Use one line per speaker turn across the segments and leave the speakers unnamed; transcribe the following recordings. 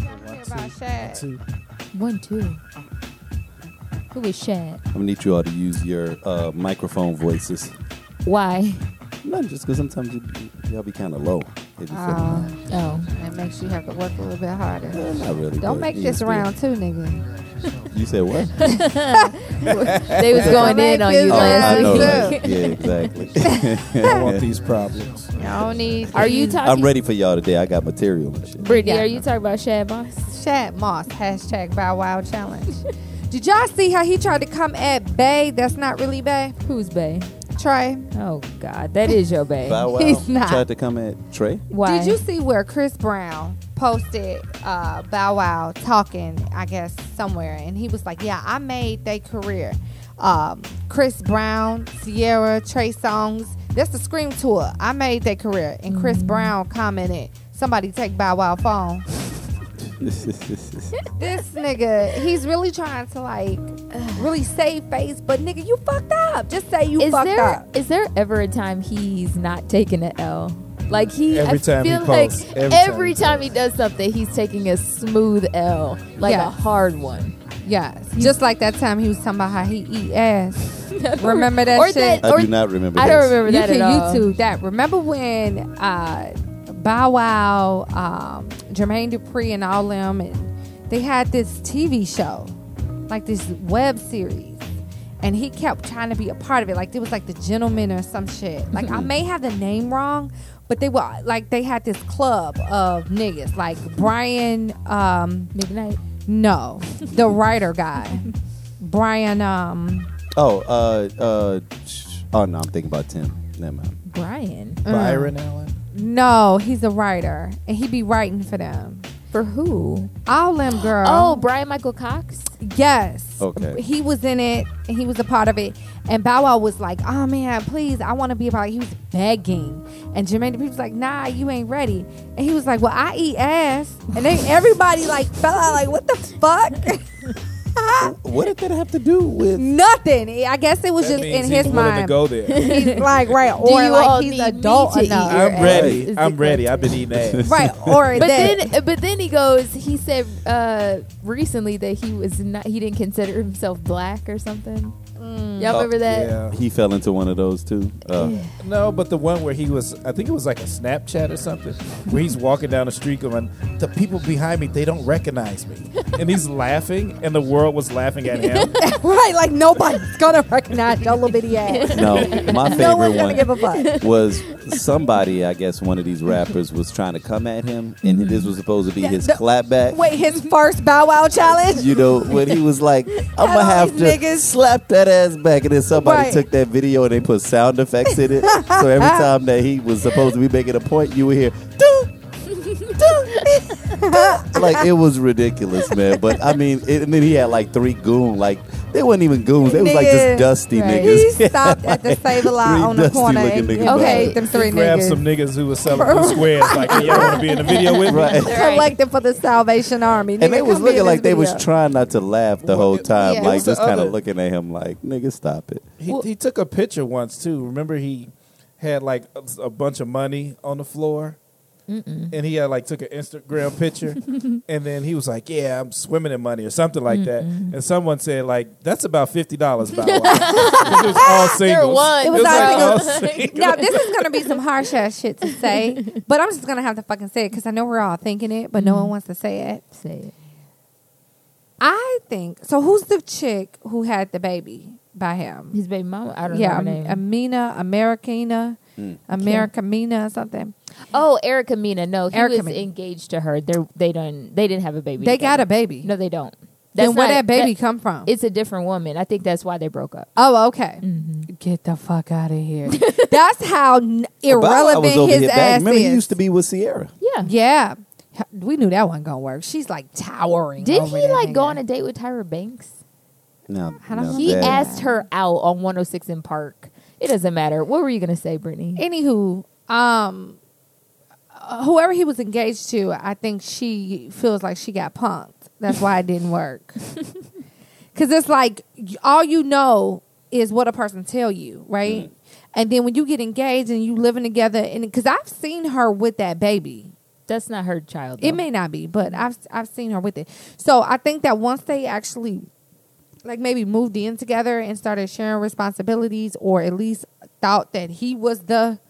Hear about Shad.
Two.
One, two. Who is Shad?
I'm gonna need you all to use your uh, microphone voices.
Why?
Not just because sometimes you, y'all be kind of low. If you
Aw,
Oh.
that makes you have to work a little bit harder.
feel not really.
Don't
but
make
you
this
still-
round two, nigga.
You said what?
They was going in on you
Oh,
last
I know.
week.
right? Yeah, exactly.
I want these problems.
Y'all need
Are you talking?
I'm ready for y'all today. I got material and shit.
Brittany,
Yeah.
are you talking about Shad Moss?
Shad Moss hashtag Bow Wow challenge. Did y'all see how he tried to come at Bay? That's not really Bay.
Who's Bay?
Trey.
Oh God, that is your Bay.
Bow Wow
He's not.
tried to come at Trey.
Why?
Did you see where Chris Brown posted uh, Bow Wow talking, I guess, somewhere? And he was like, Yeah, I made their career. Um, Chris Brown, Sierra, Trey Songs. That's the Scream Tour. I made their career. And Chris
Mm-hmm.
Brown commented, Somebody take Bow Wow phone. this nigga, he's really trying to like really save face, but nigga, you fucked up. Just say you
Is
fucked
there
up.
is there ever a time he's not taking an L? Like he,
Every
I
time he
feel
posts,
like
every
every,
time he
time, he does something, he's taking a smooth L, like
Yeah.
a hard one.
Yes. Just like that time he was talking about how he eat ass. Remember that
Or
shit?
that-
I
Or-
do not remember.
I don't
this.
remember
you
that
can
at all.
YouTube that. Remember when uh, Bow Wow, um, Jermaine Dupri, and all them, and they had this TV show, like this web series, and he kept trying to be a part of it. Like it was like the Gentleman or some shit. Like I may have the name wrong, but they were like they had this club of niggas, like Brian. Um,
Midnight.
no, the writer guy, Brian. Um,
Oh, uh, uh, sh- oh no, I'm thinking about Tim. Never mind.
Brian.
Uh. Byron Allen.
no, he's a writer, and he be writing for them.
For who?
All them girl.
Oh, Brian Michael Cox.
yes.
Okay.
He was in it. And he was a part of it. And Bow Wow was like, "Oh man, please, I want to be about." He was begging, and Jermaine Dupri was like, "Nah, you ain't ready." And he was like, "Well, I eat ass," and then everybody like fell out like, "What the fuck?"
What did that have to do with?
Nothing. I guess it was
That
just
means
in
he's
his
willing
mind.
to go there.
He's like right, or
you all
like he's
need me
adult
to eat
enough.
your
I'm
ass?
ready.
Is
I'm
the
ready. I've
question.
been eating ass.
Right, or
But
that.
then, uh, but then he goes. He said uh, recently that he was not. He didn't consider himself black or something. Y'all
Mm.
Oh,
remember that?
Yeah.
He fell into one of those too. Uh,
No, but the one where he was, I think it was like a Snapchat or something, where he's walking down the street going, The people behind me, they don't recognize me. And he's laughing, and the world was laughing at him.
right, like nobody's gonna recognize your little bitty ass.
no, my favorite
No one's gonna
one.
give a fuck.
was somebody, I guess one of these rappers was trying to come at him, and this was supposed to be his
the-
clapback.
Wait, his first Bow Wow challenge?
You know, when he was like, I'm
all
gonna have to
these niggas.
slap that ass back. And then somebody
Right.
took that video and they put sound effects in it. so every time that he was supposed to be making a point, you would hear, "Doo, doo." like it was ridiculous, man. But I mean, it, and then he had like three goon, like they weren't even goons. They was like
Nigga.
just dusty
Right.
He
niggas.
stopped at the Save a Lot
Three
on the
dusty
corner.
looking
And
niggas.
okay,
Right.
them three
Grab
niggas.
some niggas who was selling blue squares, like, hey, Y'all want to be in the video with me?
Right.
Right.
Collected for the Salvation Army.
And
Nigga,
they was
come here
looking
in
like they
this
was
video.
trying not to laugh the
Well,
whole
it-
time,
yeah. It
like
was the
just kind
other-
of looking at him like, "Nigga, stop it."
He, he took a picture once, too. Remember, he had like a, a bunch of money on the floor? And he had like took an Instagram picture, and then he was like, "Yeah, I'm swimming in money" or something like that. And someone said, "Like that's about fifty dollars." Bow Wow." 'Cause it was all
There
singles.
was.
It was
like
all
all singles.
Now, this is going to be some harsh ass shit to say, but I'm just going to have to fucking say it because I know we're all thinking it, but no one wants to say it.
Say it.
I think, so who's the chick who had the baby by him?
His baby mama. I don't
Yeah,
know her name.
Am- Amina, Americana,
Hmm.
America Mina, or something.
oh, Erica Mina. No, he
Erica
was
Mina.
engaged to her. They they don't. They didn't have a baby.
They got
together.
a baby.
No, they don't.
then where
not-
that baby come from?
It's a different woman. I think that's why they broke up.
Oh, okay. Get the fuck out of here. That's how n-
Bow Wow was
irrelevant
over
his
here back.
ass
Remember,
is.
he used to be with Sierra.
Yeah.
yeah, H- we knew that wasn't gonna work. She's like towering.
Did
over
he
that
like
nigga.
go on a date with Tyra Banks?
No,
I don't
no,
know.
He
that-
asked her out on 106 in Park. It doesn't matter. What were you gonna say, Brittany?
Anywho, um, uh, whoever he was engaged to, I think she feels like she got punked. That's why it didn't work. Because it's like y- all you know is what a person tell you, right? And then when you get engaged and you living together, and because I've seen her with that baby.
that's not her child.
It
though.
may not be, but I've I've seen her with it. So I think that once they actually like maybe moved in together and started sharing responsibilities or at least thought that he was the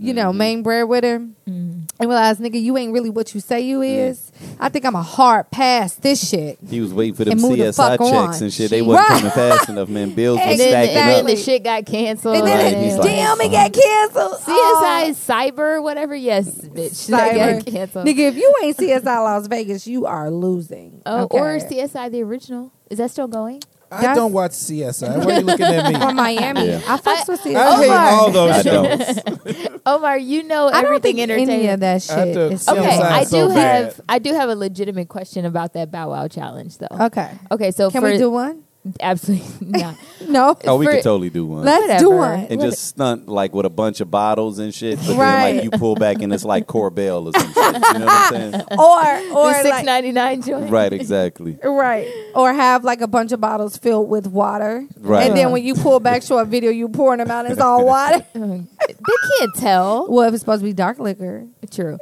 you know, main breadwinner and realized, nigga, you ain't really what you say you is. I think I'm a hard pass this shit.
He was waiting for them
And move the
CSI
fuck
checks
on.
and shit. They wasn't
Right.
coming fast enough, man. Bills were
And
And
then-
then,
stacking
and then
up.
the shit got canceled.
and then
Right,
it-
he's like,
damn, it got canceled.
CSI
Oh.
is cyber, whatever. Yes, bitch. That
Cyber.
got canceled.
Oh. Nigga, if you ain't CSI Las Vegas, you are losing.
Oh, or
Okay.
CSI the original. Is that still going?
I
That's-
don't watch CSI. Why are you looking at
from
me?
Miami.
Yeah.
I fucks with CSI.
I hate all
I
those
don't.
shows.
Omar, you know
I don't
everything
think any of
entertaining.
that
I
shit.
took
is
CSI
Okay,
CSI.
I do
so bad.
have I do have a legitimate question about that Bow Wow challenge though.
Okay.
Okay, so
Can
for
we do one?
absolutely not.
No.
Oh, we
For-
could totally do one.
Let's do
whatever.
one.
and just stunt like with a bunch of bottles and shit. But then
Right.
like you pull back and it's like Corbell or some shit. You know what I'm saying?
Or
the
or
six
like,
ninety nine joint.
Right, exactly.
right. Or have like a bunch of bottles filled with water.
Right.
And then when you pull back short video, you pouring them out and it's all water.
They can't tell.
well, if it's supposed to be dark liquor.
True.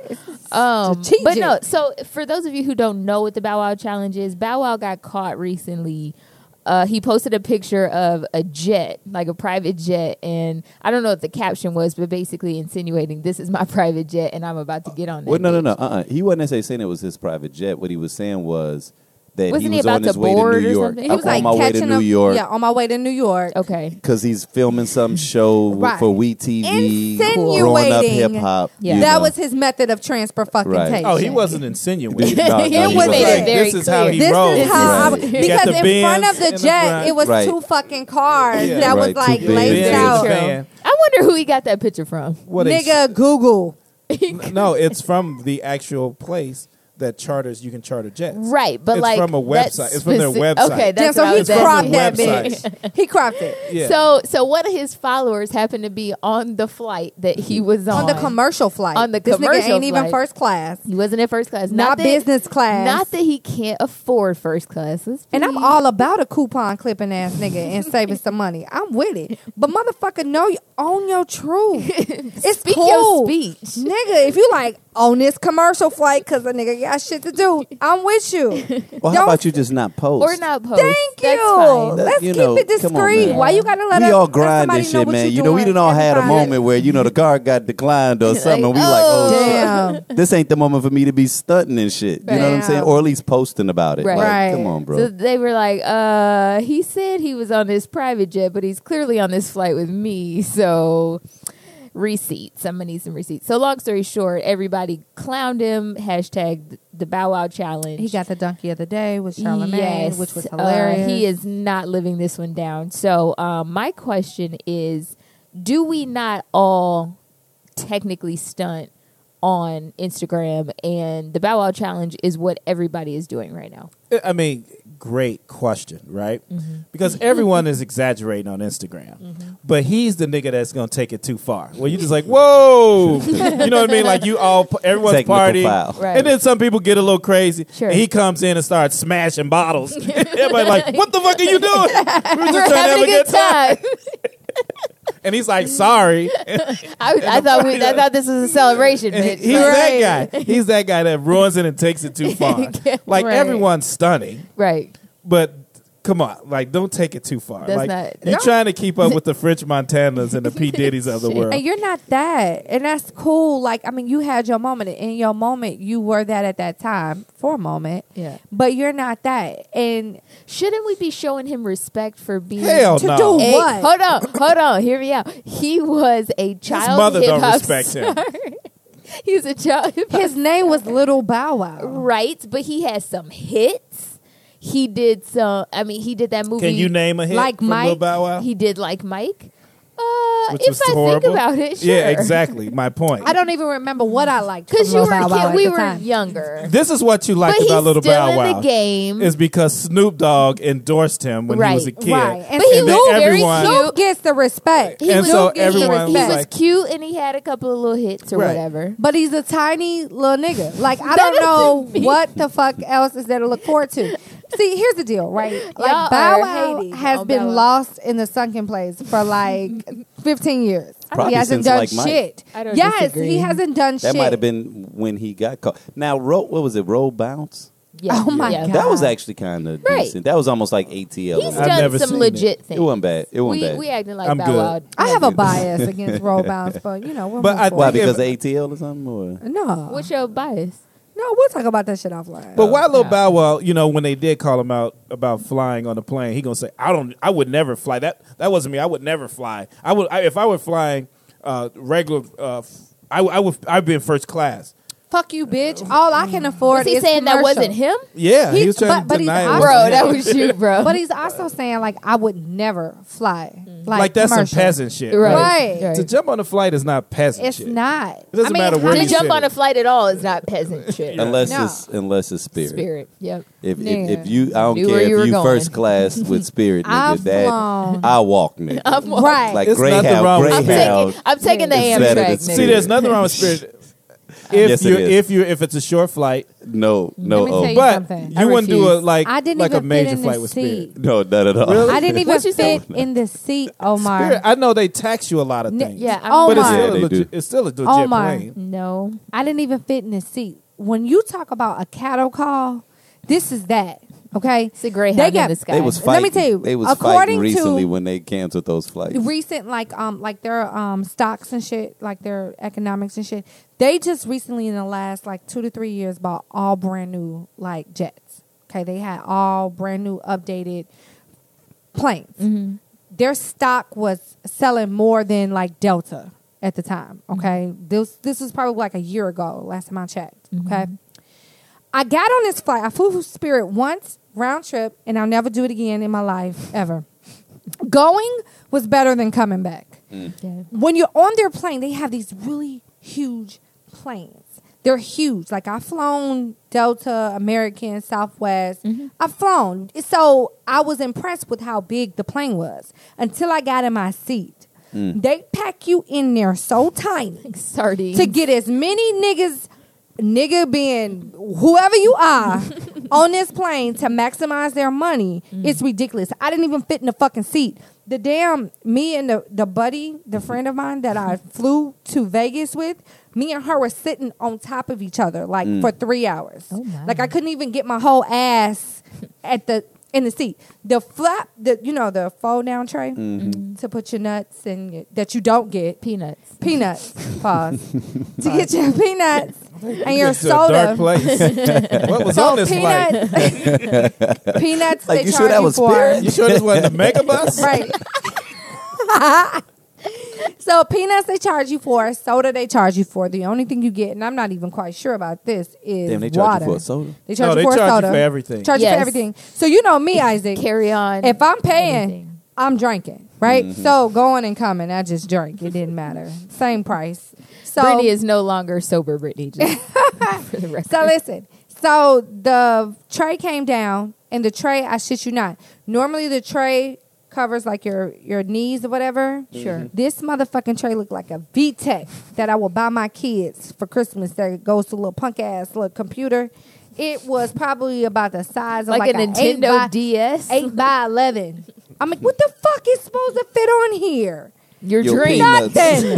Um,
strategic.
but no, so for those of you who don't know what the Bow Wow challenge is, Bow Wow got caught recently. Uh, he posted a picture of a jet, like a private jet, and I don't know what the caption was, but basically insinuating this is my private jet and I'm about to get on that.
Well, no, no,
bitch."
no. Uh-uh. He wasn't necessarily saying it was his private jet. What he was saying was that
Wasn't he
he was
about
on his
to
way
board
to New
or
York.
something?
He was
on
like
my way
catching
to
a,
New York
Yeah, on my way to New York.
Okay.
because he's filming some show
Right.
for We TV, growing up
Insinuating
hip hop.
Yeah.
you
That
know.
was his method of transfer fucking
Right.
tape.
Oh, he wasn't insinuating.
No, no, he
It was
wasn't.
made it very
this is how
clear.
he
This
rolls.
is how I,
Right.
You got
because
the
in front
Benz
of the
and the
jet,
front.
it was
Right.
two fucking cars
Yeah.
that
Right,
was like
two Benz.
laced
Benz and
out.
the van.
I wonder who he got that picture from.
What a
Nigga, Google.
N- no, it's from the actual place that charters you can charter jets.
Right, but
It's
like
from a
that's
website. It's from their
speci-
website.
Okay,
Damn,
that's what
so
I
he
was asking.
cropped that
Websites.
bitch. He cropped it
Yeah.
So, so one of his followers happened to be on the flight that he
Mm-hmm.
was on.
on the commercial flight.
On the
this nigga
commercial
ain't even
flight.
first class,
He wasn't in first class.
not
that-
business class.
Not that he can't afford first class. Let's
and
be-
I'm all about a coupon clipping ass nigga and saving some money. I'm with it, but motherfucker, know you own your truth. It's
Speak your
cool,
speech.
nigga. If you like on this commercial flight because a nigga got shit to do, I'm with you.
Well,
Don't-
how about you just not post?
or not post.
Thank
That's
you.
fine.
That-
Let's
you
keep
know,
it
come on,
discreet.
man.
Why you gotta let
we
us-
all
let
grind
somebody
this
know
shit,
what
man.
you
You know, we
doing
didn't all had
every
a
five
moment where you know the guard got declined or something. and we like,
oh,
oh,
shit.
Damn.
this ain't the moment for me to be stunting and shit. You know what I'm saying?
Damn.
Or at least posting about it.
Right.
Like,
Right.
Come on, bro.
So they were like, uh, he said he was on this private jet, but he's clearly on this flight with me. So receipts. I'm gonna need some receipts. So long story short, everybody clowned him. Hashtag the Bow Wow Challenge.
He got the donkey of the day with Charlamagne,
Yes,
which was
uh,
hilarious.
he is not living this one down. So um, my question is, do we not all technically stunt on Instagram? And the Bow Wow Challenge is what everybody is doing right now.
I mean, great question, right?
Mm-hmm.
Because everyone is exaggerating on Instagram, but he's the nigga that's gonna take it too far. Well, you just like, whoa, you know what I mean? Like you all, everyone's
Technical
partying,
foul.
Right.
and then some people get a little crazy.
Sure.
And he comes in and starts smashing bottles. Everybody like, what the fuck are you doing? We were just trying to have a good time. And he's like, sorry.
I, I thought we, I thought this was a celebration,
And he-
bitch.
he's that guy. He's that guy that ruins it and takes it too far. Like
Right.
everyone's stunning,
Right.
but come on, like don't take it too far.
That's
like
not-
you're trying to keep up with the French Montanas and the P Diddy's of the world.
and you're not that, and that's cool. Like I mean, you had your moment. and In your moment, you were that at that time for a moment.
Yeah.
But you're not that, and
Shouldn't we be showing him respect for being
Hell
to
no.
do
a-
what?
Oh, Hold on, hold on. Hear me out. He was a
His
child
mother
hip
don't
hop
respect him.
He was a child hip hop
His name was Little Bow Wow.
right, but he has some hits. He did some. I mean, he did that movie.
Can you name a hit
Like
from Lil
Mike,
Bow Wow?
He did like Mike. Uh,
Which
if
was
I
horrible.
think about it, sure.
Yeah, exactly. My point.
I don't even remember what I liked
Because
because
you were a
Bow
kid,
Wow at
we
the
were
time.
younger.
this is what you
But
liked
he's
about Little
still
Bow
in
Wow.
the game.
Is because Snoop Dogg endorsed him when he was a
Right,
kid.
right.
but
And
he
then
was very
everyone-
cute.
Snoop gets the respect,
He
And
was,
so
he was-
everyone
he
was
was
like-
cute and he had a couple of little hits or
Right.
whatever.
but he's a tiny little nigga. Like I
That
don't know
doesn't mean-
what the fuck else is there to look forward to. See, here's the deal, right?
Y'all
Like Bow
are
Wow
hating
has
on
been
Bow Wow.
lost in the sunken place for like 15 years.
Probably
he hasn't
since,
done
like, Mike.
shit.
I don't
yes,
disagree.
he hasn't done shit.
That might have been when he got caught. Now, ro- what was it? Roll bounce.
Yeah,
Oh my
yeah.
God.
That was actually kind of
Right.
decent. That was almost like ATL.
He's
I've
done
never
some
seen
legit things.
it wasn't bad. It wasn't
we
bad.
we acting like
I'm
Bow
good.
Wow.
I have a bias against roll bounce, but you know, we'll
But
move
I-
Why?
forward.
Because of ATL or something? Or
no,
What's your bias?
no, we'll talk about that shit offline.
But why Lil
no.
Bow Wow? You know, when they did call him out about flying on the plane, he gonna say, "I don't. I would never fly. That that wasn't me. I would never fly. I would I, if I were flying uh, regular. Uh, f- I, w- I would. I'd be in first class.
Fuck you, bitch. All I can afford
Was Oh, mm. he
is
saying that
commercial.
wasn't him?
Yeah, he,
He-
was trying
but- but
to
he's
deny it.
awesome.
wasn't
Bro,
him.
that was you, bro.
But he's also saying like I would never fly. Like,
Mm.
like, that's
commercial.
some peasant shit.
Right.
To jump on a flight is not peasant
It's
shit.
not.
It doesn't
I mean,
matter where
how
you
to
many-
sit.
jump on a flight at all is not peasant shit.
unless
No.
it's unless it's spirit.
Spirit. Yep.
If, if
Yeah.
if you, I don't
Knew
care
where you were
if you
going.
first class with spirit, nigga.
I've
That
flown.
I walk, nigga.
Right.
Like
It's nothing
Greyhound,
wrong with
I'm
Spirit.
Greyhound.
taking, I'm taking the
It's better than
Amtrak.
Spirit.
nigga.
See, there's nothing wrong with spirit. If
Yes, it
you
is.
if you if it's a short flight,
No, no,
Let me tell
oh,
you
but
something.
you wouldn't do a
refuse.
like
I didn't
like a
even fit
major
in the
flight with
seat.
spirit.
no, not at all.
Really?
I didn't even
What you say?
fit in the seat, Omar.
Spirit, I know they tax you a lot of
N-
things.
yeah, I
oh
but it's
my.
still, a
Yeah, they
legit,
do.
it's still a legit
Oh my.
plane.
no.
I didn't even fit in the seat. When you talk about a cattle call, this is that. Okay,
It's a greyhound
They got-
in the sky.
They was
Let
fighting.
me tell you,
they was
according
fighting recently
to-
when they canceled those flights.
recent like um like their um stocks and shit, like their economics and shit. They just recently in the last like two to three years bought all brand new like jets. Okay, they had all brand new updated planes. Their stock was selling more than like Delta at the time. Okay, this this was probably like a year ago. Last time I checked. Okay, I got on this flight. I flew with Spirit once round trip, and I'll never do it again in my life ever. Going was better than coming back.
Yeah.
When you're on their plane, they have these really huge planes. They're huge. Like I've flown Delta, American, Southwest. I've flown. So I was impressed with how big the plane was until I got in my seat. They pack you in there so tiny
Sardines.
to get as many niggas, nigga being whoever you are, on this plane to maximize their money.
Mm.
It's ridiculous. I didn't even fit in the fucking seat. The damn me and the the buddy, the friend of mine that I flew to Vegas with. Me and her were sitting on top of each other like for three hours.
Mm. Oh, my.
Like I couldn't even get my whole ass at the in the seat. The flap, the you know the fold down tray
Mm-hmm.
to put your nuts and your- that you don't get
Peanuts.
peanuts. Pause. to get your peanuts and your
It's a dark
soda.
place. what was
So
on this flight?
peanuts, peanuts.
Like,
they
you sure
charge
that
you
was
for.
Spirit?
You sure this wasn't a megabus?
Right. so peanuts they charge you for. Soda they charge you for. The only thing you get, and I'm not even quite sure about this, is
Damn, they charge
water.
you for a soda.
They charge
No,
you
they
for a
charge you
soda.
for everything.
Charge you
Yes.
for everything. So you know me, Isaac.
Carry on.
If I'm paying,
Anything.
I'm drinking, right?
Mm-hmm.
So going and coming, I just drink. It didn't matter. Same price. So
Brittany is no longer sober. Brittany, just for the record.
so listen. So the tray came down, and the tray, I shit you not. Normally the tray covers like your your knees or whatever. Mm-hmm.
Sure. Mhm.
This motherfucking tray looked like a VTech that I will buy my kids for Christmas. That goes to a little punk ass little computer. It was probably about the size of
like,
like,
a
an eight
Nintendo
by-
DS.
eight by eleven. I'm like, what the fuck is supposed to fit on here?
Your
Your
dream.
peanuts.
Nothing.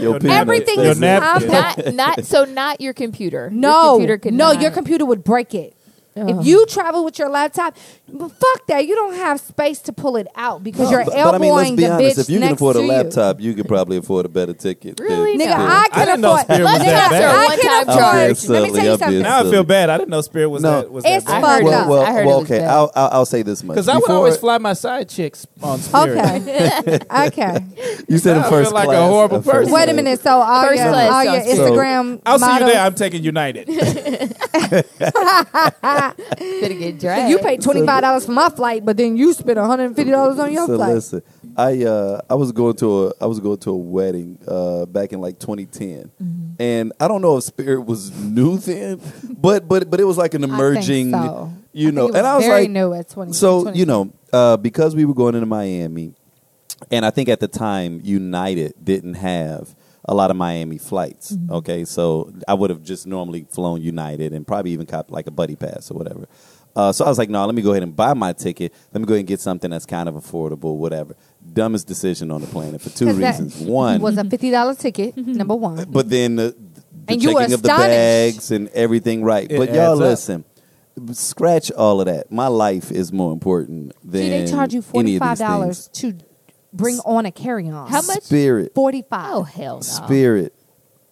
Your peanuts,
Everything
that's
is
it.
Your nap-
compact.
Not, not so. Not your computer. your
No,
computer could
no,
not.
your computer would break it.
Oh.
If you travel with your laptop, but fuck that. You don't have space to pull it out because you're
But,
elbowing
but I mean, let's be
the
honest.
bitch
If you can
next
afford a
to you.
laptop, you. could probably afford a better ticket. than
Really?
Nigga,
Yeah.
I
I
can
didn't know
afford.
Spirit was
Nigga,
that bad.
I can
I'm
afford.
being
Let me
silly,
tell you
I'm being
something.
Now I feel bad. I didn't know Spirit was
No.
that. Was
It's
that
fucked
well,
up.
well,
I heard it
well,
was
okay.
bad.
I'll, I'll I'll say this much.
Because I would always
Before-
fly my side chicks on Spirit.
Okay, okay.
You
I
said in
feel
first
like a
class.
horrible
uh, first
person.
Wait a
class.
minute. So all
First
your,
class
all your
sounds good.
Instagram
I'll see you
models-
there. I'm taking United.
Better get
So
dragged.
you paid twenty five dollars for my flight, but then you spent one hundred and fifty dollars on your
so
flight.
listen, I uh, I was going to a I was going to a wedding uh, back in like 2010,
Mm-hmm.
and I don't know if Spirit was new then, but but but it was like an
think
emerging,
so.
you
I
know.
think it was
and I was
very
like,
new at 20,
so
20.
you know uh, because we were going into Miami, and I think at the time United didn't have a lot of Miami flights.
Mm-hmm.
Okay, so I would have just normally flown United and probably even copped like a buddy pass or whatever. Uh, so I was like, no, let me go ahead and buy my ticket. Let me go ahead and get something that's kind of affordable, whatever. Dumbest decision on the planet for two
'Cause that
reasons. One,
was a fifty dollar ticket. Number one.
but then the, the
And you were
checking of the
astonished.
bags and everything right.
It
but
adds
y'all
up.
listen, scratch all of that. My life is more important than
See, they charge you
any
forty
of these
five dollars
things.
to bring on a carry on.
How much?
Spirit,
Forty five.
Oh hell no.
spirit.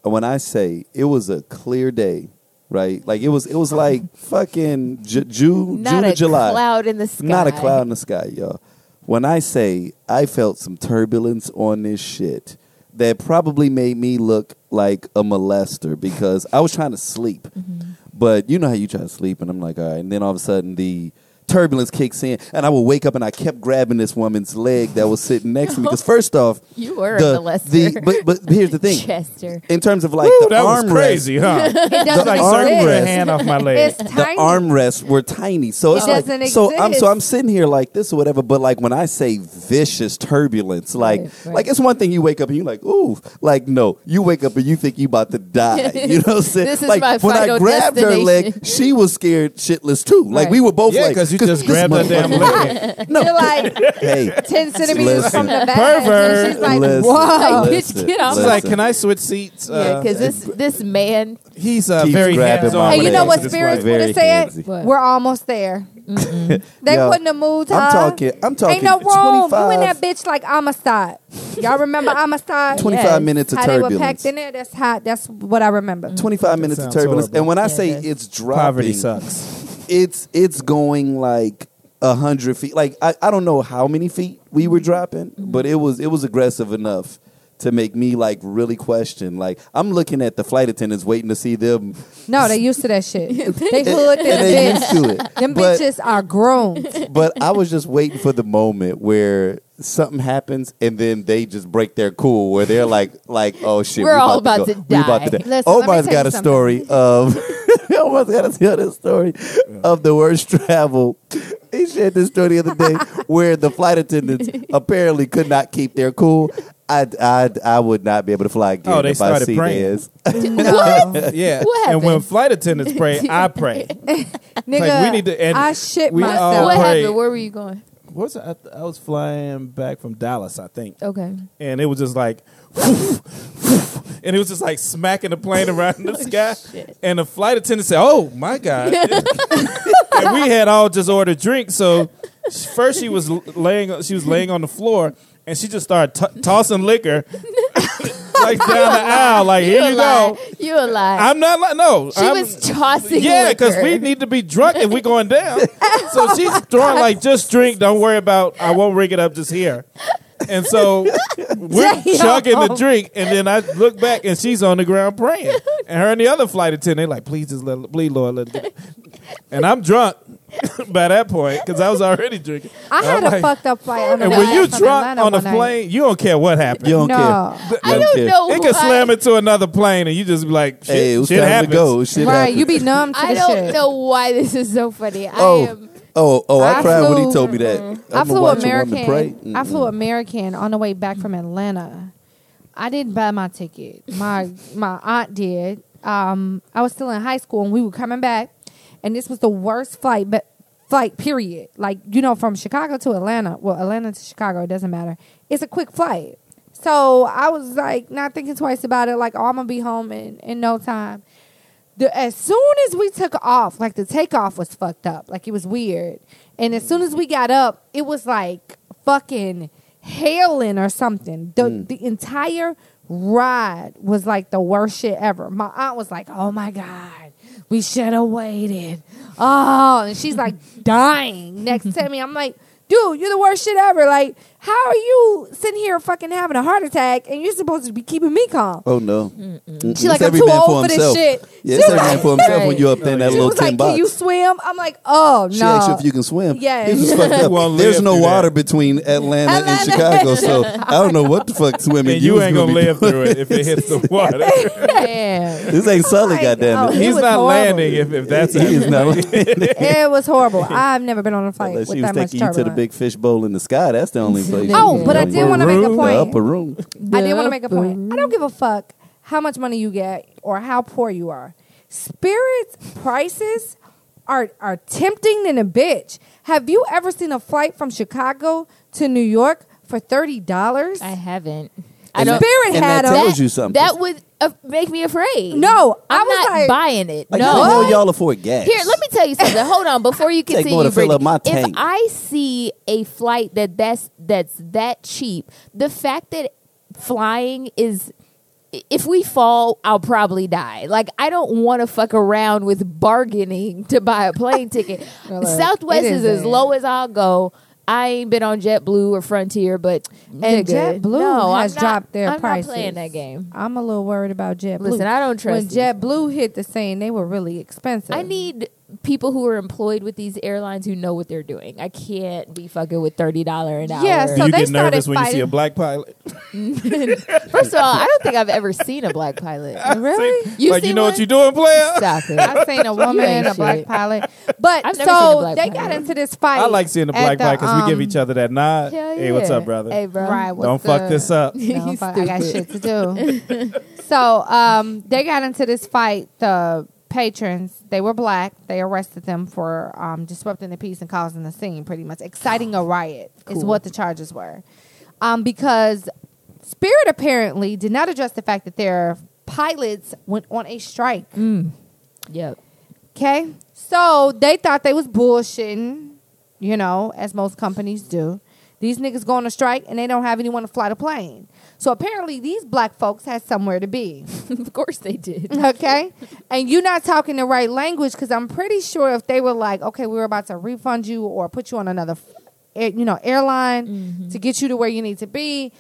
When I say it was a clear day, right? Like it was, it was like fucking Ju- Ju-
Not
June
a
or July.
cloud in the sky.
Not a cloud in the sky, y'all. When I say I felt some turbulence on this shit that probably made me look like a molester because I was trying to sleep.
Mm-hmm.
But you know how you try to sleep, and I'm like, all right. And then all of a sudden, the turbulence kicks in, and I would wake up and I kept grabbing this woman's leg that was sitting next to me. Because, first off,
You were
the,
a molester.
the, but, but here's the thing
Chester.
in terms of like
Woo,
the
that
arm
was crazy, huh?
It doesn't
The
like
arm
somebody
exist.
put a
rest.
hand off my leg.
It's tiny.
the armrests were tiny. So
It
it's like,
doesn't
so I'm
exist.
so I'm sitting here like this or whatever. But like when I say vicious turbulence, like
Right, right.
like it's one thing you wake up and you like ooh, like no, you wake up and you think you about to die. You know what I'm saying?
This is
like
my
when I
final
grabbed her
destination.
leg, she was scared shitless too. Like
Right.
we were both
Yeah,
like,
because you
"'Cause
just
this
grabbed that damn
motherfucker-
leg.
You're like
hey.
ten centimeters from the
Listen.
back.
Pervert.
And she's like,
Listen.
whoa.
Listen.
get off
She's like,
Listen.
"Can I switch seats?"
Yeah,
Uh,
because this this man
he's uh,
Keeps
very
grabbing
hands
my
on.
leg.
And you know what spirits
Very
would have said?
handsy.
What?
We're almost there. They
Yo,
putting a mood.
I'm
huh?
talking. I'm talking.
Ain't no room. You in
25
that bitch like Amistad. Y'all remember Amistad?
25
Yes.
minutes of
How
turbulence.
they were packed in there. That's how. That's what I remember.
25 minutes of
sounds
turbulence.
horrible.
And when I
Yeah,
say
it does.
it's dropping,
Poverty sucks.
it's it's going like a hundred feet. Like I, I don't know how many feet we were dropping, but it was it was aggressive enough to make me like really question. Like I'm looking at the flight attendants waiting to see them.
No, they used to that shit. They hood in
and they
a
used
bitch.
to it.
Them
But-
bitches are grown.
But I was just waiting for the moment where something happens and then they just break their cool where they're like like oh shit
We're
we
all about
go-
to
we about
die.
to die.
Listen, let me
Omar's
tell
got
you
a story of Omar's got to tell this story of the worst travel. He shared this story the other day where the flight attendants apparently could not keep their cool. I, I, I would not be able to fly again
Oh, they
if I
started
see
praying.
this.
no,
Uh, Yeah.
What
and when
happened?
flight attendants pray, I pray.
nigga.
we need to end
I
it.
shit
We uh, all-
myself.
what
What happened?
happened?
great.
Where were you going?
What's I, I was flying back from Dallas, I think,
Okay.
and it was just like, and it was just like smacking the plane around in the sky.
Oh, shit.
And the flight attendant said, "Oh my god!" and we had all just ordered drinks, so first she was l- laying, she was laying on the floor, and she just started to tossing liquor like down the aisle, like here you
lie.
go.
You a lie.
I'm not like no.
she
I'm-
was tossing.
yeah, because
liquor.
we need to be drunk if we going down. so she's throwing like, just drink. Don't worry about. I won't rig it up just here. And so we're
Damn.
chugging the drink, and then I look back and she's on the ground praying. And her and the other flight attendant like, please just let, please Lord, let. It get-" And I'm drunk by that point because I was already drinking.
I had
I'm
a
like-
fucked up flight. on a
And
flight
when you
from
drunk
Atlanta
on a
one night.
plane, you don't care what happened.
You don't
No.
care.
I don't
care.
know.
It can
why-
slam into another plane, and you just be like, shit,
Hey, it was
shit
time
happens.
to go. Shit
right,
happened.
you be numb to the
I don't
shit.
know why this is so funny. I
Oh,
am.
oh, oh! I,
I
cried when
flew-
he told me that.
I
I'ma
flew
watch a woman pray.
American. I flew American on the way back from Atlanta. I didn't buy my ticket. My my aunt did. Um, I was still in high school and we were coming back, and this was the worst flight, but flight period. Like you know, from Chicago to Atlanta. Well, Atlanta to Chicago. It doesn't matter. It's a quick flight. So I was like not thinking twice about it. Like oh, I'm gonna be home in in no time the, as soon as we took off, like the takeoff was fucked up. Like it was weird. And as soon as we got up, it was like fucking hailing or something. The
Mm.
the entire ride was like the worst shit ever. My aunt was like, Oh my God, we should have waited. Oh, and she's like dying next to me. I'm like, dude, you're the worst shit ever. Like, how are you sitting here fucking having a heart attack and you're supposed to be keeping me calm?
Oh no. Mm-mm.
She like,
It's
"I'm
every
too
man
old
for
for this
himself.
shit."
Yeah,
She
it's
was
every man for himself when
Right.
you up there in that
She
little
was
tin
like,
box.
"Can you swim?" I'm like, "Oh
she
no!"
asked you if you can swim.
Yeah.
He was just fucked up.
Won't
There's
live
no
through that.
water between Atlanta, and
Atlanta.
Chicago, so I don't know what the fuck swimming
And you
was
ain't gonna
be
live
doing.
through it if it hits the water.
Man.
This ain't Sully,
Like,
goddamn
oh,
it.
He
He's
was
not
horrible.
landing if, if that's
He is
happening.
not
it was horrible. I've never been on a flight
unless
with
she was
that much
taking you to the
turbulence.
big fish bowl in the sky. That's the only place.
Oh,
you
but I
can
did
go.
want to make a
Room.
the
point.
upper room.
I did want to make a point.
Upper
I don't give a fuck how much money you get or how poor you are. Spirits prices are are tempting than a bitch. Have you ever seen a flight from Chicago to New York for thirty dollars?
I haven't. I
And
don't.
that-
Spirit
and that
had 'em.
tells you something.
That would uh, make me afraid.
No, I
I'm
was
not
like-
buying it.
Like,
no,
how the hell y'all afford gas?
Here, let me tell you something. Hold on, before you
Take
continue,
more to fill
Brittany.
up my
If
tank.
I see a flight that that's that's that cheap, the fact that flying is. If we fall, I'll probably die. Like I don't want to fuck around with bargaining to buy a plane ticket.
Well, look,
Southwest
it
is
is
as
a-
low as I'll go. I ain't been on JetBlue or Frontier, but
And
nigga,
JetBlue
no,
has
I'm not,
dropped their
I'm
prices.
not playing that game.
I'm a little worried about JetBlue.
Listen, I don't trust
when
these.
JetBlue hit the scene. They were really expensive.
I need people who are employed with these airlines who know what they're doing. I can't be fucking with thirty dollar an hour.
Yeah, so
you
they
get
started
nervous when you see
fighting.
a black pilot.
First of all, I don't think I've ever seen a black pilot.
really.
You
like
see
you know
one?
what you doing, player?
Stop it.
I've seen a woman,
ain't
a black
shit.
pilot, but
I've never seen a
so
black
they
pilot.
got into this fight.
I like seeing the
at
black pilot because we give
um,
each other that nod.
Hell
Hey, what's
yeah.
up, brother?
Hey, bro.
Right, what's
Don't fuck
up?
this up.
No,
He's
fuck, I got
stupid.
shit to do. so um, they got into this fight. The patrons, they were black. They arrested them for um, disrupting the peace and causing a scene, pretty much. Exciting a riot is
Cool.
what the charges were. Um, because Spirit apparently did not address the fact that their pilots went on a strike.
Yep.
Okay. So they thought they was bullshitting, you know, as most companies do. These niggas go on a strike and they don't have anyone to fly the plane. So apparently these black folks had somewhere to be.
of course they did.
Okay? and you're not talking the right language because I'm pretty sure if they were like, okay, we were about to refund you or put you on another, f- air- you know, airline to get you to where you need to be,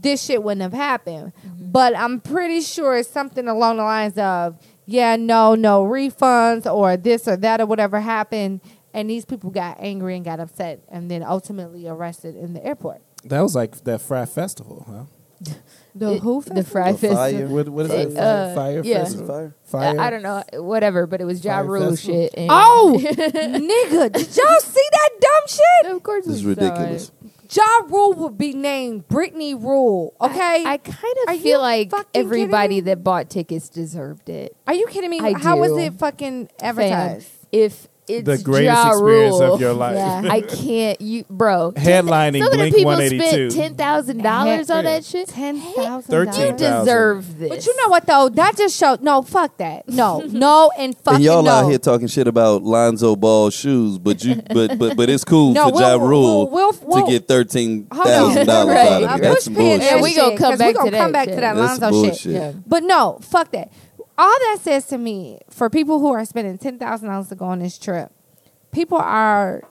this shit wouldn't have happened. But I'm pretty sure it's something along the lines of, yeah, no, no refunds or this or that or whatever happened. And these people got angry and got upset and then ultimately arrested in the airport.
That was like that Fry Festival, huh?
The
It-
who?
The fry
The fire.
fist.
What, what is
It,
it? Fire,
uh,
fire
yeah.
Festival?
Fire?
Fire.
I don't know, whatever, but it was Ja
Fire
Rule
festival.
shit. And
Oh, nigga, did y'all see that dumb shit?
of course,
This is
we saw it.
ridiculous.
Ja Rule would be named Brittany Rule. Okay,
I, I kind
Are
of feel
you
like
fucking kidding me?
everybody that bought tickets deserved it.
are you kidding me?
I
How
do.
was it fucking
fam,
advertised?
If it's
The greatest
ja
experience
Rule,
of your life.
yeah, I can't. You, bro.
Headlining
Some of the
Blink
people
182.
spent ten thousand dollars on that shit.
Ten thousand.
You
$13,000.
deserve this.
But you know what though? That just showed. No, fuck that. No, no, and fucking
And y'all
no.
out here talking shit about Lonzo Ball shoes, but you but but but it's cool
No,
for Ja
we'll-
Rule
we'll- we'll-
to get thirteen
Hold on.
thousand dollars
Right.
out of
I'm
it. That's some
pushing
bullshit.
that
Yeah, we gonna
shit,
come
'cause
back
we
to
gonna
that
come back
shit.
to that
That's
Lonzo
bullshit.
shit. But no, fuck that. All that says to me, for people who are spending ten thousand dollars to go on this trip, people are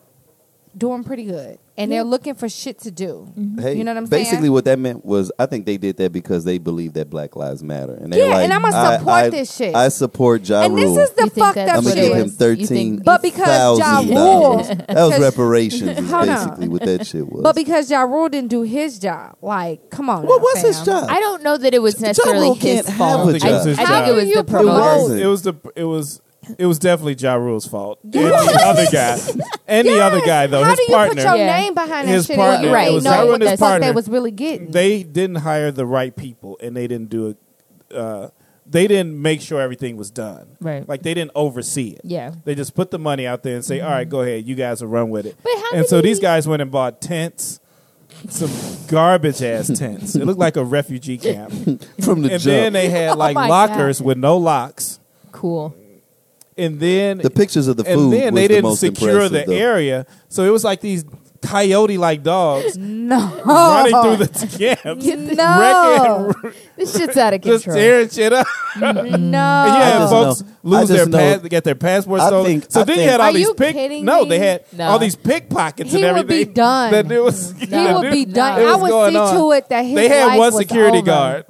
doing pretty good, and they're looking for shit to do.
Mm-hmm.
Hey,
you know what I'm saying?
basically what that meant was I think they did that because they believe that Black Lives Matter, and they're
Yeah,
like,
and I'ma
I-
support
I-
this shit.
I support Ja
and
Rule.
this is the
You think
fucked
that's
up
I'm
what
gonna
it
give
shit.
him
was. You
thirteen
think-
But because Ja
thousand
Rule-
dollars. That was
because-
reparations, is
Hold on.
basically what that shit was.
But because Ja Rule didn't do his job, like, come on.
what
now,
was his
fam.
job?
I don't know that it was
Ja
necessarily
Rule
his
can't have
fault.
a
I,
job.
I think
How
it was
do you
the
promote-
promoter.
Listen.
It was the it was it was definitely Ja Rule's fault. And the other guy, and the other guy though,
How
his
do you
partner.
put your
Yeah.
name behind
His
that shit?
partner.
and
Right.
You
It
really
was
know
Ja Rule
what
and
the
his
fuck they
partner.
was really getting.
they didn't hire the right people, and they didn't do it. Uh, they didn't make sure everything was done.
Right.
like they didn't oversee it.
Yeah.
they just put the money out there and say, "All right, go ahead, you guys will run with it."
But how
and
did
so these
he-
guys went and bought tents, some garbage ass tents. It looked like a refugee camp.
from the
and then
jump,
they had like
Oh my
lockers with no locks.
Cool.
And then
the pictures of the
and
food
then
was
they
the
didn't
most
secure the
impressive, though.
area, so it was like these coyote like dogs
no.
running through the camp,
No.
wrecking,
This shit's out of
just
control.
tearing shit up.
No.
And you had
just
folks
know- I
lose
just
their
know-
pass, get their passports
I
stolen.
think-
so
I
then you
think-
had all
Are
these
you
pick.
kidding
no,
me?
they had
No.
all these pickpockets
He
and
would
everything.
be done.
That it was,
He
that
would be
it-
done.
it
I
was
would
going
see
on.
to it that his
they had
life
one
was
security
over.
guard.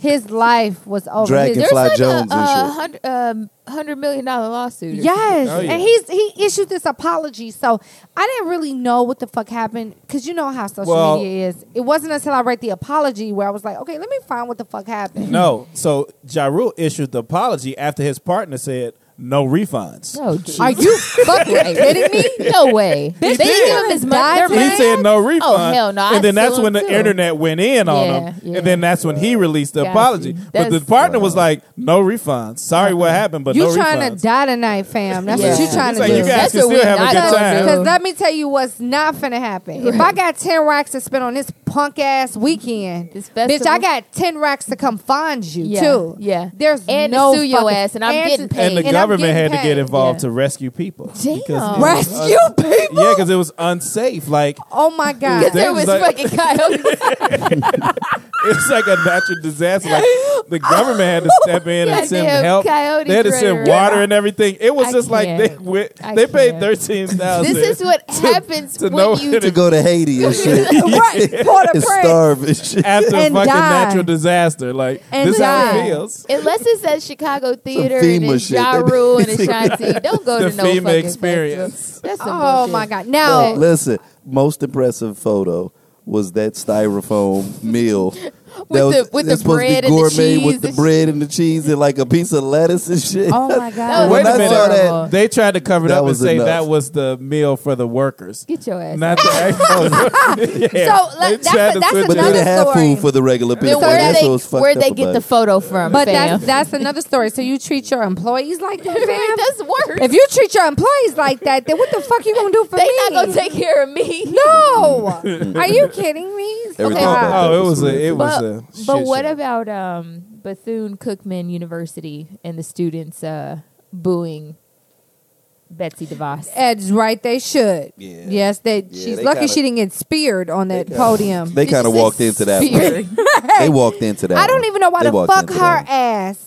His life was
Oh,
over.
Dragon
His-
There's
Fly
like
Jones
a,
and shit.
a hundred, um, hundred million dollar lawsuit. or
Yes,
Oh, yeah.
and he's he issued this apology. So I didn't really know what the fuck happened because you know how social
Well-
media is. It wasn't until I read the apology where I was like, okay, let me find what the fuck happened.
No, so Ja Rule issued the apology after his partner said, no refunds.
Oh, jeez.
Are you fucking kidding me?
No way.
Bitch,
they
did.
give him his money.
Died
Their
today?
He
money.
said
Oh,
no refund.
hell no, I'd
And then that's
sue
when
him
the
too.
internet went in on
Yeah,
him.
yeah.
And then that's when he released the
Got
apology.
you.
But the
That's-
partner was like, no refunds. Sorry what happened, but
you
no
trying
refunds.
to die tonight, fam. That's
Yeah.
what you trying
It's
to
like,
do.
you guys
That's
can
what
still
we
have a
not
good
gonna do.
time.
Because let me tell you what's not finna happen. If I got 10 racks to spend on this punk ass weekend,
This
bitch,
festival.
I got 10 racks to come find you,
Yeah,
too.
yeah.
There's
And
no
sue your
fucking-
ass, and I'm getting paid.
And the
I'm
government had
getting
to get
paid.
involved
Yeah.
to rescue people.
Damn.
Because
Rescue people?
Yeah, because it was unsafe. Like
Oh my God.
Because That
There was
was like-
fucking coyotes.
it's like a natural disaster. Like the government had to step in and send
Goddamn
help.
coyote
They had to
critter.
send water and everything. It was
I
just like they
can't.
went,
I
they paid
can't.
thirteen thousand.
this is what happens
to know
when you
it
to go to Haiti and shit.
right. Port
and
of Prince.
starve and shit.
after a fucking
And die.
natural disaster. Like
And
this is how
die.
it feels.
Unless it's that Chicago theater and
FEMA
it's
shit.
Ja Rule and Ashanti, don't go
The
to no
FEMA
fucking
experience.
festival. That's some
Oh
bullshit.
my God. Now,
Listen, most impressive photo was that styrofoam meal. With that was,
the- with
that's
the
supposed
bread and
to be
the
gourmet
cheese
with the
and
bread and the cheese and like a piece of lettuce and shit.
oh my
That
God.
was
When
Wait a
I saw
minute.
adorable.
that,
They tried to cover it
That
up and
was
say
enough.
that was the meal for the workers.
Get your ass.
Not the actual. yeah.
So, like,
They
that's
tried
a-
to
that's
switch
but
another
it
they
up.
didn't have
story.
food for the regular people.
then where
that's
they,
what's fucked
where
up
they get
about
the
it.
photo from,
But
fam.
that's, that's another story. So you treat your employees like that, fam?
that's worse.
If you treat your employees like that, then what the fuck you gonna do for
they
me?
not gonna take care of me.
No, are you kidding me?
Everything
Okay.
about that
Oh, it was a.
horrific.
It was
But,
a.
but
shit
what
show.
about um, Bethune Cookman University and the students uh, booing Betsy DeVos?
Ed's right. They should.
Oh. Yeah.
Yes, they.
Yeah,
she's
they
lucky
kinda-
she didn't get speared on that
kinda-
podium.
They kind of walked into that.
Spirit.
They walked into that.
I don't
one.
even know why
They
the
walked
fuck
into
her
that one.
ass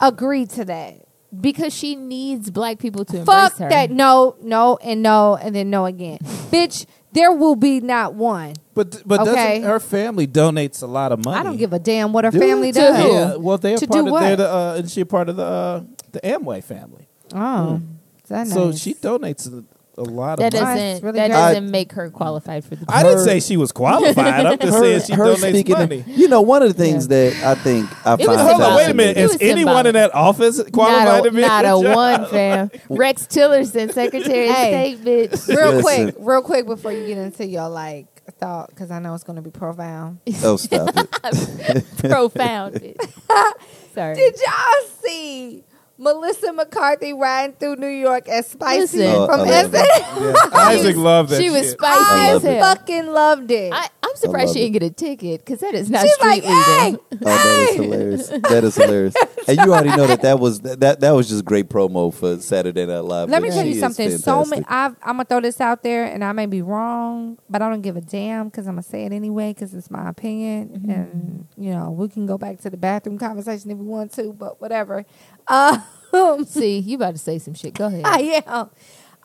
agreed to that.
because she needs black people to
Fuck
embrace her.
that. No, no, and no, and then no again, bitch. There will be not one.
But but
Okay.
doesn't her family donates a lot of money?
I don't give a damn what her
Do
family
to
does.
who?
Yeah, well, they're
To
part
do
of
what?
they're the uh, and she part of the uh, the Amway family.
Oh,
Mm.
that's
So
nice.
she donates a, a lot
That
of
is-
money.
That's
doesn't
really
that
great.
doesn't make her qualified for the.
I didn't say she was qualified. I'm just saying she donates
speaking of-
money.
you know, one of the things that I think I
was
find
Hold on, wait a
symbolic.
minute.
It
Is
was
anyone in that office qualified
not a,
to be
not
in
a
the job?
one, fam. Rex Tillerson, Secretary
Hey.
of State, bitch.
real
Listen.
quick, real quick before you get into your like thought, because I know it's going to be profound.
Oh, stop it.
Profound, bitch. Sorry.
Did y'all see Melissa McCarthy riding through New York as spicy
Listen.
Oh, I
from
love
SNL?
it.
Yeah, Isaac loved that.
she was
shit.
spicy
I
I
as
love it.
hell.
fucking loved it.
I, I'm
I love
surprised she
it.
didn't get a ticket because that is not
She's like,
street
hey,
legal.
Oh, that is hilarious. That is hilarious. And you already know that that was that that, that was just great promo for Saturday Night Live.
let
but
me tell
she
you
is
something. So many,
fantastic.
I've, I'm gonna throw this out there, and I may be wrong, but I don't give a damn because I'm gonna say it anyway because it's my opinion, and you know we can go back to the bathroom conversation if we want to, but whatever. Um,
See, you about to say some shit. Go ahead.
I am.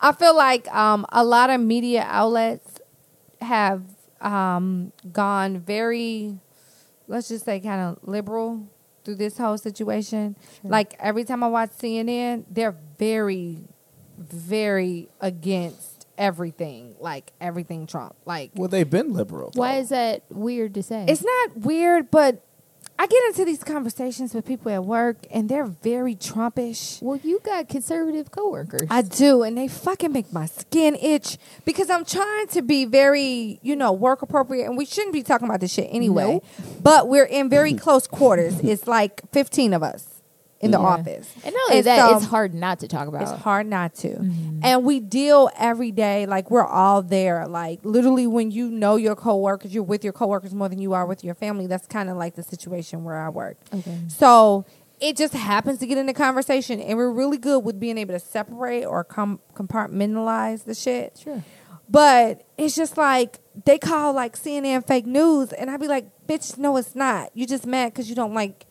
I feel like um, a lot of media outlets have um, gone very, let's just say, kind of liberal through this whole situation. Like every time I watch CNN, they're very, very against everything, like everything Trump. Like
Well, they've been liberal.
Why is that weird to say?
it's not weird, but I get into these conversations with people at work, and they're very Trumpish.
well, you got conservative coworkers.
I do, and they fucking make my skin itch because I'm trying to be very, you know, work appropriate, and we shouldn't be talking about this shit anyway. But we're in very close quarters. It's like 15 of us in the
Yeah.
office,
and not only
And
that,
so-
it's hard not to talk about.
um, it's hard not to. And we deal every day like we're all there. Like literally when you know your coworkers, you're with your coworkers more than you are with your family. That's kind of like the situation where I work.
Okay.
So it just happens to get into conversation and we're really good with being able to separate or com- compartmentalize the shit.
Sure.
But it's just like they call like CNN fake news, and I'd be like, "Bitch, no, it's not. You just mad because you don't like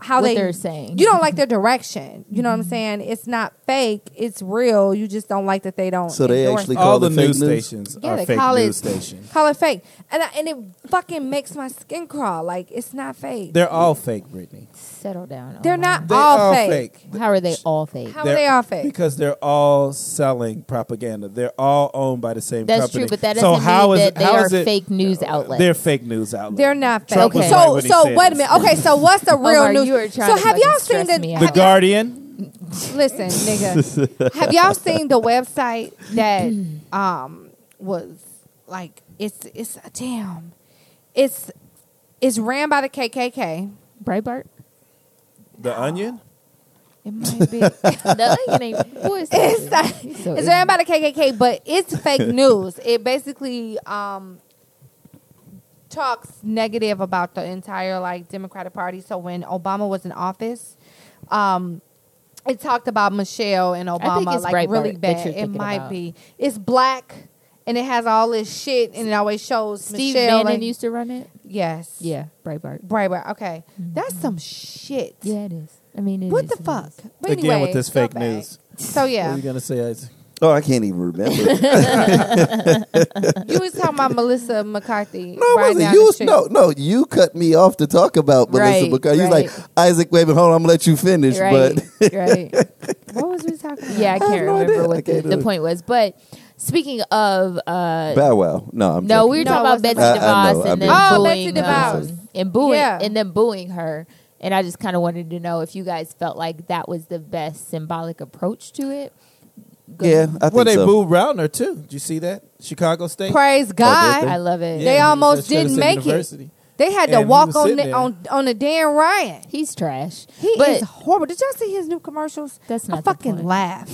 how
What
they,
they're saying. Mm-hmm.
You don't like their direction. You know what I'm saying? It's not fake. It's real. You just don't like that they don't.
So they
endorse
actually
it.
Call
All
the
the
fake
news
news?
stations
Yeah, they
are fake
call it-
news stations.
call it fake, and I, and it fucking makes my skin crawl. Like it's not fake. They're,
They're all fake, Brittany.
Settle down. Omar.
not
They
all
are
fake.
fake.
How are they all fake?
How are they all fake?
Because they're all selling propaganda. They're all owned by the same
That's
company.
true, but that
so
doesn't
how
mean
is
that
it-
they
how
are
is it-
fake news outlets.
They're fake news outlets.
They're not fake.
Trump was
so
right when he
so
said
wait a
this.
minute. Okay, so what's the real
Omar,
news?
you are
so
trying to
have y'all
fucking
seen
stress me
the
The Guardian.
Listen, nigga. Have y'all seen the website that um was like it's it's damn. It's it's ran by the KKK.
Breitbart.
The Onion.
It might be.
the onion ain't boy, it's so
It's
good.
not,
He's so
it's
ignorant.
ran by the KKK, but it's fake news. It basically um, talks negative about the entire like Democratic Party. So when Obama was in office, um, it talked about Michelle and Obama
think it's
like
Breitbart
really
that
bad.
you're
It
thinking
might
about.
be. It's black and it has all this shit and it always shows
Steve
Michelle.
Bannon
and-
used to run it.
yes.
Yeah, Breitbart.
Breitbart. Okay, that's some shit.
Yeah, it is. I mean, it
What
is,
the
it
fuck?
is.
But
Again
anyway,
with this
go
fake
back.
news.
So yeah,
What are you gonna say, Isaac?
Oh, I can't even remember.
You was talking about Melissa McCarthy.
No,
right
it wasn't.
down
You
the
was,
street.
no, no, you cut me off to talk about Melissa
Right,
because you like
right.
Isaac. Wait, a minute, hold on, I'm gonna let you finish.
Right,
But
right.
What was we talking about?
Yeah, I can't
have no
remember
idea. I
what the,
can't do
the
it.
point was. But speaking of, uh,
Bow Wow, no, I'm
no,
joking.
we were
No,
talking about
it wasn't.
Betsy
I- I know,
DeVos
I
and then
meant-
Oh,
booing,
Betsy
um,
DeVos.
and booing,
Yeah.
and then booing her. And I just kind of wanted to know if you guys felt like that was the best symbolic approach to it. Go
yeah,
ahead.
I think
Well, they
so.
booed Roundner too. Did you see that? Chicago State.
Praise God.
I love it.
Yeah,
They
he was at
almost
Shutterstock
didn't make
University.
it. They had to
And he
walk
was
on
sitting
the,
there.
on on the Dan Ryan.
He's trash.
He
but
is horrible. Did y'all see his new commercials?
That's
I
not the
fucking
point.
laugh.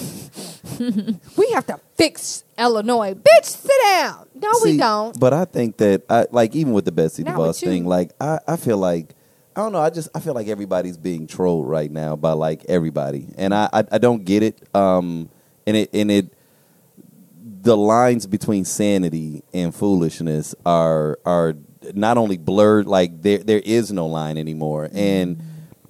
we have to fix Illinois, bitch. Sit down. No, we
See,
don't.
But I think that I like even with the Betsy
Not
DeVos
with you.
thing, like I, I feel like I don't know, I just I feel like everybody's being trolled right now by like everybody. And I I, I don't get it. Um and it and it the lines between sanity and foolishness are are not only blurred, like there there is no line anymore.
Mm-hmm.
And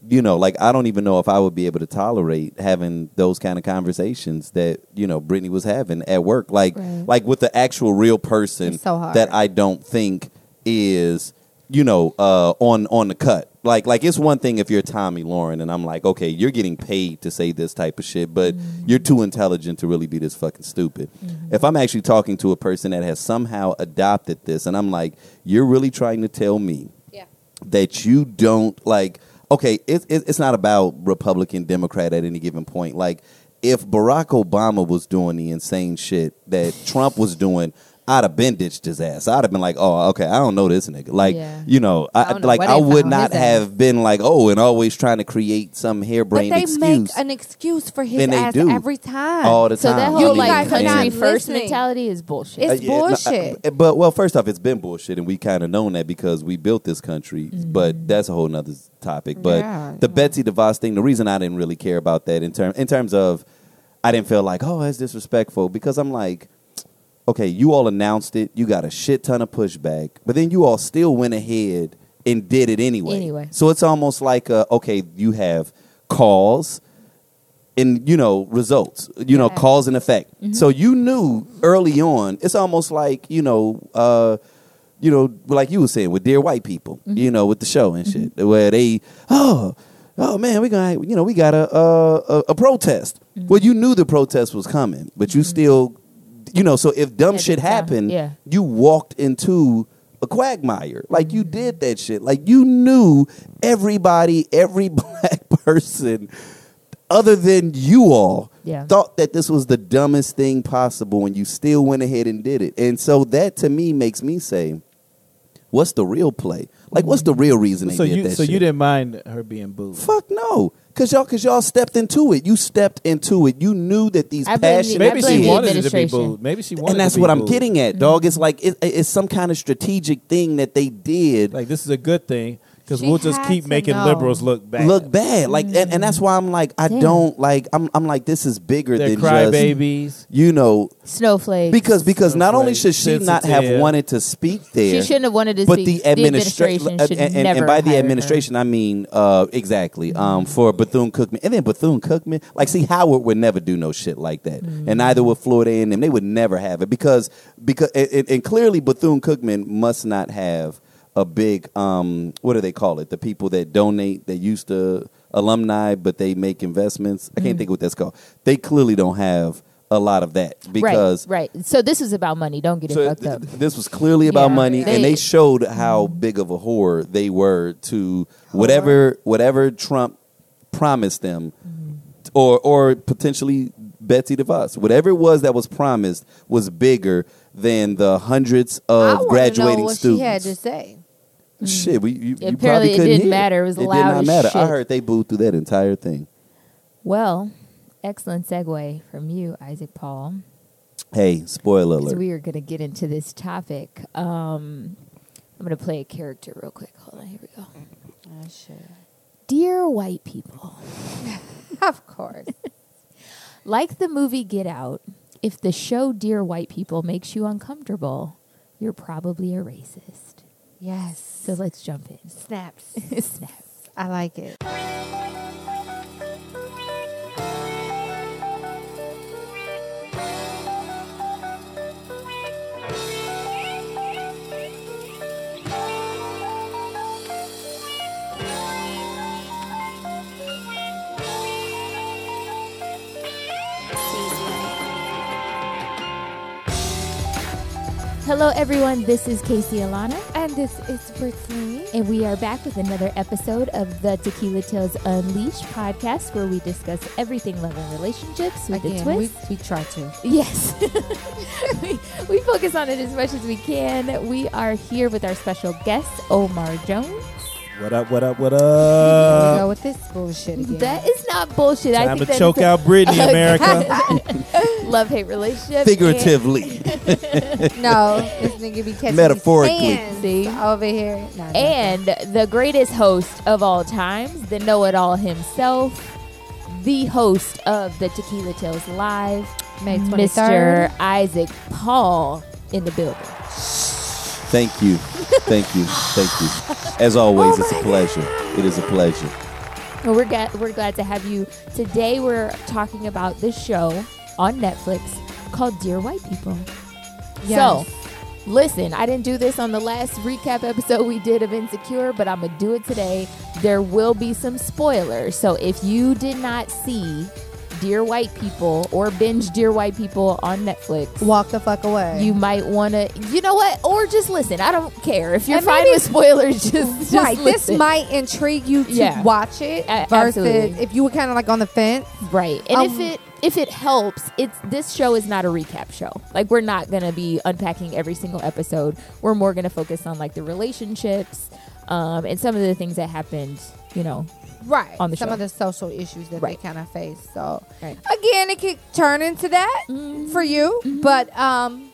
you know, like I don't even know if I would be able to tolerate having those kind of conversations that you know Brittany was having at work, like
Right.
like with the actual real person
It's so hard.
that I don't think is you know uh, on on the cut. Like like it's one thing if you're Tommy Lauren and I'm like, okay, you're getting paid to say this type of shit, but
Mm-hmm.
you're too intelligent to really be this fucking stupid. If I'm actually talking to a person that has somehow adopted this, and I'm like, you're really trying to tell me
yeah.
that you don't like okay it, it, it's not about republican democrat at any given point like if barack obama was doing the insane shit that trump was doing i'd have been ditched his ass i'd have been like oh okay i don't know this nigga like
Yeah.
you know i,
I don't know
like
what
i
they
would
found
not
his
have been like oh and always trying to create some
But
harebrained
they make
excuse
an excuse for his
Then they
ass
do.
every time.
all the
so
time
that
You guys
whole like
are
country
not
first
listening.
mentality is bullshit.
It's-
Uh, yeah, no, I-
bullshit.
b- but well, first off, it's been bullshit, and we kind of known that because we built this country. But that's a whole nother s- topic. But
Yeah,
the
yeah.
Betsy DeVos thing, the reason I didn't really care about that in term in terms of, I didn't feel like oh that's disrespectful because I'm like, okay, you all announced it, you got a shit ton of pushback, but then you all still went ahead and did it anyway.
Anyway.
so it's almost like uh, okay, you have cause and you know results you know
Right.
cause and effect so you knew early on it's almost like you know uh you know like you were saying with dear white people
Mm-hmm.
you know with the show and shit where they oh oh man we gonna you know we got a a, a, a protest
Mm-hmm.
well you knew the protest was coming but you still you know so if dumb
At the
shit
time,
happened
yeah.
you walked into a quagmire. Like
Mm-hmm.
you did that shit. Like you knew everybody, every black person other than you all
Yeah.
thought that this was the dumbest thing possible and you still went ahead and did it. And so that to me makes me say, what's the real play? Like what's the real reason they
So
did
you,
that
so
shit?
you didn't mind her being booed?
Fuck no. Cause y'all, cause y'all stepped into it. You stepped into it. You knew that these
I blame the-
passionate
Maybe
I blame
she
the
kids-
wanted it to be
administration.
booed. Maybe she wanted.
and that's
to be
what I'm
booed.
getting at, dog. It's like it, it's some kind of strategic thing that they did.
Like this is a good thing because
She
we'll just
had
keep
to
making
know.
liberals look bad.
Look bad, like, and, and that's why I'm like, I
Mm. Damn.
don't like. I'm, I'm like, this is bigger
They're
than just
crybabies.
you know,
Snowflakes.
because because not only should she
Snowflake,
not have
sensitive.
wanted to speak there,
she shouldn't have wanted to
but
speak.
the,
administration,
administration
should
and, and,
never
and by
hire
the
her.
administration, I mean uh, exactly um, for Bethune Cookman, and then Bethune Cookman. Like, see, Howard would never do no shit like that, and neither would Florida and them. They would never have it because because and, and- and clearly Bethune Cookman must not have a big um, what do they call it? The people that donate that used to alumni, but they make investments. I can't think of what that's called. They clearly don't have a lot of that because
right, right. So this is about money. Don't get it
so
fucked
th-
up.
th- this was clearly about
Yeah.
money,
They-
and they showed how big of a whore
Mm-hmm.
they were to whatever whatever Trump promised them. t- or or potentially Betsy DeVos. Whatever it was that was promised was bigger than the hundreds
I
of
wanna
uh, graduating
know what
students.
she had to say.
Shit, we you,
mm.
you
Apparently
probably
it
couldn't
didn't
hear
matter. It was
did
loud
not
as
matter. I
shit.
heard they booed through that entire thing.
Well, excellent segue from you, Isaac Paul.
Hey, spoiler
because
alert!
we are going to get into this topic. Um, I'm going to play a character real quick. Hold on, here we go.
Oh, shit.
Dear white people,
Of course.
like the movie Get Out, if the show Dear White People makes you uncomfortable, you're probably a racist.
yes.
So let's jump in.
Snaps.
Snap.
I like it.
Hello, everyone. This is Casey Alana.
And this is Brittany.
And we are back with another episode of the Tequila Tales Unleashed podcast, where we discuss everything love and relationships with a
Again,
twist.
we, we try to.
Yes. we, we focus on it as much as we can. We are here with our special guest, Omar Jones.
What up? What up? What
Here
Uh,
we
up?
go with this bullshit again.
That is not bullshit. I
Time
think
to
that
choke
is a
out Britney, America.
love hate relationship.
Figuratively,
no, this nigga be catching
Metaphorically.
his hands
See?
over here. Nah, nah.
And, and the greatest host of all times, the know it all himself, the host of the Tequila Tales Live,
May 23rd.
Mr. Isaac Paul in the building.
thank you, thank you, thank you. As
Oh
always, it's a pleasure. It is a pleasure.
Well, we're, ga- we're glad to have you. Today, we're talking about this show on Netflix called Dear White People.
Yes.
So, listen, I didn't do this on the last recap episode we did of Insecure, but I'm going to do it today. There will be some spoilers. So, if you did not see Dear White People or binge Dear White People on Netflix,
walk the fuck away.
you might want to, you know what? Or just listen. I don't care. If you're
And
fine
maybe-
with spoilers, just, just
right. This
listen.
might intrigue you to
Yeah.
watch it
A-
versus
absolutely.
if you were kind of like on the fence.
Right. And if
Um,
it if it helps, it's this show is not a recap show. Like we're not gonna be unpacking every single episode. We're more gonna focus on like the relationships, um, and some of the things that happened, you know.
Right.
On the
Some
show.
of the social issues that
Right.
they kind of face. So
Right.
again, it could turn into that for you, but um,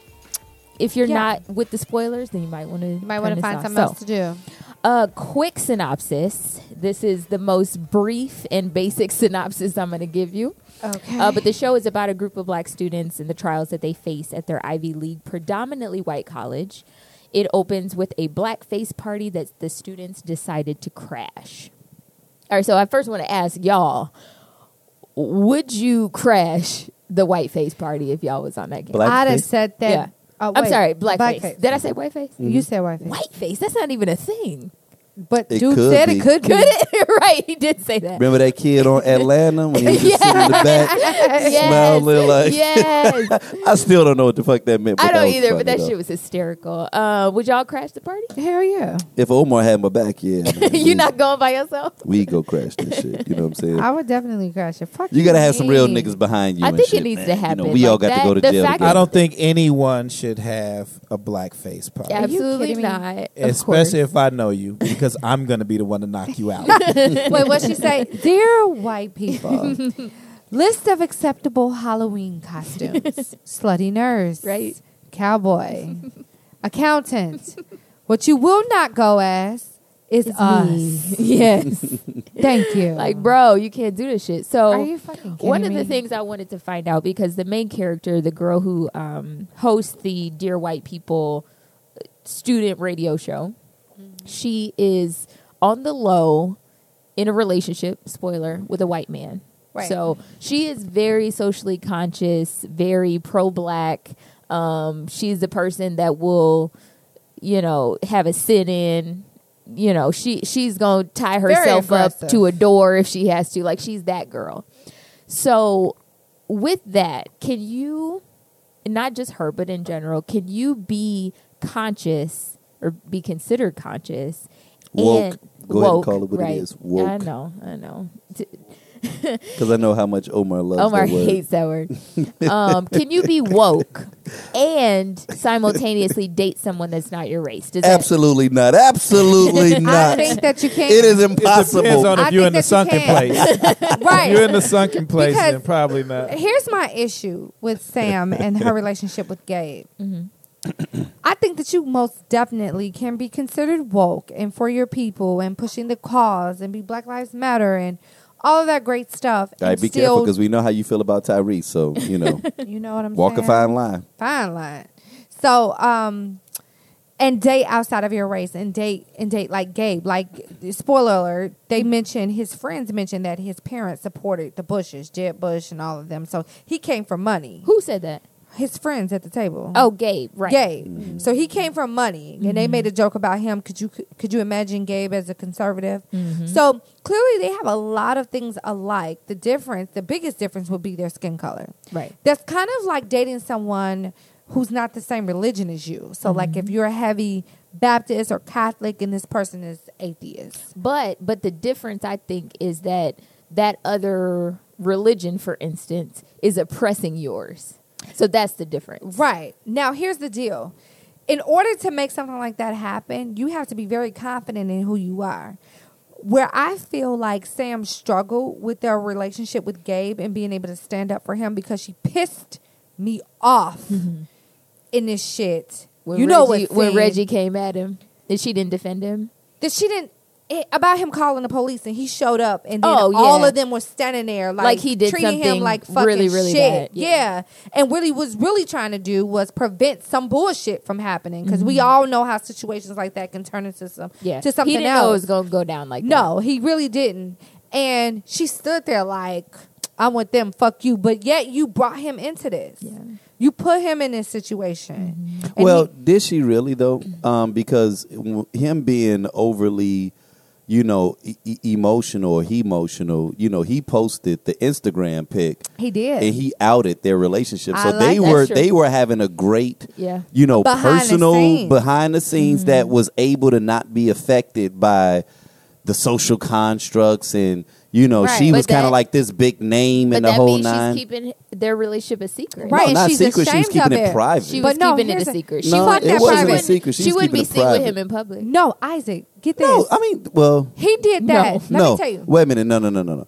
If you're
Yeah.
not with the spoilers, then you might want to
you might want to find something else to do.
A uh, quick synopsis. This is the most brief and basic synopsis I'm going to give you.
Okay.
Uh, but the show is about a group of black students and the trials that they face at their Ivy League, predominantly white college. It opens with a blackface party that the students decided to crash. All right, so I first want to ask y'all would you crash the whiteface party if y'all was on that game?
Black-
I'd have
Blackface?
said that.
yeah.
Oh,
I'm
wait.
sorry, blackface.
Blackface.
Did I say whiteface?
Mm.
You said whiteface.
Whiteface, that's not even a thing.
But
Mm-hmm. It
dude
could
said
be.
it could be.
Could it? right, he did say that.
Mm. Remember that kid on Atlanta when he was just sitting in the back?
Yes.
Smiling like-
yes.
I still don't know what the fuck that meant. But
I
that
don't
was
either, but
funny,
that
though.
shit was hysterical. Uh, would y'all crash the party?
Hell yeah.
If Omar had my back, yeah, man, we-
you not going by yourself?
We go crash this shit. You know what I'm saying?
I would definitely crash it. Fuck
You gotta have some real
mean.
niggas behind you.
I
and
think it
shit,
needs
man.
to
You know,
happen
we all
like
got to
that.
go to
The
jail.
fact
together.
I don't think anyone should have a blackface party.
you
Absolutely
kidding me?
not. of
Especially
course.
if I know you, because I'm gonna be the one to knock you out.
Wait, what she say? Dear white people, list of acceptable Halloween costumes: slutty nurse,
Right.
Cowboy, accountant. What you will not go as is
It's
us.
me. yes.
Thank you.
Like, bro, you can't do this shit. So,
Are you fucking kidding
one of
me?
the things I wanted to find out because the main character, the girl who um, hosts the Dear White People uh, student radio show,
Mm-hmm.
she is on the low in a relationship, spoiler, with a white man.
Right.
So she is very socially conscious, very pro black. Um, she's the person that will, you know, have a sit in. You know, she she's gonna tie
Very
herself up
aggressive.
to a door if she has to. Like she's that girl. So with that, can you not just her, but in general, can you be conscious or be considered conscious?
Woke.
and-
Go ahead and call it what it is. Woke.
I know, I know. T-
because I know how much Omar loves.
Omar
that word.
hates that word. um, can you be woke and simultaneously date someone that's not your race? Does that-
Absolutely not. Absolutely
I
not.
think that you can't.
it is
It depends
impossible.
on
I
if you're
think
in
that
the
you
sunken
can.
place. If you're
right.
in the sunken place,
Because-
then probably not.
Here's my issue with Sam and her relationship with Gabe. I think that you most definitely can be considered woke and for your people and pushing the cause and be Black Lives Matter and all of that great stuff.
All right,
and
be
still,
careful because we know how you feel about Tyrese. So you know,
you know what I'm
walk a
saying.
fine line.
fine line. So, um, and date outside of your race and date and date like Gabe. Like, spoiler alert, they mentioned his friends mentioned that his parents supported the Bushes, Jeb Bush, and all of them. So he came from money.
Who said that?
His friends at the table.
Oh, Gabe. Right. Mm-hmm.
Gabe. So he came from money, and they made a joke about him. Could you could you imagine Gabe as a conservative?
Mm-hmm.
So clearly, they have a lot of things alike. The difference, the biggest difference, would be their skin color.
Right.
That's kind of like dating someone who's not the same religion as you. So like,
Mm-hmm.
if you're a heavy Baptist or Catholic, and this person is atheist,
But but the difference I think is that that other religion, for instance, is oppressing yours. So that's the difference.
right? Now, here's the deal. In order to make something like that happen, you have to be very confident in who you are. where I feel like Sam struggled with their relationship with Gabe and being able to stand up for him because she pissed me off in this shit.
Mm-hmm. When
you know
Reggie,
what?
when
Finn,
Reggie came at him, that she didn't defend him.
that she didn't it, about him calling the police and he showed up and then
Oh,
all
yeah.
of them were standing there like,
Like he did
treating him
something
like fucking
really, really
shit.
bad.
Yeah.
Yeah.
and really was really trying to do was prevent some bullshit from happening because we all know how situations like that can turn into some
Mm-hmm. Yeah,
to something
he didn't
else.
know it was gonna go down like
No, he really didn't. And she stood there like, I want them, fuck you. But yet you brought him into this.
that. Yeah. Mm-hmm.
You put him in this situation. And
Well,
he-
did she really though? Um, because w- him being overly, you know, e- e- emotional or emotional, you know, he posted the Instagram pic
he, did.
and he outed their relationship.
I
So
like
they
that.
were
That's true.
they were having a great,
Yeah.
you know,
Behind the
personal
scenes. Mm-hmm.
behind the scenes that was able to not be affected by the social constructs and you know
Right.
she
But
was kind
that-
of like this big name
But
and the
that
whole
means
nine.
she's keeping their relationship a secret.
Right.
no,
and
not
she's
secret. She was
ashamed of
keeping it
it.
private.
She
But
was
no,
keeping it
here's
a
the-
secret.
No,
she
it wasn't a
wouldn't-
secret. She
she
was
wouldn't be
keeping it
seen with
private.
him in public.
no, Isaac, get this.
no, I mean, well,
he did
No.
that. Let
no.
me tell you.
Wait a minute. No, no, no, no, no.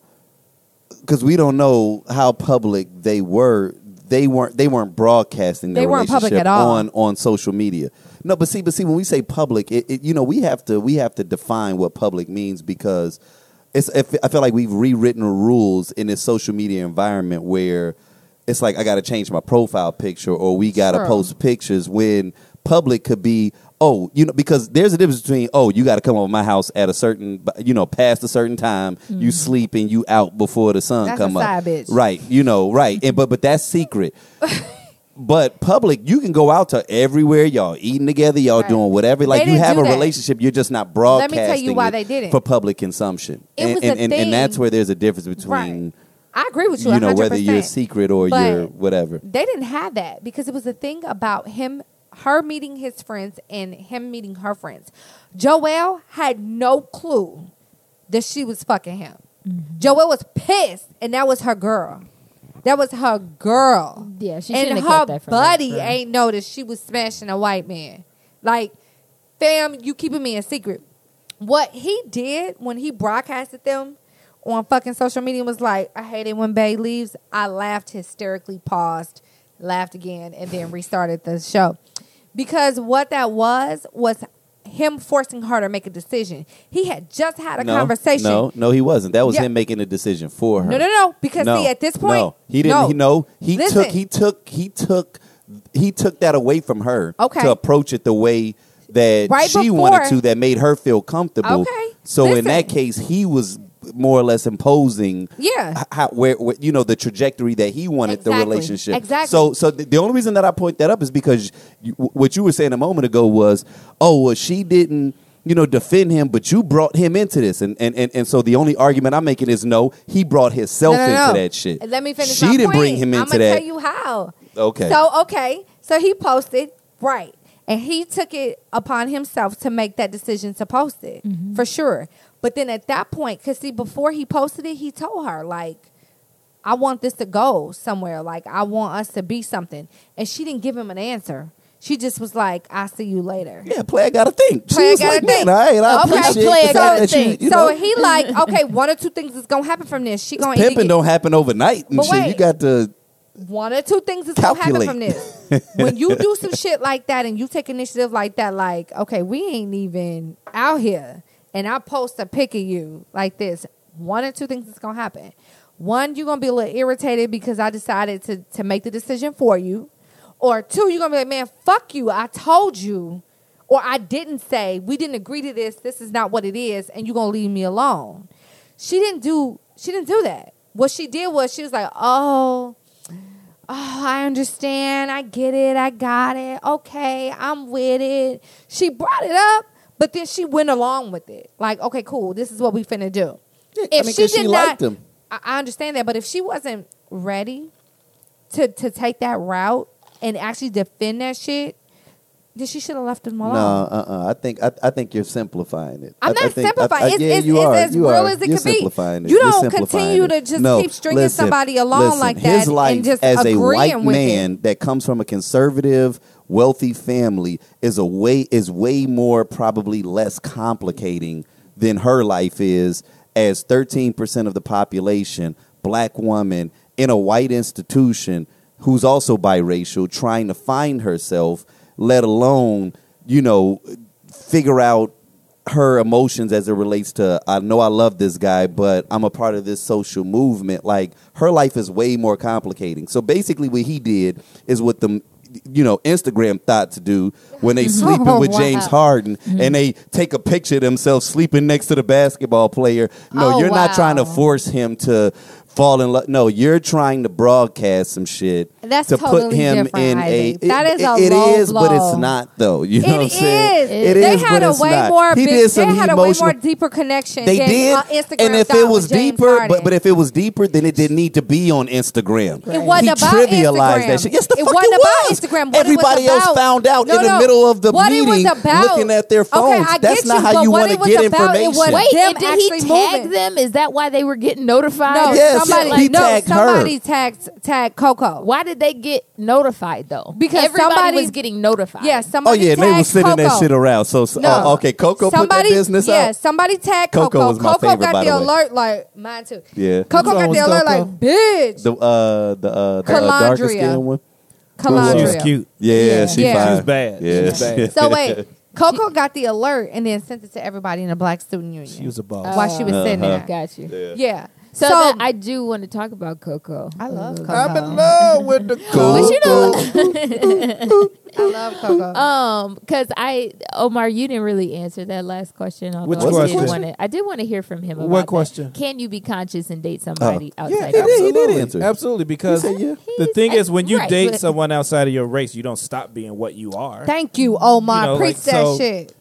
Because we don't know how public they were. They weren't. They weren't broadcasting. Their
They weren't public
relationship
at all.
on on social media. No, but see, but see, when we say public, it, it, you know, we have to we have to define what public means because it's. I fe- I feel like we've rewritten rules in this social media environment where it's like I got to change my profile picture or we got to
Sure.
post pictures when public could be oh you know because there's a difference between oh you got to come over my house at a certain you know past a certain time you sleep and you out before the
Mm.
sun
That's
come
a
up
side bitch.
right you know right and, but but that's secret but public you can go out to everywhere y'all eating together y'all all
Right.
doing whatever like you
didn't
have
do
a
that.
relationship you're just not
Let
broadcasting
me tell you why
it
they didn't.
for public consumption
It
and,
was
and,
a
and, and that's
thing.
where there's a difference between
Right. I agree with you.
you know
100%.
whether you're secret or
But-
you're whatever
they didn't have that because it was a thing about him her meeting his friends and him meeting her friends joelle had no clue that she was fucking him joelle was pissed and that was her girl that was her girl
Yeah, she
and
shouldn't
her
have kept that from
buddy
him.
ain't noticed she was smashing a white man like fam you keeping me a secret what he did when he broadcasted them on fucking social media was like, I hate it when Bay leaves. I laughed hysterically, paused, laughed again, and then restarted the show. Because what that was was him forcing her to make a decision. He had just had a
no,
conversation.
No, no, he wasn't. That was
Yeah.
him making a decision for her.
No, no, no, because see, at this point-
no, he didn't.
no.
He, no, he
Listen.
took, he took, he took, he took that away from her.
Okay.
to approach it the way that
Right
she
before-
wanted to, that made her feel comfortable.
Okay,
so in
listen.
that case, he was more or less imposing
Yeah.
h- how, where, where you know the trajectory that he wanted the
Exactly.
relationship.
Exactly.
So so the, the only reason that I point that up is because you, what you were saying a moment ago was, oh, well, she didn't you know defend him, but you brought him into this, and and and, and so the only argument I'm making is no, he brought himself
No, no,
into
no.
that shit.
Let me finish.
She
my
didn't
point.
bring him
I'm
into
gonna
that.
tell you how.
Okay.
So okay, so he posted right, and he took it upon himself to make that decision to post it for sure. But then at that point, because see, before he posted it, he told her, like, I want this to go somewhere. Like, I want us to be something. And she didn't give him an answer. She just was like, I'll see you later.
Yeah, player got to think. She
Player
was
gotta
like,
think.
Man, all right, I
Okay,
appreciate
player
the
gotta
fact that you,
think.
you
so
know,
he like, okay, one or two things is gonna happen from this. She gonna either
pimping
get-
don't happen overnight and
But
shit. You
wait.
got to
one or two things is gonna happen
Calculate.
from this. when you do some shit like that and you take initiative like that, like, okay, we ain't even out here and I post a pic of you like this, one or two things is gonna happen. One, you're gonna be a little irritated because I decided to, to make the decision for you. Or two, you're gonna be like, man, fuck you. I told you, or I didn't say, we didn't agree to this, this is not what it is, and you're gonna leave me alone. She didn't do she didn't do that. What she did was she was like, Oh, oh, I understand. I get it. I got it. Okay, I'm with it. She brought it up, but then she went along with it. Like, okay, cool. This is what we finna do.
Yeah, I mean, 'cause she liked him.
I, I understand that, but if she wasn't ready to to take that route and actually defend that shit, then she should have left him
no,
alone.
uh, uh I think I, I think you're simplifying it.
I'm
I- I
not
think- I-
simplifying.
I-
it's
yeah,
it's,
you
it's
are.
as
you
real
are.
as it
you're
could be.
simplifying It.
You
You're
don't
simplifying
continue
it.
to just
No,
keep stringing
listen,
somebody along
listen,
like that
His life
and just
as a
agreeing
white
with
man
it.
that comes from a conservative, wealthy family is a way is way more probably less complicating than her life is as 13% of the population, black woman in a white institution who's also biracial trying to find herself, let alone, you know, figure out her emotions as it relates to I know I love this guy, but I'm a part of this social movement. Like her life is way more complicating. So basically, what he did is what the you know Instagram thought to do when they sleeping with
Oh, wow. Mm-hmm.
James Harden and they take a picture of themselves sleeping next to the basketball player. No,
Oh,
you're not trying to
wow.
force him to fall in love. No, you're trying to broadcast some shit
That's
to put
totally
him
different,
in a.
Isaac. That is a
it
low
is, but
blow.
it's not though. You know
It
what I'm saying?
is. they
is,
had
but
a
it's
way
not.
more.
He
big-
did some
they had a way
emotional-
more deeper connection.
they
than,
did,
uh, Instagram
and if
thought
it
with
was
James
deeper,
Harden.
but but if it was deeper, then it didn't need to be on Instagram.
It wasn't
he
about
trivialized
Instagram.
that shit. Yes, the
It
fuck
wasn't
it
about
was.
Instagram. What it was
Everybody else
about-
found out
No,
in the
no.
middle of the
What it was
meeting,
about-
looking at their
Okay, I
phones. That's
get
not
you,
how
but
you
what
want to
it was
get
about, it was
information.
Wait,
Them
and did he
actually
tag
moving.
them? Is that why they were getting notified?
no,
or
Yes,
something
somebody,
he
no,
tagged her.
somebody tagged tagged Coco.
Why did they get notified though?
Because
everybody
somebody-
was getting notified.
Yeah,
oh
somebody.
yeah,
tagged
they was sending
Coco.
that shit around. So, so
No.
oh, okay, Coco
somebody,
put that business
yeah,
out.
somebody tagged
Coco
Coco.
was my
Coco
favorite,
got
by
the
the way.
alert, like mine too.
Yeah.
Coco
Whose
got
song
the
was
alert,
Coco?
like bitch.
The uh the uh the
Calandria.
uh, darker skin one.
She
Calandria.
was cute.
Yeah,
Yeah.
she
Yeah.
fine.
She
was bad. She
Yeah.
was bad.
So wait, Coco got the alert and then sent it to everybody in the Black Student Union
She was a boss.
while she was sitting
Uh-huh.
there.
got you.
Yeah.
So,
So,
that I do want to talk about Coco.
I love Coco.
I'm in love with the
Coco.
cool.
I love Coco.
Um, because I Omar, you didn't really answer that last question. although
Which
I did
question?
wanna- I did want to hear from him. About
What
that.
question?
Can you be conscious and date somebody
Yeah,
outside?
he
of-
did. He did
Absolutely.
answer.
Absolutely, because
said yeah.
the
He's
thing
a-
is, when you
right,
date
but-
someone outside of your race, you don't stop being what you are.
Thank you, Omar.
You know,
Preach
like,
that
so-
shit.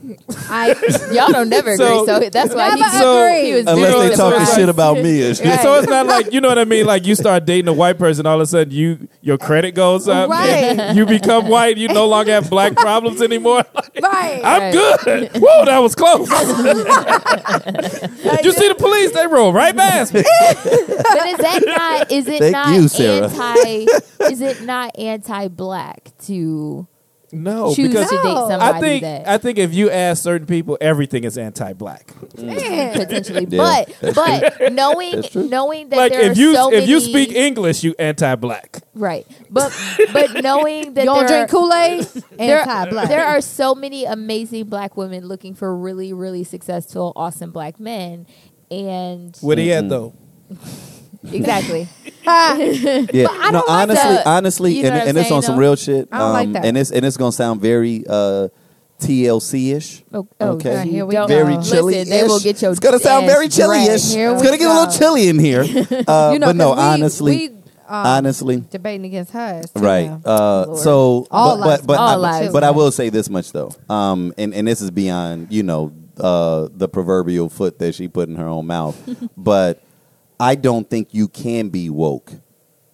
I y'all don't never agree, so,
So-
that's why he,
Never
so, he was
agree.
Unless
You know,
they
it's
talking
like-
shit about me and shit.
Yeah, So it's not like you know what I mean. Like you start dating a white person, all of a sudden you your credit goes up.
Right.
You become white. You no longer have black problems anymore. Like,
Right.
I'm good. Whoa, that was close. you see the police? They roll right past me.
But is that not is it
Thank
not
you, Sarah.
anti is it not anti black to
No,
choose
Oh, because
to date
No.
somebody
I think
that
I think if you ask certain people, everything is anti-black.
Man.
potentially
Yeah,
but but knowing knowing that
Like
there
if
are
you
so
if you
many-
speak English, you anti-black.
right but but knowing that
You don't
there
drink uh,
are,
Kool Aid?
there,
Anti-black.
there are so many amazing black women looking for really really successful awesome black men and
What he had though.
exactly
uh,
Yeah. no,
don't like
honestly,
that.
honestly,
You know
and,
what I'm
and it's
saying,
on some
though?
real shit. um,
I don't like that.
And it's and it's gonna sound very uh, TLC ish.
oh, oh,
Okay.
Here we
don't-
go.
Very
Listen,
chilly.
listen, they will get your
It's gonna sound
ass
very chilly
dragged.
ish.
Here
It's
we
gonna get a little
go.
chilly in here. Uh,
You know,
but no,
'cause we-
honestly,
we, um,
honestly,
debating against her. as to
right.
now.
Uh,
Lord.
so,
All
but,
lives
but, but,
matter.
I-
All lives
but I
matter.
will say this much though, um, and and this is beyond you know uh, the proverbial foot that she put in her own mouth, but I don't think you can be woke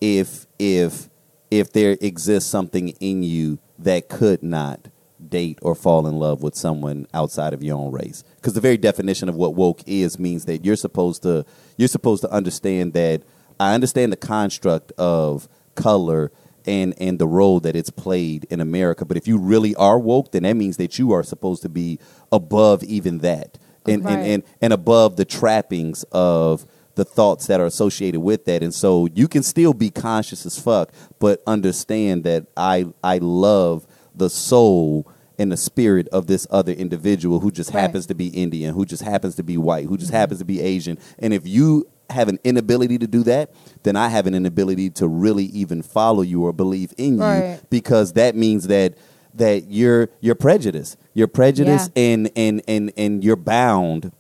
if if if there exists something in you that could not date or fall in love with someone outside of your own race. Because the very definition of what woke is means that you're supposed to you're supposed to understand that I understand the construct of color and and the role that it's played in America. But if you really are woke, then that means that you are supposed to be above even that. And
Right.
and, and and above the trappings of the thoughts that are associated with that. And so you can still be conscious as fuck, but understand that I I love the soul and the spirit of this other individual who just
Right. Mm-hmm.
happens to be Indian, who just happens to be white, who just happens to be Asian. And if you have an inability to do that, then I have an inability to really even follow you or believe in you
Right.
because that means that that you're you're prejudiced. You're prejudiced and, and and and you're bound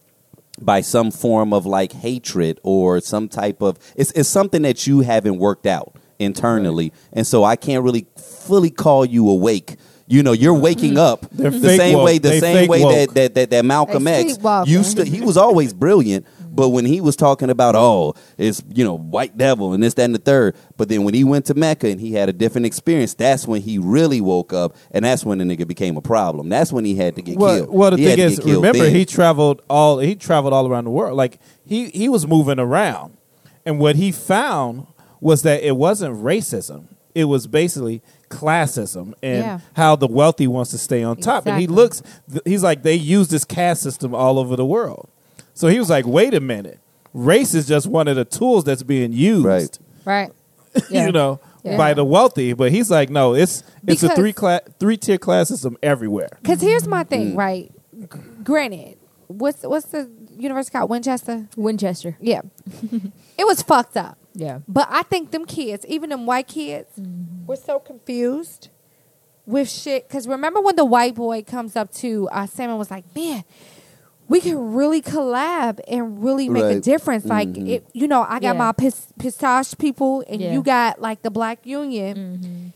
by some form of like hatred or some type of it's it's something that you haven't worked out internally. And so I can't really fully call you awake. You know, you're waking up
Mm-hmm. They're
the
fake
same way
woke.
the
They
same
fake
way
woke.
that that that, that Malcolm
They
X
sleepwalking.
used to. He was always brilliant, but when he was talking about oh, it's you know white devil and this that and the third, but then when he went to Mecca and he had a different experience, that's when he really woke up, and that's when the nigga became a problem. That's when he had to get
Well,
killed.
well, the
He had
thing
to
is,
get killed
remember
then.
he traveled all he traveled all around the world. Like he he was moving around, and what he found was that it wasn't racism. It was basically classism and
Yeah.
how the wealthy wants to stay on top. And he
Exactly.
looks, th- he's like they use this caste system all over the world. So he was like, wait a minute, race is just one of the tools that's being used.
Right.
Right.
Yeah.
you know,
Yeah.
by the wealthy. But he's like, no, it's it's a
Because-
three class three tier class system everywhere.
Because here's my thing,
Mm.
right? G- Granted, what's what's the university called? Winchester.
Winchester.
Yeah, it was fucked up.
Yeah.
But I think them kids, even them white kids,
Mm-hmm.
were so confused with shit. Because remember when the white boy comes up to uh, Sam and was like, "Man, we can really collab and really make a
Right.
difference." Like, it, you know, I got
Yeah.
my pis- pistache people, and
Yeah. Mm-hmm.
you got like the Black Union.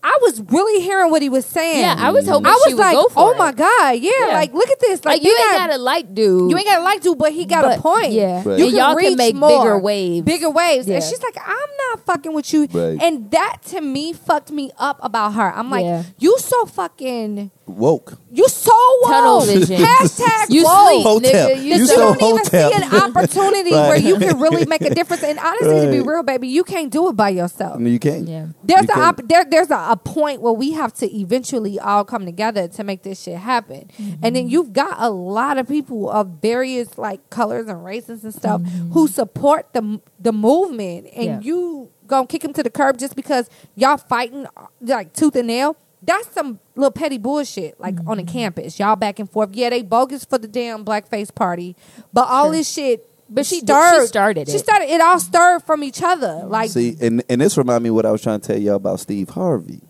I was really hearing what he was saying.
Yeah, I was hoping
I
she
was
would
like,
go for
"Oh
it.
my god, yeah,
Yeah.
Like, look at this. Like,
Like, you
they
ain't
got-
gotta like dude.
you ain't gotta like to, but he got
But-
a point.
yeah.
Right.
you
And
can
y'all can
reach
make
more,
bigger waves.
bigger waves.
Yeah.
And she's like, I'm not fucking with you.
Right.
And that to me fucked me up about her. I'm like,
Yeah.
you so fucking,
woke.
you so woke.
Tunnel vision.
Hashtag
You
woke.
sleep, nigga.
Hotel.
You,
That
You
you
so
sleep.
don't even
hotel.
see an opportunity
Right.
where you can really make a difference. And honestly, to be
Right.
real, baby, you can't do it by yourself.
You can't.
Yeah.
There's
You
a
can't.
op- there, there's a, a point where we have to eventually all come together to make this shit happen,
Mm-hmm.
and then you've got a lot of people of various like colors and races and stuff who support the m- the movement, and
Mm-hmm. Yeah.
you gonna kick them to the curb just because y'all fighting uh, like tooth and nail. That's some little petty bullshit, like on the
Mm-hmm.
campus, y'all back and forth. Yeah, they bogus for the damn blackface party, but all
Sure.
this shit.
But she did- she
stirred.
started
She
it.
started it all stirred from each other. Like
See, and, and this remind me what I was trying to tell y'all about Steve Harvey.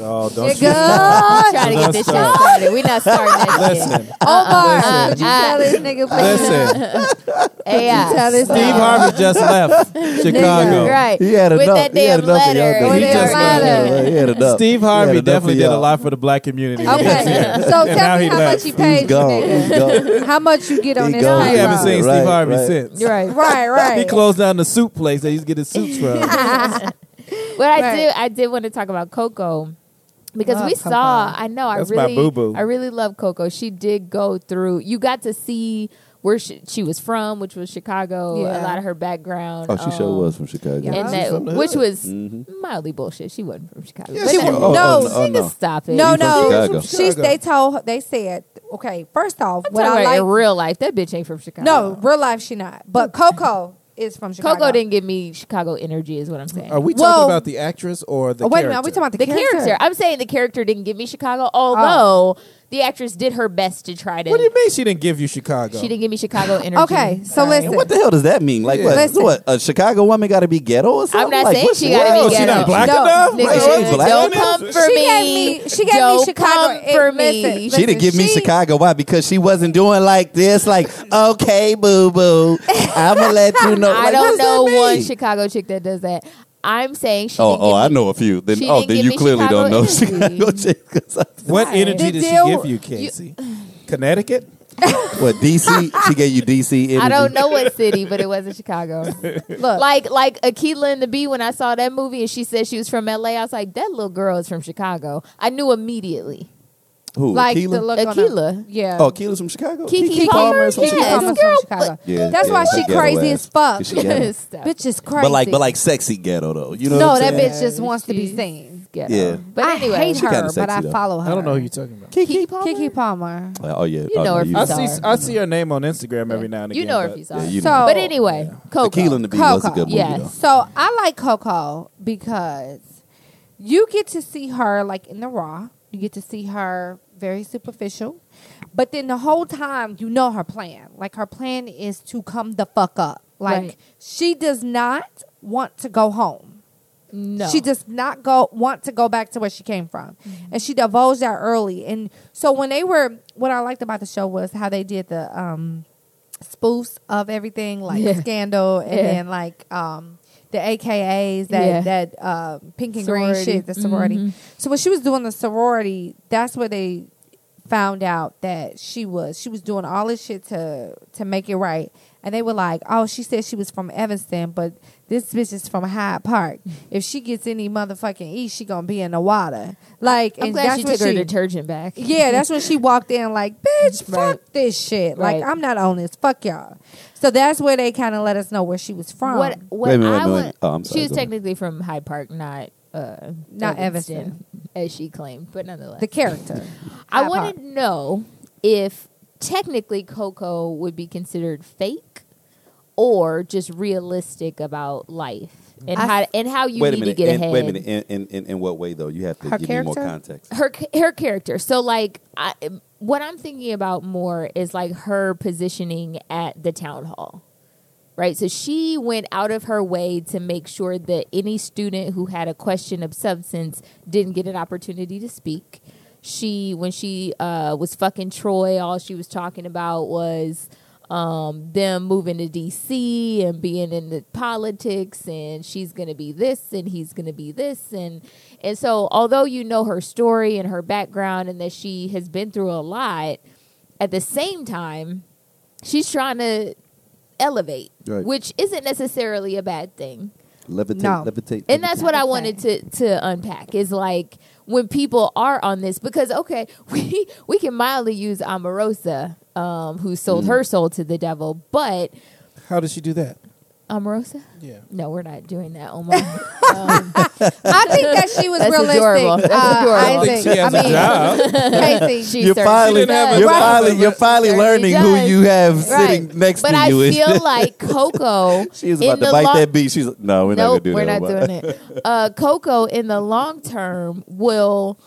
Oh, don't you
nigga,
Try to get this shit
Listen.
started. We not starting that shit.
listen,
Omar,
uh,
would you
uh,
tell this nigga please?
listen.
AI.
Tell this
Steve
nigga.
Harvey just left Chicago.
Right.
He had
With
enough.
that
he had
damn
enough of y'all.
letter.
niggas.
With
He
that
just left.
letter.
Yeah, He had enough.
Steve
He had
Harvey
enough of
definitely did a
y'all.
lot for the black community. when he was
Okay,
here.
so
Now
tell me
he
how
left.
much you
He's
paid you,
gone. He's
nigga.
gone.
How much you get on
He
this?
gone.
We haven't seen
Right,
Steve Harvey
right.
since.
Right.
Right, right.
He closed down the suit place that he used to get his suits from.
What I
Right.
do, I did want to talk about Coco because
Love
we
Coco.
saw. I know. I
That's my
really,
boo-boo.
I really love Coco. She did go through. You got to see where she, she was from, which was Chicago. A
Yeah.
lot of her background.
Oh, she sure
um,
was from Chicago.
Yeah.
And
She's
that,
from the
which
hood.
was mildly bullshit. She wasn't from Chicago.
she
that-
was. No,
oh, oh,
nigga,
no.
stop it.
No,
He's from
no.
Chicago.
She, they told, they said, okay, first off,
I'm
what
talking
I
about in
like,
real life, that bitch ain't from Chicago.
no, real life she not, but Coco is from Chicago.
Coco didn't give me Chicago energy, is what I'm saying.
Are
Oh,
we talking
Well-
about the actress or the
Oh, wait a
character?
minute, are we talking about the, Oh.
the character. I'm saying the character didn't give me Chicago, although the actress did her best to try to.
What do you mean she didn't give you Chicago?
She didn't give me Chicago energy.
Okay, so
Sorry.
listen.
What the hell does that mean? Like, what,
Listen.
what? A Chicago woman got to be ghetto or something?
I'm not
Like,
saying
what's-
she gotta be
whoa,
she
ghetto.
not black
No.
enough?
Nigga,
Right,
she-
she's black
don't
woman?
come
She
for
gave
me.
me- she gave me
Don't
Chicago-
come for
it- listen,
me.
listen.
She didn't give me
she-
Chicago. Why? Because she wasn't doing like this. Like, okay, boo boo, I'm gonna let you know.
I
Like, what
don't
does that
know
mean?
one Chicago chick that does that. I'm saying she.
Oh,
didn't
oh,
give
I
me-
know a few. Then,
she
oh,
didn't
then
give
you
me
clearly
Chicago
don't know
energy.
Chicago chick. 'Cause I-
What
Right.
energy
The
did
deal-
she give you, Casey? Connecticut?
What DC? She gave you DC. Energy?
I don't know what city, but it wasn't Chicago.
Look,
Like like Akilah and the Bee when I saw that movie and she said she was from LA, I was like, that little girl is from Chicago. I knew immediately.
Who?
like
Keela?
the look on her-
Akila.
yeah.
oh, Keela's from Chicago.
Kiki
Kiki
Palmer?
is from
Kiki
Yes.
Chicago.
Palmer's
girl,
from Chicago.
Yeah,
That's
yeah,
why
she
she
ghetto
crazy
ass.
as fuck.
Is she ghetto?
Yes, stop.
bitch is crazy.
But like, but like, sexy ghetto though. You know?
no,
what
that
I'm saying?
bitch just wants to be
She's-
seen.
Ghetto.
Yeah.
But anyway,
I hate
She kinda
her, but
sexy,
I
though.
follow her.
I don't know who you're talking about.
Kiki
Kiki
Palmer.
Palmer?
Kiki Palmer.
Uh, Oh yeah,
You
oh,
know
no,
her
I
from
see
Sorry.
I see her name on Instagram every now and again.
You know her
but-
if you saw
Yeah,
it.
you
So-
know.
But anyway, Coco.
The Keela and the Bee was a
Coco.
good movie
Yes.
though.
So I like Coco because you get to see her like in the raw. You get to see her very superficial. But then the whole time you know her plan. Like her plan is to come the fuck up. Like
Right.
she does not want to go home.
No.
She does not go want to go back to where she came from,
Mm-hmm.
and she divulged that early. And so when they were, what I liked about the show was how they did the um, spoofs of everything, like
Yeah.
Scandal, and
Yeah.
then like um, the AKAs that
Yeah.
that uh, pink and green
Sorority.
shit, the sorority.
Mhm.
So when she was doing the sorority, that's where they found out that she was she was doing all this shit to to make it right. And they were like, "Oh, she said she was from Evanston, but this bitch is from Hyde Park. If she gets any motherfucking east, she gonna be in the water." Like,
I'm
and
glad
that's
she
when
took her detergent back.
yeah, that's when she walked in like, bitch, fuck
Right.
this shit. Like,
Right.
I'm not on this. Fuck y'all. So that's where they kind of let us know where she was from.
What, what
Wait a minute, wait a
I
minute.
want,
Oh, I'm sorry,
she was
go ahead.
technically from Hyde Park, not uh,
Not
as she claimed, but nonetheless.
The character.
I
Hyde
want to
Park.
know if technically Coco would be considered fake or just realistic about life and
I-
how and how you
wait
need
a minute.
to get
in,
ahead.
wait a minute. In, in, in, in what way though? You have to
Her
give me more
character?
context.
her her character. So like I what I'm thinking about more is like her positioning at the town hall. Right? So she went out of her way to make sure that any student who had a question of substance didn't get an opportunity to speak. She when she uh, was fucking Troy, all she was talking about was um, them moving to DC and being in the politics, and she's going to be this, and he's going to be this, and and so although you know her story and her background, and that she has been through a lot, at the same time, she's trying to elevate,
Right.
which isn't necessarily a bad thing
Levitate,
No.
levitate.
and that's
levitate.
what I
Okay.
wanted to to unpack is like when people are on this because okay we we can mildly use Amorosa um, who
Mm.
sold her soul to the devil but
How did she do that?
Amorosa
Yeah.
no we're not doing that Omar Um,
I think that she was
That's
realistic.
adorable. That's
uh,
adorable.
I think she has a job.
mean, Casey.
She
You're
certainly
finally,
does.
you're
Right.
finally, you're finally
Certainly
learning
does.
who you have
Right.
sitting next
but
to
I
you. is-
feel like Coco
she is
in
about to
the
bite
long-
that beat. She's like, no, we're
nope,
not
we're
gonna
not
do that.
doing it. Uh, Coco, in the long term, will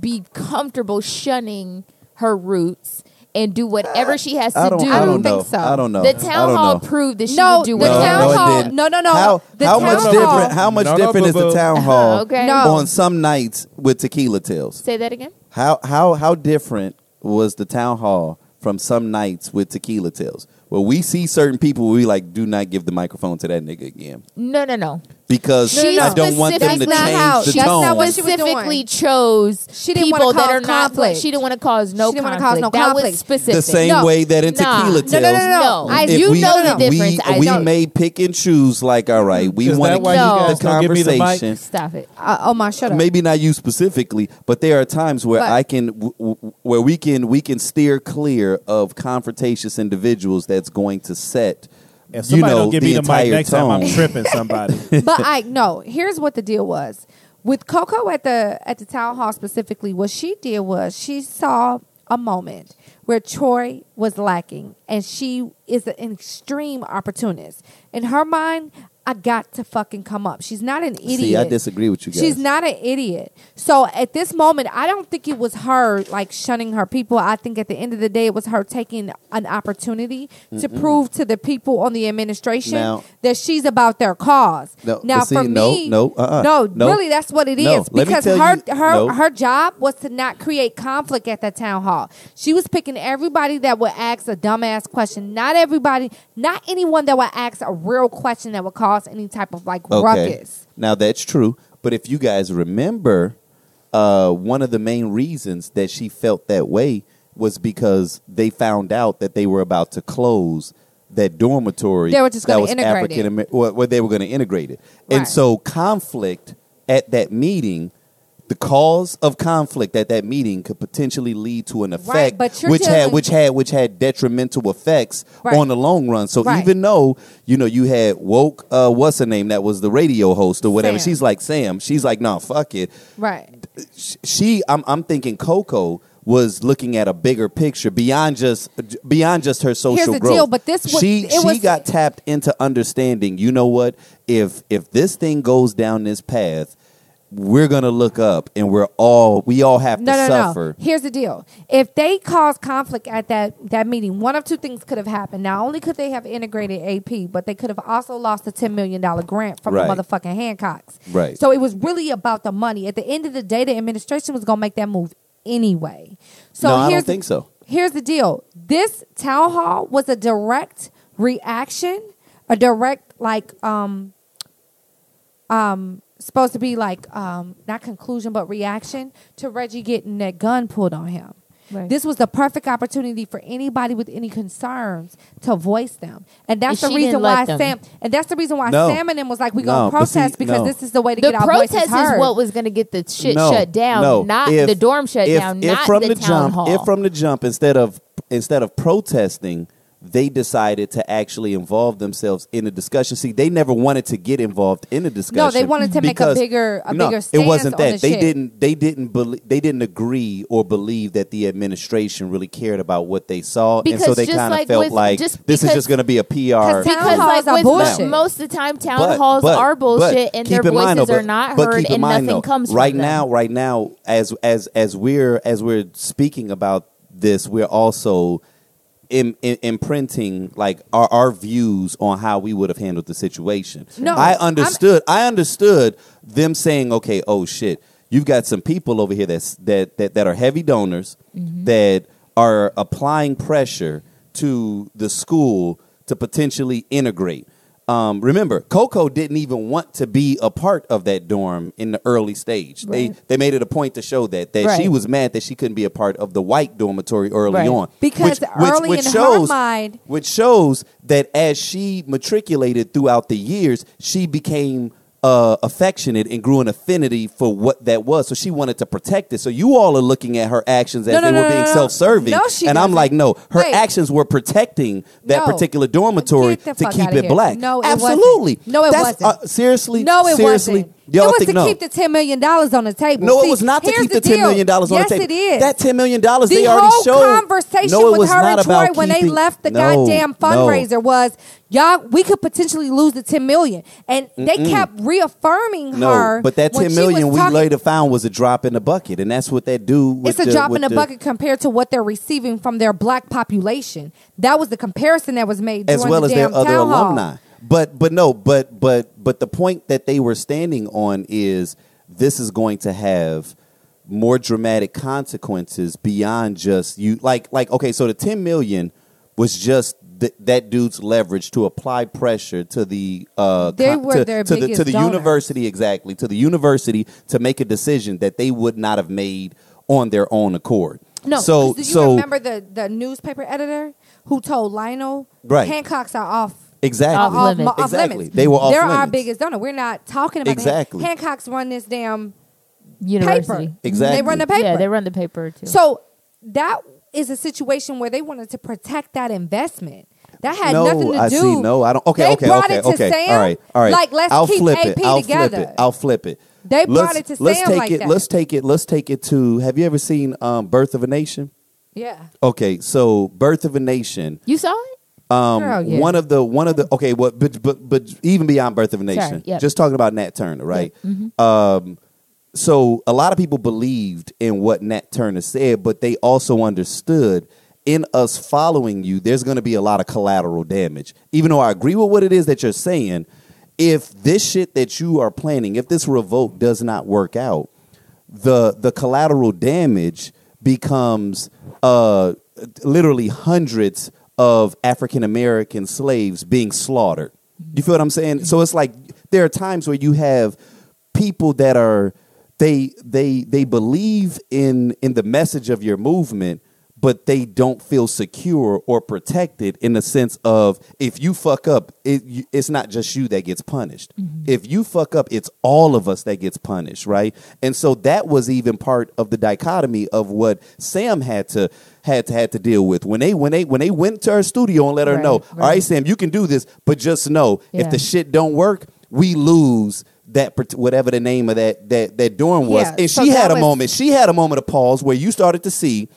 be comfortable shunning her roots and do whatever she has to
I don't,
do.
I don't,
don't
know.
think so.
I don't know.
The
I don't
town hall
know.
proved that she
No,
would do
the
whatever.
town
no, it
hall.
didn't.
No, no, no.
How,
the
how
town
much
hall,
different? How much
No, no,
different is the
boo-boo.
town hall
Okay.
No.
on some nights with tequila tails?
Say that again.
How how how different was the town hall from some nights with tequila tails? Where we see certain people, we like do not give the microphone to that nigga again
No, no, no.
because
No, no, no.
I don't want them to
That's not
change
how-
the
that's
tone.
not what she was
Specifically
doing.
chose
She didn't wanna
people that
cause
are not.
conflict.
She didn't want to cause no
She didn't wanna
conflict.
cause no
that
conflict.
was
The
specific.
the same
No.
way that in
Nah.
tequila
No,
tails.
no, no, no.
No.
I,
if
you
we,
know the
the
difference.
We,
difference, I
we
don't.
may pick and choose. Like, all right, we
Is
want to
that
keep
why
you
the
guys
don't give me the mic?
conversation.
Stop it.
Uh, oh my, shut up.
Maybe not you specifically, but there are times where
But-
I can, w- w- where we can, we can steer clear of confrontatious individuals that's going to set,
If
you
somebody
know,
don't give
the
me the
entire
mic next
tone.
time, I'm tripping somebody.
but I no. Here's what the deal was with Coco at the at the town hall specifically. What she did was she saw a moment where Troy was lacking, and she is an extreme opportunist. In her mind, I got to fucking come up. She's not an idiot.
See, I disagree with you guys.
She's not an idiot. So at this moment, I don't think it was her like shunning her people. I think at the end of the day, it was her taking an opportunity to prove to the people on the administration
Now-
that she's about their cause.
No,
now
but see,
for
no,
me,
no, uh-uh,
no,
no.
really, that's what it is
No, let me
because
tell
her
you-
her
no.
her job was to not create conflict at that town hall. She was picking everybody that would ask a dumbass question. Not everybody, not anyone that would ask a real question that would cause any type of like ruckus.
Now that's true, but if you guys remember, uh, one of the main reasons that she felt that way was because they found out that they were about to close that dormitory.
They were just
that
gonna
was
integrate it.
African Amer- well, well, they were going to integrate it, and
Right.
so conflict at that meeting. the cause of conflict at that meeting could potentially lead to an effect
but you're
which had
dealing-
which had which had detrimental effects
Right.
on the long run. So
Right.
even though you know you had woke uh what's her name that was the radio host or whatever,
Sam.
she's like Sam. She's like, nah, fuck it.
Right.
Sh- She I'm I'm thinking Coco was looking at a bigger picture beyond just beyond just her social
the
growth.
deal, but this was-
she
it
she
was-
got tapped into understanding. You know what? If if this thing goes down this path, we're gonna look up and we're all we all have
No,
to
no,
suffer.
no. Here's the deal. If they caused conflict at that, that meeting, one of two things could have happened. Not only could they have integrated AP, but they could have also lost a $10 million grant from
Right.
the motherfucking Hancocks.
Right.
So it was really about the money. At the end of the day, the administration was going to make that move anyway. So
No, I
here's
don't
the-
think so.
Here's the deal. This town hall was a direct reaction, a direct like um um supposed to be like um not conclusion but reaction to Reggie getting that gun pulled on him.
Right.
This was the perfect opportunity for anybody with any concerns to voice them. And that's
And
the
she
reason
didn't let
why
them.
Sam and that's the reason why
No.
Sam and them was like we going
No,
to
but see,
protest because
no.
this is the way to
The
get our voices
protest
heard.
is what was going to get the shit
No,
shut down,
no.
not
If-
the dorm shut
if-
down,
if
not
from
the, town
jump,
hall.
If from the jump, instead of instead of protesting, they decided to actually involve themselves in the discussion. See, they never wanted to get involved in the discussion.
wanted to make a
because-
bigger- a
no,
bigger
It wasn't
stance on
that
the
they
shit.
didn't. They didn't. Believe, they didn't agree or believe that the administration really cared about what they saw, and so
Because
they
just
kind of
like
felt
with-
like
just
this is
because-
just going to be a
Town
PR.
because
halls
like
are
with
bullshit.
most of the time town
But-
halls
but-
are bullshit
but
and
keep
their
in mind,
voices
though,
are
but-
not
but
heard
keep in
and
mind,
nothing
though,
comes from
right
them.
now. Right now, as as as we're as we're speaking about this, we're also Im, im- imprinting like our, our views on how we would have handled the situation.
No,
I
I'm-
understood. i understood them saying, "Okay, oh shit, you've got some people over here that's that that that are heavy donors
Mm-hmm.
that are applying pressure to the school to potentially integrate." Um, remember, Coco didn't even want to be a part of that dorm in the early stage. They
Right.
they made it a point to show that that she
Right.
was mad that she couldn't be a part of the white dormitory early
Right.
on
Because early in her mind-
which shows that as she matriculated throughout the years, she became uh, affectionate and grew an affinity for what that was. So she wanted to protect it. So you all are looking at her actions as
No, no,
they
no,
were
no,
being
no, no.
self-serving,
No, she
and I'm
doesn't.
like, no, her
Wait.
actions were protecting that
No.
particular dormitory
Get the
to
fuck
keep
outta
it
here.
black.
No, it wasn't.
absolutely.
No, it
That's-
wasn't.
uh, seriously,
No, it
seriously,
wasn't.
Y'all
it was
think
to
no.
keep the ten million dollars on the table.
No,
See,
it was not to
here's
keep
the
the ten million
deal.
dollars on
yes,
the table.
It is.
That ten million dollars
the
they already
whole
showed.
conversation
no, it
with
was
her
not
and Troy
about
when they
keeping-
left the
No,
goddamn
no.
fundraiser was y'all. We could potentially lose the ten million, and they kept reaffirming
No,
her.
but that
when
ten
she was
million we
talking-
later found was a drop in the bucket, and that's what that dude. With
It's a
the,
drop
with
in the, bucket compared to what they're receiving from their black population. That was the comparison that was made,
as
during
well
the
as their
damn
other
town hall.
alumni. But but no, but but but the point that they were standing on is this is going to have more dramatic consequences beyond just you like like okay, so the 10 million was just th- that dude's leverage to apply pressure to the uh
They
con-
were
to,
their
to the to
biggest
the
donor.
university exactly, to the university to make a decision that they would not have made on their own accord.
No.
so
'cause do you
so
remember the, the newspaper editor who told Lionel,
Right.
Hancocks are off.
exactly
Off, off,
limits.
off
Exactly.
limits.
They were off
They're our
limits.
biggest donor. We're not talking about the Han-
Exactly.
Hancocks run this damn
University.
paper.
Exactly.
They run the paper.
Yeah, they run the paper too.
So that is a situation where they wanted to protect that investment. That had
no,
nothing to
I
do.
See, no, I don't. Okay,
They
okay,
brought
okay,
it to
okay.
Sam,
all right, all right.
Like let's
I'll
keep
flip
AP
it. I'll
together.
flip it. I'll flip it.
They brought
let's,
it to
let's
Sam
take
like
it.
that.
Let's take it. Let's take it to. Have you ever seen um, Birth of a Nation?
yeah.
Okay, so Birth of a Nation.
you saw it?
Um,
Girl, yeah.
One of the one of the okay, what but but but even beyond Birth of a Nation,
yep.
just talking about Nat Turner, right?
mm-hmm.
Um, so a lot of people believed in what Nat Turner said, but they also understood in us following you, there's going to be a lot of collateral damage. Even though I agree with what it is that you're saying, if this shit that you are planning, if this revolt does not work out, the the collateral damage becomes uh, literally hundreds of African American slaves being slaughtered. You feel what I'm saying? So it's like there are times where you have people that are they they they believe in in the message of your movement, but they don't feel secure or protected in the sense of if you fuck up, it, you- it's not just you that gets punished.
Mm-hmm.
If you fuck up, it's all of us that gets punished, right? And so that was even part of the dichotomy of what Sam had to had to had to deal with when they when they when they went to her studio and let her
Right,
know, all right,
right.
Sam, you can do this, but just know
Yeah.
if the shit don't work, we lose that part- whatever the name of that that that dorm was.
Yeah,
and
so
she
that
had a
was-
moment. She had a moment of pause where you started to see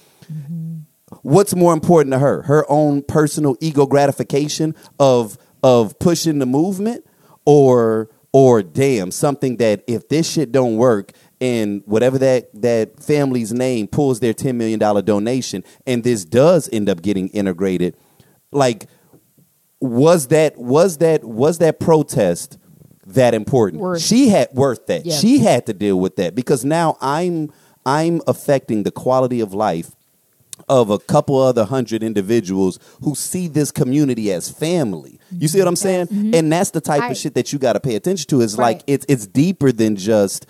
what's more important to her her own personal ego gratification of of pushing the movement or or damn something that if this shit don't work and whatever that that family's name pulls their 10 million dollar donation and this does end up getting integrated like was that was that was that protest that important
Worth-
she had worth that
Yeah.
she had to deal with that because now i'm i'm affecting the quality of life of a couple other hundred individuals who see this community as family. You see what I'm saying?
Mm-hmm.
And that's the type
I-
of shit that you got to pay attention to. It's
Right.
like it's it's deeper than just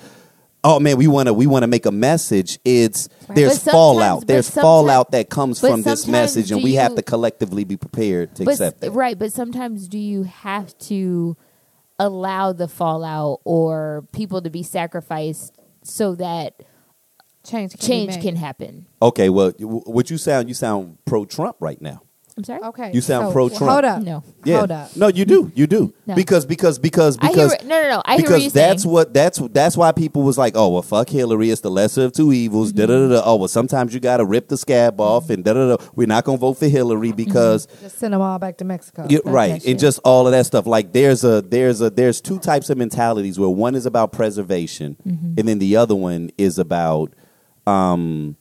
oh man, we want to we want to make a message. It's
Right.
there's
But sometimes-
fallout.
but
There's
sometimes-
fallout that comes
but
from this
sometimes
message and
do
we have
you-
to collectively be prepared to
but,
accept it.
Right, but sometimes do you have to allow the fallout or people to be sacrificed so that
Change can be
change
made.
can happen?
Okay, well, you- what you sound you sound pro Trump right now.
I'm sorry.
Okay.
You sound
so,
pro-Trump.
Hold up.
No.
Yeah.
Hold up.
No, you do. You do.
No.
Because because because
I hear
because
no no no. I hear
because
what you're
that's
saying.
what that's that's why people was like, oh well, fuck Hillary, it's the lesser of two evils. Da
Mm-hmm.
da da. Oh well, sometimes you gotta rip the scab off and da da da. We're not gonna vote for Hillary because
Just send them all back to Mexico.
yeah,
Mm-hmm. that
right and
shit.
just all of that stuff like there's a there's a there's two types of mentalities where one is about preservation
Mm-hmm.
and then the other one is about um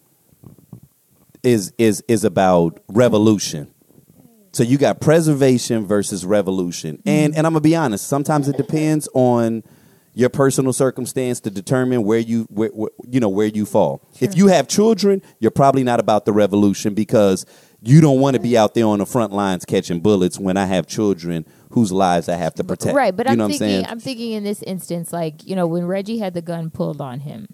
is is is about revolution so you got preservation versus revolution
Mm-hmm.
and and i'm gonna be honest sometimes it depends on your personal circumstance to determine where you where, where- you know where you fall if you have children you're probably not about the revolution because you don't want to be out there on the front lines catching bullets when i have children whose lives i have to protect
Right, but
you
I'm
know
thinking
what i'm saying
I'm thinking in this instance, like, you know, when Reggie had the gun pulled on him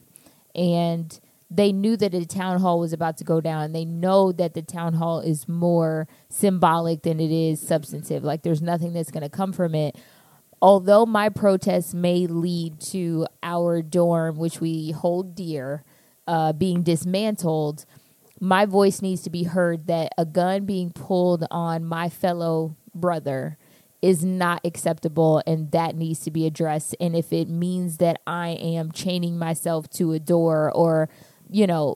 and they knew that the town hall was about to go down. They know that the town hall is more symbolic than it is substantive. Like there's nothing that's gonna come from it. Although my protests may lead to our dorm, which we hold dear, uh, being dismantled, my voice needs to be heard that a gun being pulled on my fellow brother is not acceptable and that needs to be addressed and if it means that i am chaining myself to a door or you know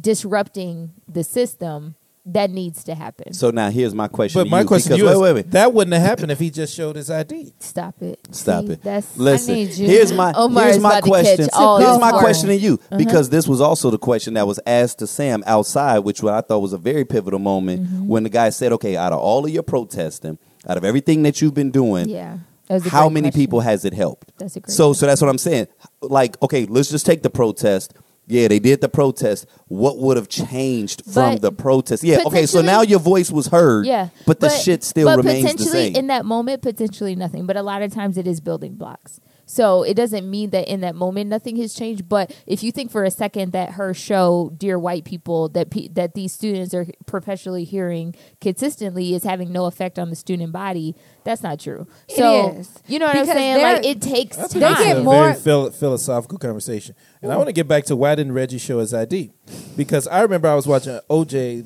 disrupting the system that needs to happen
so now here's my question
But
to
my
you,
question to
because-
you is,
wait, wait, wait.
that wouldn't have happened if he just showed his ID.
stop it
Stop
See,
it.
that's
Listen,
need you.
here's my
Omar
here's
is
my
about to
question.
catch all Uh-huh.
Here's
the
my
cards.
question to you because this was also the question that was asked to Sam outside, which what I thought was a very pivotal moment
Mm-hmm.
when the guy said, "Okay, out of all of your protesting, out of everything that you've been doing,
yeah That was a
how
great
many
question.
people has it helped?"
That's a great
so so that's what I'm saying. Like, okay, let's just take the protest. Yeah, they did the protest. What would have changed from
But
the protest? Yeah, okay, so
potentially-
now your voice was heard.
Yeah,
but the shit still
but
remains the
potentially
same.
In that moment, potentially nothing. But a lot of times it is building blocks. So it doesn't mean that in that moment nothing has changed. But if you think for a second that her show, dear white people, that pe- that these students are perpetually hearing consistently is having no effect on the student body, that's not true.
It
So
is.
you know what
Because
I'm saying? Like
they're-
it takes
I
time.
think that's
get
a
more-
very phil- philosophical conversation. And I want to get back to why didn't Reggie show his ID? Because I remember I was watching OJ.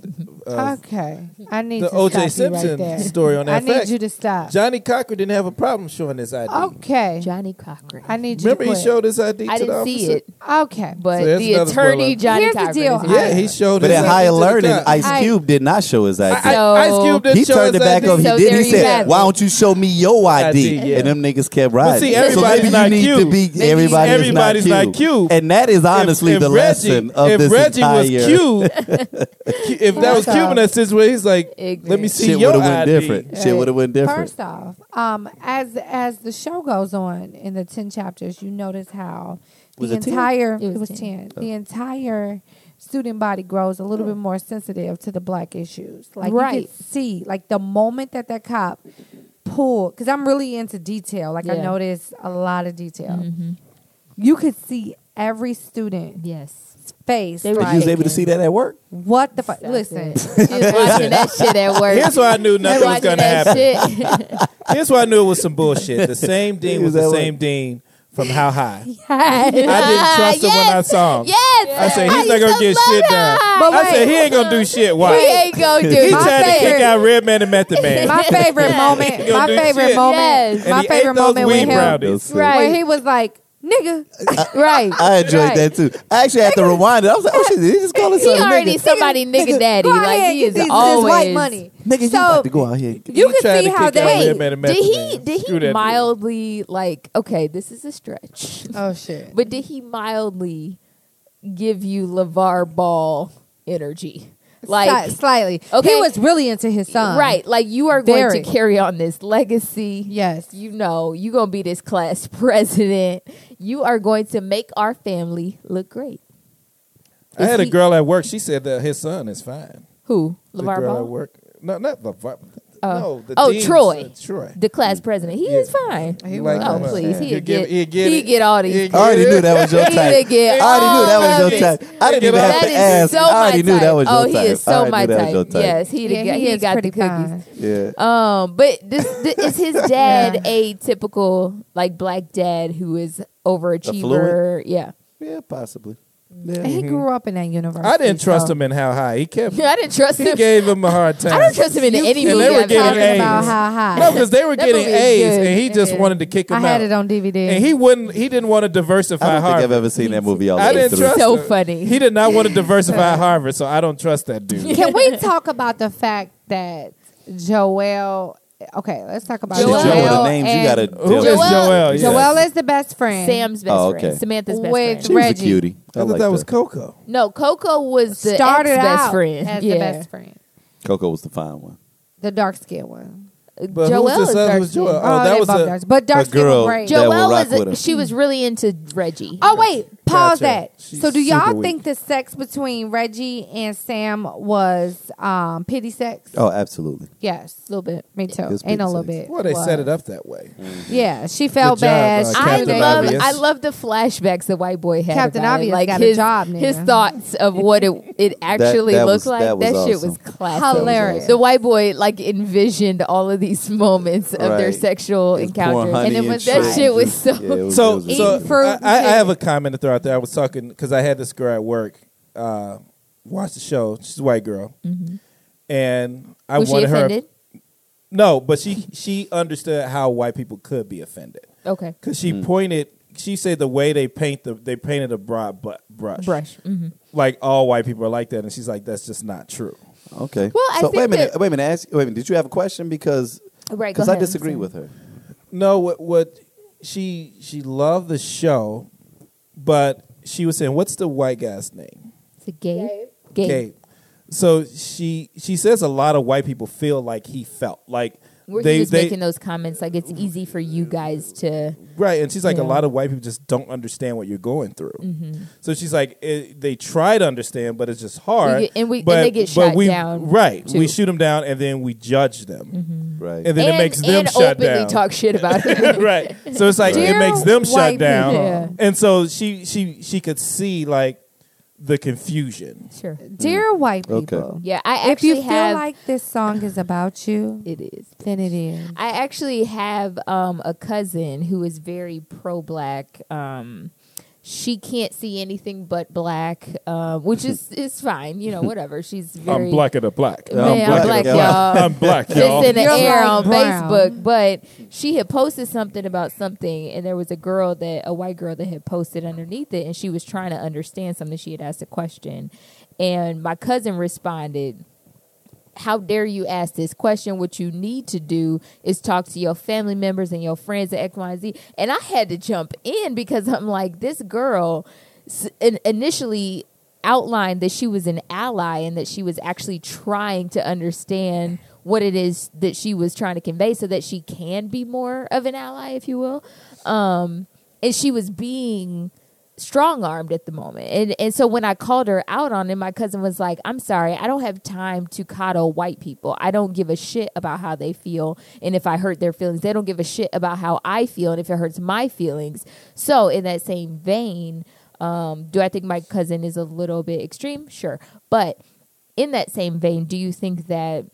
Uh,
okay. I need
the
to
O.J.
stop you
Simpson
right there.
story on
I
FX.
need you to stop.
Johnny Cocker didn't have a problem showing his ID.
Okay.
Johnny Cochran.
I need you
Remember
to
he
quit.
showed his ID to the
I didn't
officer?
see it,
Okay.
but
So that's
the
another
attorney
spoiler.
Johnny
Here's the
Cochran.
deal.
is-
Yeah, he showed
but
his
in
ID
higher
to the
learning,
cop.
Ice
I-
Cube did not show his ID.
I- I- Ice Cube didn't
he
show
turned it
his
back
ID.
up. He
So
did.
there
He
you
said,
have
"Why
it.
don't you show me your ID?"
ID, yeah.
And them niggas kept riding.
see,
so
everybody's
maybe
not
you need to
cute.
be
Maybe
everybody's,
everybody's
not
not cute.
And that is honestly
If- if
the
Reggie-
lesson of
if
this
Reggie
entire-
was cute, if that was
First
cute in that situation, he's like, let me
Ignorant.
see
Shit
your
would have went
ID.
different. Shit
Right.
would have went different.
First off, um, as as the show goes on in the ten chapters, you notice how
Was
the
it 10?
entire
It was 10.
the
Oh.
entire student body grows a little bit more sensitive to the black issues. Like you
Oh. Right.
can see, like the moment that that cop pulled, because I'm really into detail. Like I
Yeah. Mm-hmm.
noticed a lot of detail. You could see every student
Yes.
face.
They were
And you was
Like,
able to see that at work.
what the fuck?
Stop
Listen,
it. She was watching that shit at work.
Here's why I knew nothing was
Watching
going to
that
happen.
Shit.
Here's why I knew it was some bullshit. The same dean
He
was
was
the
that
same
way.
dean from How High. I didn't trust him when I saw him.
Yes.
I said he's not gonna get shit done.
But
I said
wait.
he ain't gonna do shit. Why?
We ain't gonna do
He
My
it.
tried to kick
favorite-
out Redman and Method Man.
my favorite moment.
You gonna
My
do
favorite
shit.
moment.
Yes.
and
My
he
favorite
ate those
moment with
weed
him.
brownies.
Those-
where
Right.
he was like, "Nigga,
Right.
I enjoyed
Right.
that too. I actually had to rewind it. I was like, oh shit, did he just call us
He
a
already
nigga?
somebody nigga daddy.
go ahead
Like
and
he
get
is
this,
always
this white money."
Nigga, you
So-
about to go out here. and get-
You
He
can
tried
see
to
how
kick out
they.
Redman. and
Wait, did
Method
he
Man.
did
Screw that
he
dude.
mildly like okay, this is a stretch.
Oh shit!
But did he mildly give you LeVar Ball energy? Like
Sli- slightly.
Okay.
he was really into his son.
right, like you are
Very.
going to carry on this legacy.
Yes.
You know, you going to be this class president. You are going to make our family look great.
I
Is
had a
he-
girl at work. She said that his son is fine.
Who?
The
LeVar
girl
Ball?
at work. No, not LeVar.
Oh.
no, the
Oh,
dean's
Troy.
son, Troy.
The class president. He
Yeah.
is fine.
He
Like,
was.
oh,
come on.
please.
He'd
He'd
give-
get,
he'd get
he'd
it.
get all these.
He'd
I already knew that was your
He'd
type.
get
I already knew that
all
was
of
your
it.
type. I didn't even
That
have to
is
ask.
so
I already
my
knew that
type.
was your
oh,
type.
he is
I
so
already
my
knew that
type.
was your type.
Yes, he,
Yeah,
got,
he
he
is
got
pretty
the cookies.
fine.
Yeah.
Um, but this, th- is his dad
Yeah.
a typical like black dad who is overachiever?
Affluent?
Yeah,
Yeah, possibly.
And
Yeah.
he grew up in that universe.
I didn't trust him in how high. He kept.
I didn't trust
He
him.
gave him a hard time.
I don't trust him in any
and
movie.
they were
I've
getting
Talking
seen.
about
A's.
how high.
No, because they were
That
getting
movie is
A's,
good.
and he just
Yeah.
wanted to kick him
I had
out.
it on DVD.
and he wouldn't. He didn't want to
I
diversify
don't think I've
Harvard.
ever seen that movie all the
I
way
didn't
through.
trust.
So
him.
funny.
He did not want to diversify Harvard, so I don't trust that dude.
Can we talk about the fact that Joel? Okay, let's talk about
Shit,
Joel
Joel.
Joe, with the names you
and-
gotta. Oh,
Who is
deal with.
Joel? Yeah.
Joel is the best friend.
Sam's best
Oh,
friend,
okay.
Samantha's best
With
friend.
She was a
Reggie.
cutie. I,
thought
like
that was
Coco.
Coco.
No, Coco was the
started
ex-best
out
friend.
as
yeah.
the best friend,
Coco was the fine one.
the dark skinned one.
But
Joelle
who's
is
this other?
dark
Who's Joel?
skin.
Oh,
Oh,
that
they
was
both
a.
dark- but dark
a
skin
girl
was great.
that- will
Joelle
rock
is
with
a,
him.
she was really into Reggie.
Oh wait, pause
Gotcha.
that.
She's
so, do
super
y'all
weak.
think the sex between Reggie and Sam was um, pity sex?
Oh, absolutely.
Yes,
a little bit.
me too.
It was
Ain't a
pity
little
sex.
bit.
Well, they
was.
set it up that way.
Yeah, she felt
job,
bad.
uh,
She
I
Captain
dated-
love
Obvious.
I love the flashbacks the white boy had.
Captain
about it.
Obvious
like
got a
his,
job, nigga.
His thoughts of what it it actually
that
looked
was-
like. That,
that was
shit
awesome.
was classic.
was
hilarious.
awesome.
The white boy like envisioned all of these moments of their
Right.
sexual
It was pouring
encounters,
honey
and it
and
was that
shit.
shit was so.
Yeah, it was- it
So,
was
so
amazing.
fruit
I,
and
I, I
shit.
have a comment to throw out there. I was talking because I had this girl at work uh, watch the show. She's a white girl, and I
Mm-hmm. was she
wanted
offended?
her. No, but she she understood how white people could be offended
Okay,
because she pointed. She said the way they paint the they painted a broad bu- brush,
brush. hmm
like all white people are like that, and she's like, that's just not true.
Okay.
Well, I
so wait a
think
minute.
that-
Wait a minute. Ask, wait a minute. Did you have a question? Because
Right, go
because I
ahead, I'm
disagree
sorry.
with her.
No, what what she she loved the show, but she was saying, "What's the white guy's name?"
It's a gay. Gay.
Gabe. So she she says a lot of white people feel like he felt like
Where
they
he was
they
making those comments, like it's easy for you guys to.
right, and she's like
Yeah. Mm-hmm.
a lot of white people just don't understand what you're going through. So she's like it, they try to understand, but it's just hard.
get- and we- and
but,
they get
but
shot
we,
down,
Right,
too.
we shoot them down, and then we judge them,
Right.
and then
and,
it makes them
and
shut
openly
down.
talk shit about it.
right. So it's like it
Dear
makes them shut
white
down.
people.
Yeah.
And so she she she could see like the confusion.
Sure.
Dear white people,
Okay.
Yeah, I
if
actually
you feel
have.
like this song is about you,
it is.
then it is.
Mm-hmm.
I actually have um, a cousin who is very pro black. Um, she can't see anything but black, uh, which is is fine. You know, whatever. She's very.
at a black.
I'm
Man, I'm
black,
black,
y'all.
y'all.
black,
It's in the
You're
air
like
on
brown.
Facebook, but she had posted something about something, and there was a girl that a white girl that had posted underneath it, and she was trying to understand something. She had asked a question, and my cousin responded. How dare you ask this question? What you need to do is talk to your family members and your friends at X, Y, and Z. And I had to jump in because I'm like, this girl s- in- initially outlined that she was an ally and that she was actually trying to understand what it is that she was trying to convey so that she can be more of an ally, if you will. Um, and she was being strong armed at the moment. And and so when I called her out on it, my cousin was like, I'm sorry, I don't have time to coddle white people. I don't give a shit about how they feel and if I hurt their feelings. They don't give a shit about how I feel and if it hurts my feelings. So in that same vein, Um, do I think my cousin is a little bit extreme? Sure. But in that same vein, do you think that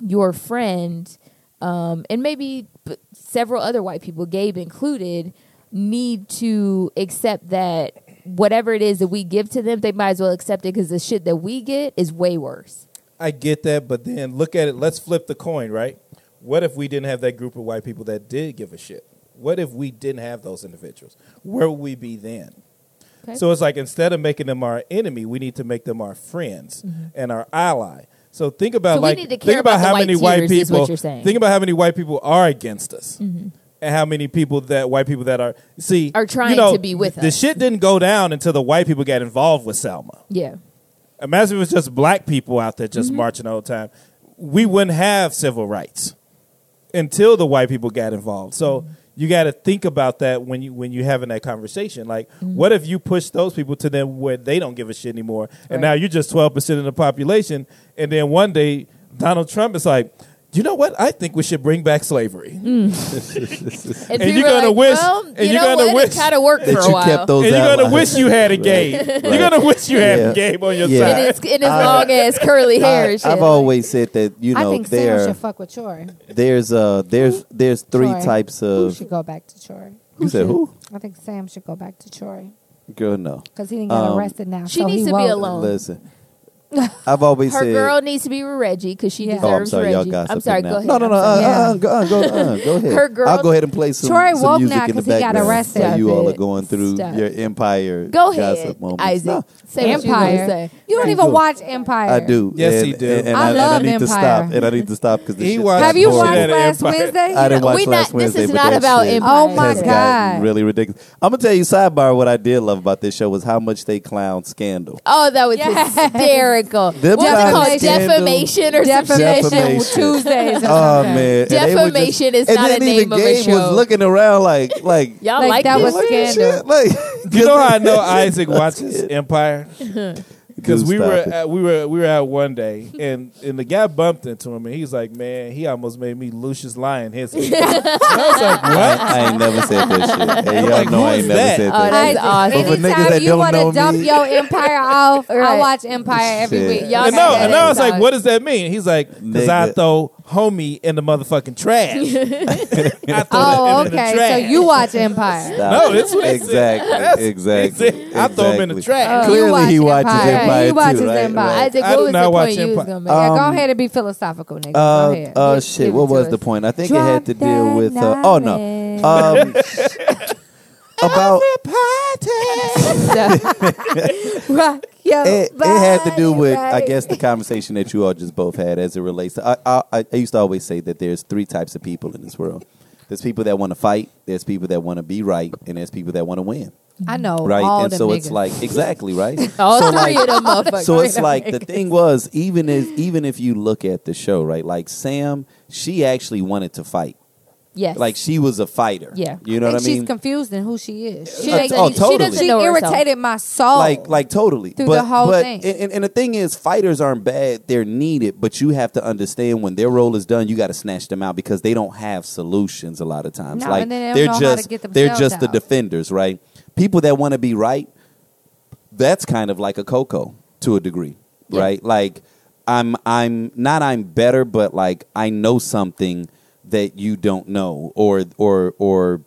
your friend um, and maybe b- several other white people, Gabe included, need to accept that whatever it is that we give to them, they might as well accept it because the shit that we get is way worse.
I get that, but then look at it. Let's flip the coin, right? What if we didn't have that group of white people that did give a shit? What if we didn't have those individuals? Where would we be then?
Okay.
So it's like instead of making them our enemy, we need to make them our friends and our ally. So think about
Mm-hmm. So we
like
need to care
think about,
about the
how
white
many white
tears, is what
people
you're saying. Mm-hmm.
think about how many white people are against us. And how many people that white people that are see
Are
you
trying
know,
to be with
the
us.
shit didn't go down until the white people got involved with Selma.
Yeah.
Imagine if it was just black people out there just marching all the time. We wouldn't have civil rights until the white people got involved. So you got to think about that when you when you're having that conversation. Like, what if you push those people to them where they don't give a shit anymore, and now
Right.
you're just twelve percent of the population, and then one day Donald Trump is like. You know what? I think we should bring back slavery,
And,
you're
people are
gonna
like,
wish-
well,
and
you
you're
know
gonna
what?
wish
it kind of worked for
that
a
you
while.
kept those
and you're gonna
allies.
wish you had a game. You're gonna wish you had
Yeah.
a game on your
Yeah.
side.
in his, in his
I-
long ass curly hair and shit.
I've always said that you
I
know
think Sam
there
should fuck with Chori.
there's uh there's there's three
Troy.
types
Who
of
should go back to Chori?
you said who
I think Sam should go back to Chori
girl no
because he didn't get
Um,
arrested now.
she
so
needs
he
to be
won't.
alone.
listen I've always
her
said
girl needs to be with Reggie because she
Yeah.
oh I'm
deserves
sorry y'all
Reggie.
gossiping
I'm sorry.
now.
Go ahead.
no no no
I'm
uh,
sorry.
Yeah.
uh, go, uh, go, uh, go ahead
Her girl-
I'll go ahead and play some,
Troy
some
woke
music
now
in the
'cause he got
background
arrested.
while you all
Stop
are going
it.
through
Stop.
your empire
Go
gossip
ahead,
moments
Isaac. Say
No,
what you wanna
Empire.
say.
You don't
Right.
even
Cool.
watch Empire.
I do
Yes,
and,
he do.
and, and
I
I, and
love
I need to
Empire.
stop and I need to stop because
He watched-
Have you
Shit
watched
at
last
Empire.
Wednesday?
I didn't watch
We
last
not- this
Wednesday.
is
but
not
that
about
shit
Empire.
Oh my
has
God.
gotten really ridiculous. I'm gonna tell you sidebar. What I did love about this show was how much they clown scandal.
Oh, that was
Yes.
hysterical.
Them
What's it
clowns
called?
scandal-
Defamation or some
Defamation,
shit?
Defamation.
Tuesdays. Or
Oh
something.
man, And they were just-
Defamation is
and
not
then
a
even
name of a
Gabe
show.
was looking around like like
Y'all
Like,
like,
that
this?
was
like this
scandal.
shit, like
You know how I know Isaac watches Empire? Because
Dude,
we
stop
were
it.
at, we were we were out one day, and and the guy bumped into him, and he's like, "Man, he almost made me Lucius Lion his." and I was like, "What?"
I ain't never said that shit. Hey, y'all
Like,
know
who
I
is
ain't never
that?
said
Oh, that-
that.
That's
Isaac,
awesome.
But for niggas that
Anytime you
don't
want
know
to dump
me-
your empire off, I
Right.
watch Empire every
Shit.
week.
Y'all
And
got
no,
that
and I was
dog.
like, "What does that mean?" He's like, "Cause I
Nigga.
throw homie in the motherfucking trash." I
Oh,
throw that in
okay.
The
So
trash.
you watch Empire.
Stop
No,
it.
that's what I said.
exactly,
That's-
exactly, exactly.
I throw him in the trash.
Oh, you
Clearly, he
watch
watches
Empire.
Empire
He
too,
watches
right?
Empire.
Right.
Isaac,
I
what
do
was
not
the
watch
point you
Empire.
was gonna make?
yeah, go
Um,
ahead and be philosophical, nigga.
Uh,
go ahead.
uh
Give-
shit.
give it
what
to
was
us.
the point? I think it
Drop
had to deal
that
with. Uh, oh no.
knowledge.
Um, about
Rock your
it, it had to do
body,
with I
baby.
guess the conversation that you all just both had as it relates to. I, I, I- I used to always say that there's three types of people in this world. There's people that want to fight. There's people that want to be right, and there's people that want to win.
I know
Right,
Oh, all
and
them
so it's
niggas.
like exactly right.
All three of them motherfuckers.
so it's like the thing was even if even if you look at the show right like sam she actually wanted to fight
yes.
like she was a fighter
Yeah.
you know
I think
what i mean
She's confused in who she is.
she
She,
Uh,
doesn't,
oh,
she
totally.
doesn't
she
know herself.
irritated my soul.
like like totally
Through
but,
the whole
but
thing.
And, and- and the thing is fighters aren't bad they're needed but you have to understand when their role is done you got to snatch them out because they don't have solutions a lot of times
No,
like
and they don't
are
know how to
just
get
they're
themselves
just the
out.
defenders right people that want to be right that's kind of like a coco to a degree
Yeah.
right like i'm i'm not i'm better but like i know something that you don't know or or or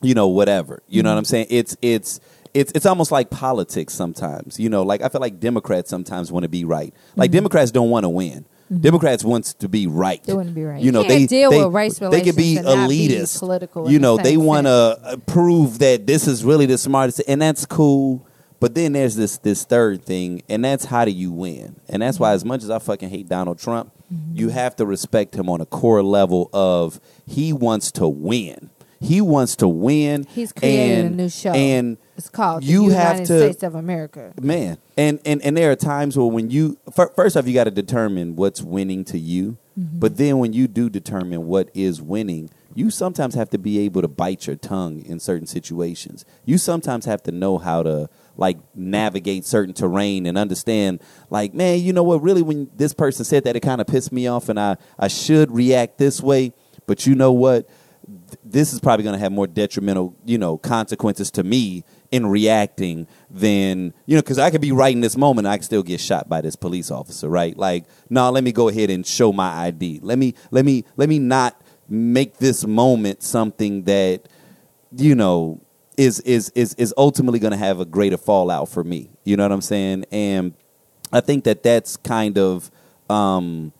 you know whatever you know
Mm-hmm.
what i'm saying it's it's it's it's almost like politics sometimes you know like i feel like democrats sometimes want to be right like democrats don't want to win democrats wants to be right
Mm-hmm. They wanna be right.
you know
You can't
they
deal
they,
with race
they could be
relations and not be
elitist
political in
you
the
know
same
they
sense.
want to prove that this is really the smartest and that's cool but then there's this this third thing and that's how do you win and that's why as much as i fucking hate donald trump
Mm-hmm.
you have to respect him on a core level of he wants to win he wants to win
He's created
and-
a new show.
and
it's called
you
the
have
United
to-
States of America.
man and and and there are times where when you fir- first off you got to determine what's winning to you but then when you do determine what is winning you sometimes have to be able to bite your tongue in certain situations you sometimes have to know how to like navigate certain terrain and understand like man you know what really when this person said that it kind of pissed me off and i i should react this way but you know what this is probably going to have more detrimental, you know, consequences to me and reacting than you know because i could be right in this moment i could still get shot by this police officer right like no let me go ahead and show my id let me let me let me not make this moment something that you know is is is is ultimately going to have a greater fallout for me you know what i'm saying and i think that that's kind of um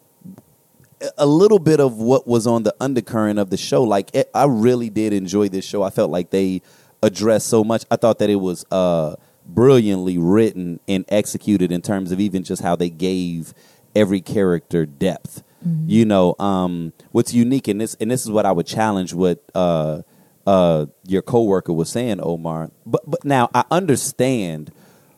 a little bit of what was on the undercurrent of the show. Like it, I really did enjoy this show. I felt like they addressed so much. I thought that it was uh, brilliantly written and executed in terms of even just how they gave every character depth. You know, um, what's unique in this, and this is what I would challenge what uh, uh, your coworker was saying, Omar. But but now I understand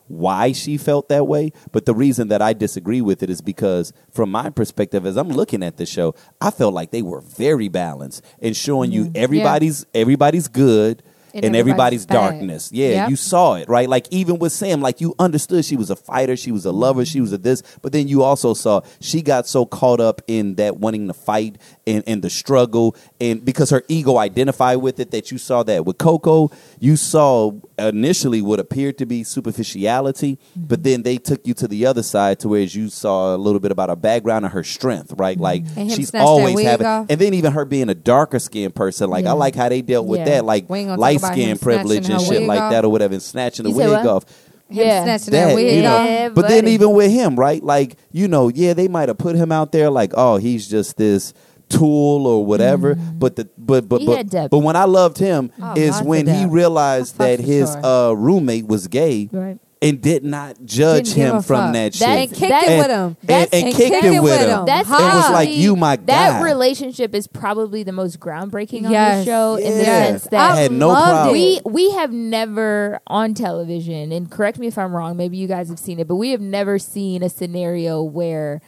why she felt that way. But the reason that I disagree with it is because, from my perspective, as I'm looking at the show, I felt like they were very balanced and showing you everybody's everybody's good and,
Mm-hmm. And
everybody's,
everybody's bad.
darkness. Yeah,
Yep.
you saw it right. Like even with Sam, like you understood she was a fighter, she was a lover, she was a this. But then you also saw she got so caught up in that wanting to fight and and the struggle and because her ego identified with it that you saw that with Coco, you saw initially what appeared to be superficiality, but then they took you to the other side to where you saw a little bit about her background and her strength, right? Like
Mm-hmm. And him snatch
she's
that
always
wig
having,
off.
and then even her being a darker skinned person, like
Yeah.
I like how they dealt with
Yeah.
that, like
We ain't gonna talk
light
about him
skin privilege
snatching
and
her
shit
wig
like
off.
that or whatever, and snatching the
You
wig
said what?
off.
Him
Yeah.
snatching that,
That,
wig
you know,
off.
Yeah,
but then
buddy.
even with him, right? Like you know, yeah, they might have put him out there like, oh, he's just this tool or whatever. But the but but
Mm-hmm. He
but,
had depth.
but when I loved him
Oh,
is
lots of
when he
depth.
realized
That's
that
for
his
sure.
uh, roommate was gay
Right.
and did not judge
Didn't give
him
a
from
fuck.
that shit.
And
That's-
kicked
And-
it with him.
and, and,
And
kicked
kicked
him
it
with
with
him.
him.
That's
It was
actually-
like, you my guy.
That relationship is probably the most groundbreaking on the
Yes.
show in the
Yes.
sense that
I had no
loved it.
problem.
we we have never on television and correct me if i'm wrong maybe you guys have seen it but we have never seen a scenario where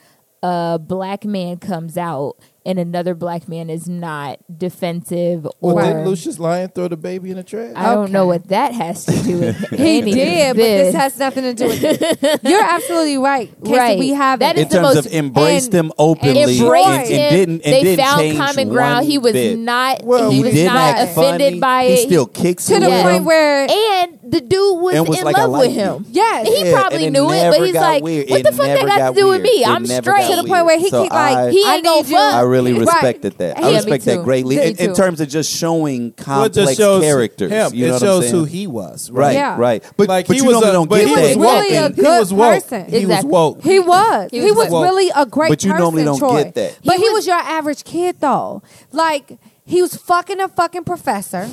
a black man comes out and another black man is not defensive or
Well, did Lucius Lyon throw the baby in the trash?
i don't
Okay.
know what that has to do with
He
any of
did, but this
this.
has nothing to do with it. You're absolutely right. Casey,
Right.
We have it.
That is
in
the
terms
most-
of embraced
and-
him openly
embraced
and, and
him.
didn't and
they
didn't
found
change
common
one
ground. He was
bit.
not.
Well,
he
he
was
didn't
not
act
offended
funny.
by
he
it.
still kicks
to
with
the
him.
point where
and the dude was,
And was
in
like, I
love
like
with
you.
him.
Yes.
he
Yeah,
probably
and
knew it,
never
but he's
got
like,
weird.
"What
It
the fuck
never
that got,
got
to do with
weird.
me?
It
I'm
never
straight."
got
to the point where he
So
keep like
I-
he
I
ain't
gonna
need you.
fuck.
I really
Right.
respected that.
Yeah,
I
me
respect
too.
that greatly
Me
in, in
too.
terms of just showing
Well, it
complex
just shows
characters.
Him.
You know
it
what
shows
I'm saying?
who he was.
right,
Yeah.
right. But,
Like,
but
he
you
was
normally
a-
don't
but
get
he
that.
was
really a
He was
good
woke.
person.
He was
Exactly.
woke.
He was. He,
He was
was,
woke.
really a great
But you
person,
normally don't
Troy.
get that.
But
He
he,
was-
was, your average kid though. Like he was fucking a fucking professor.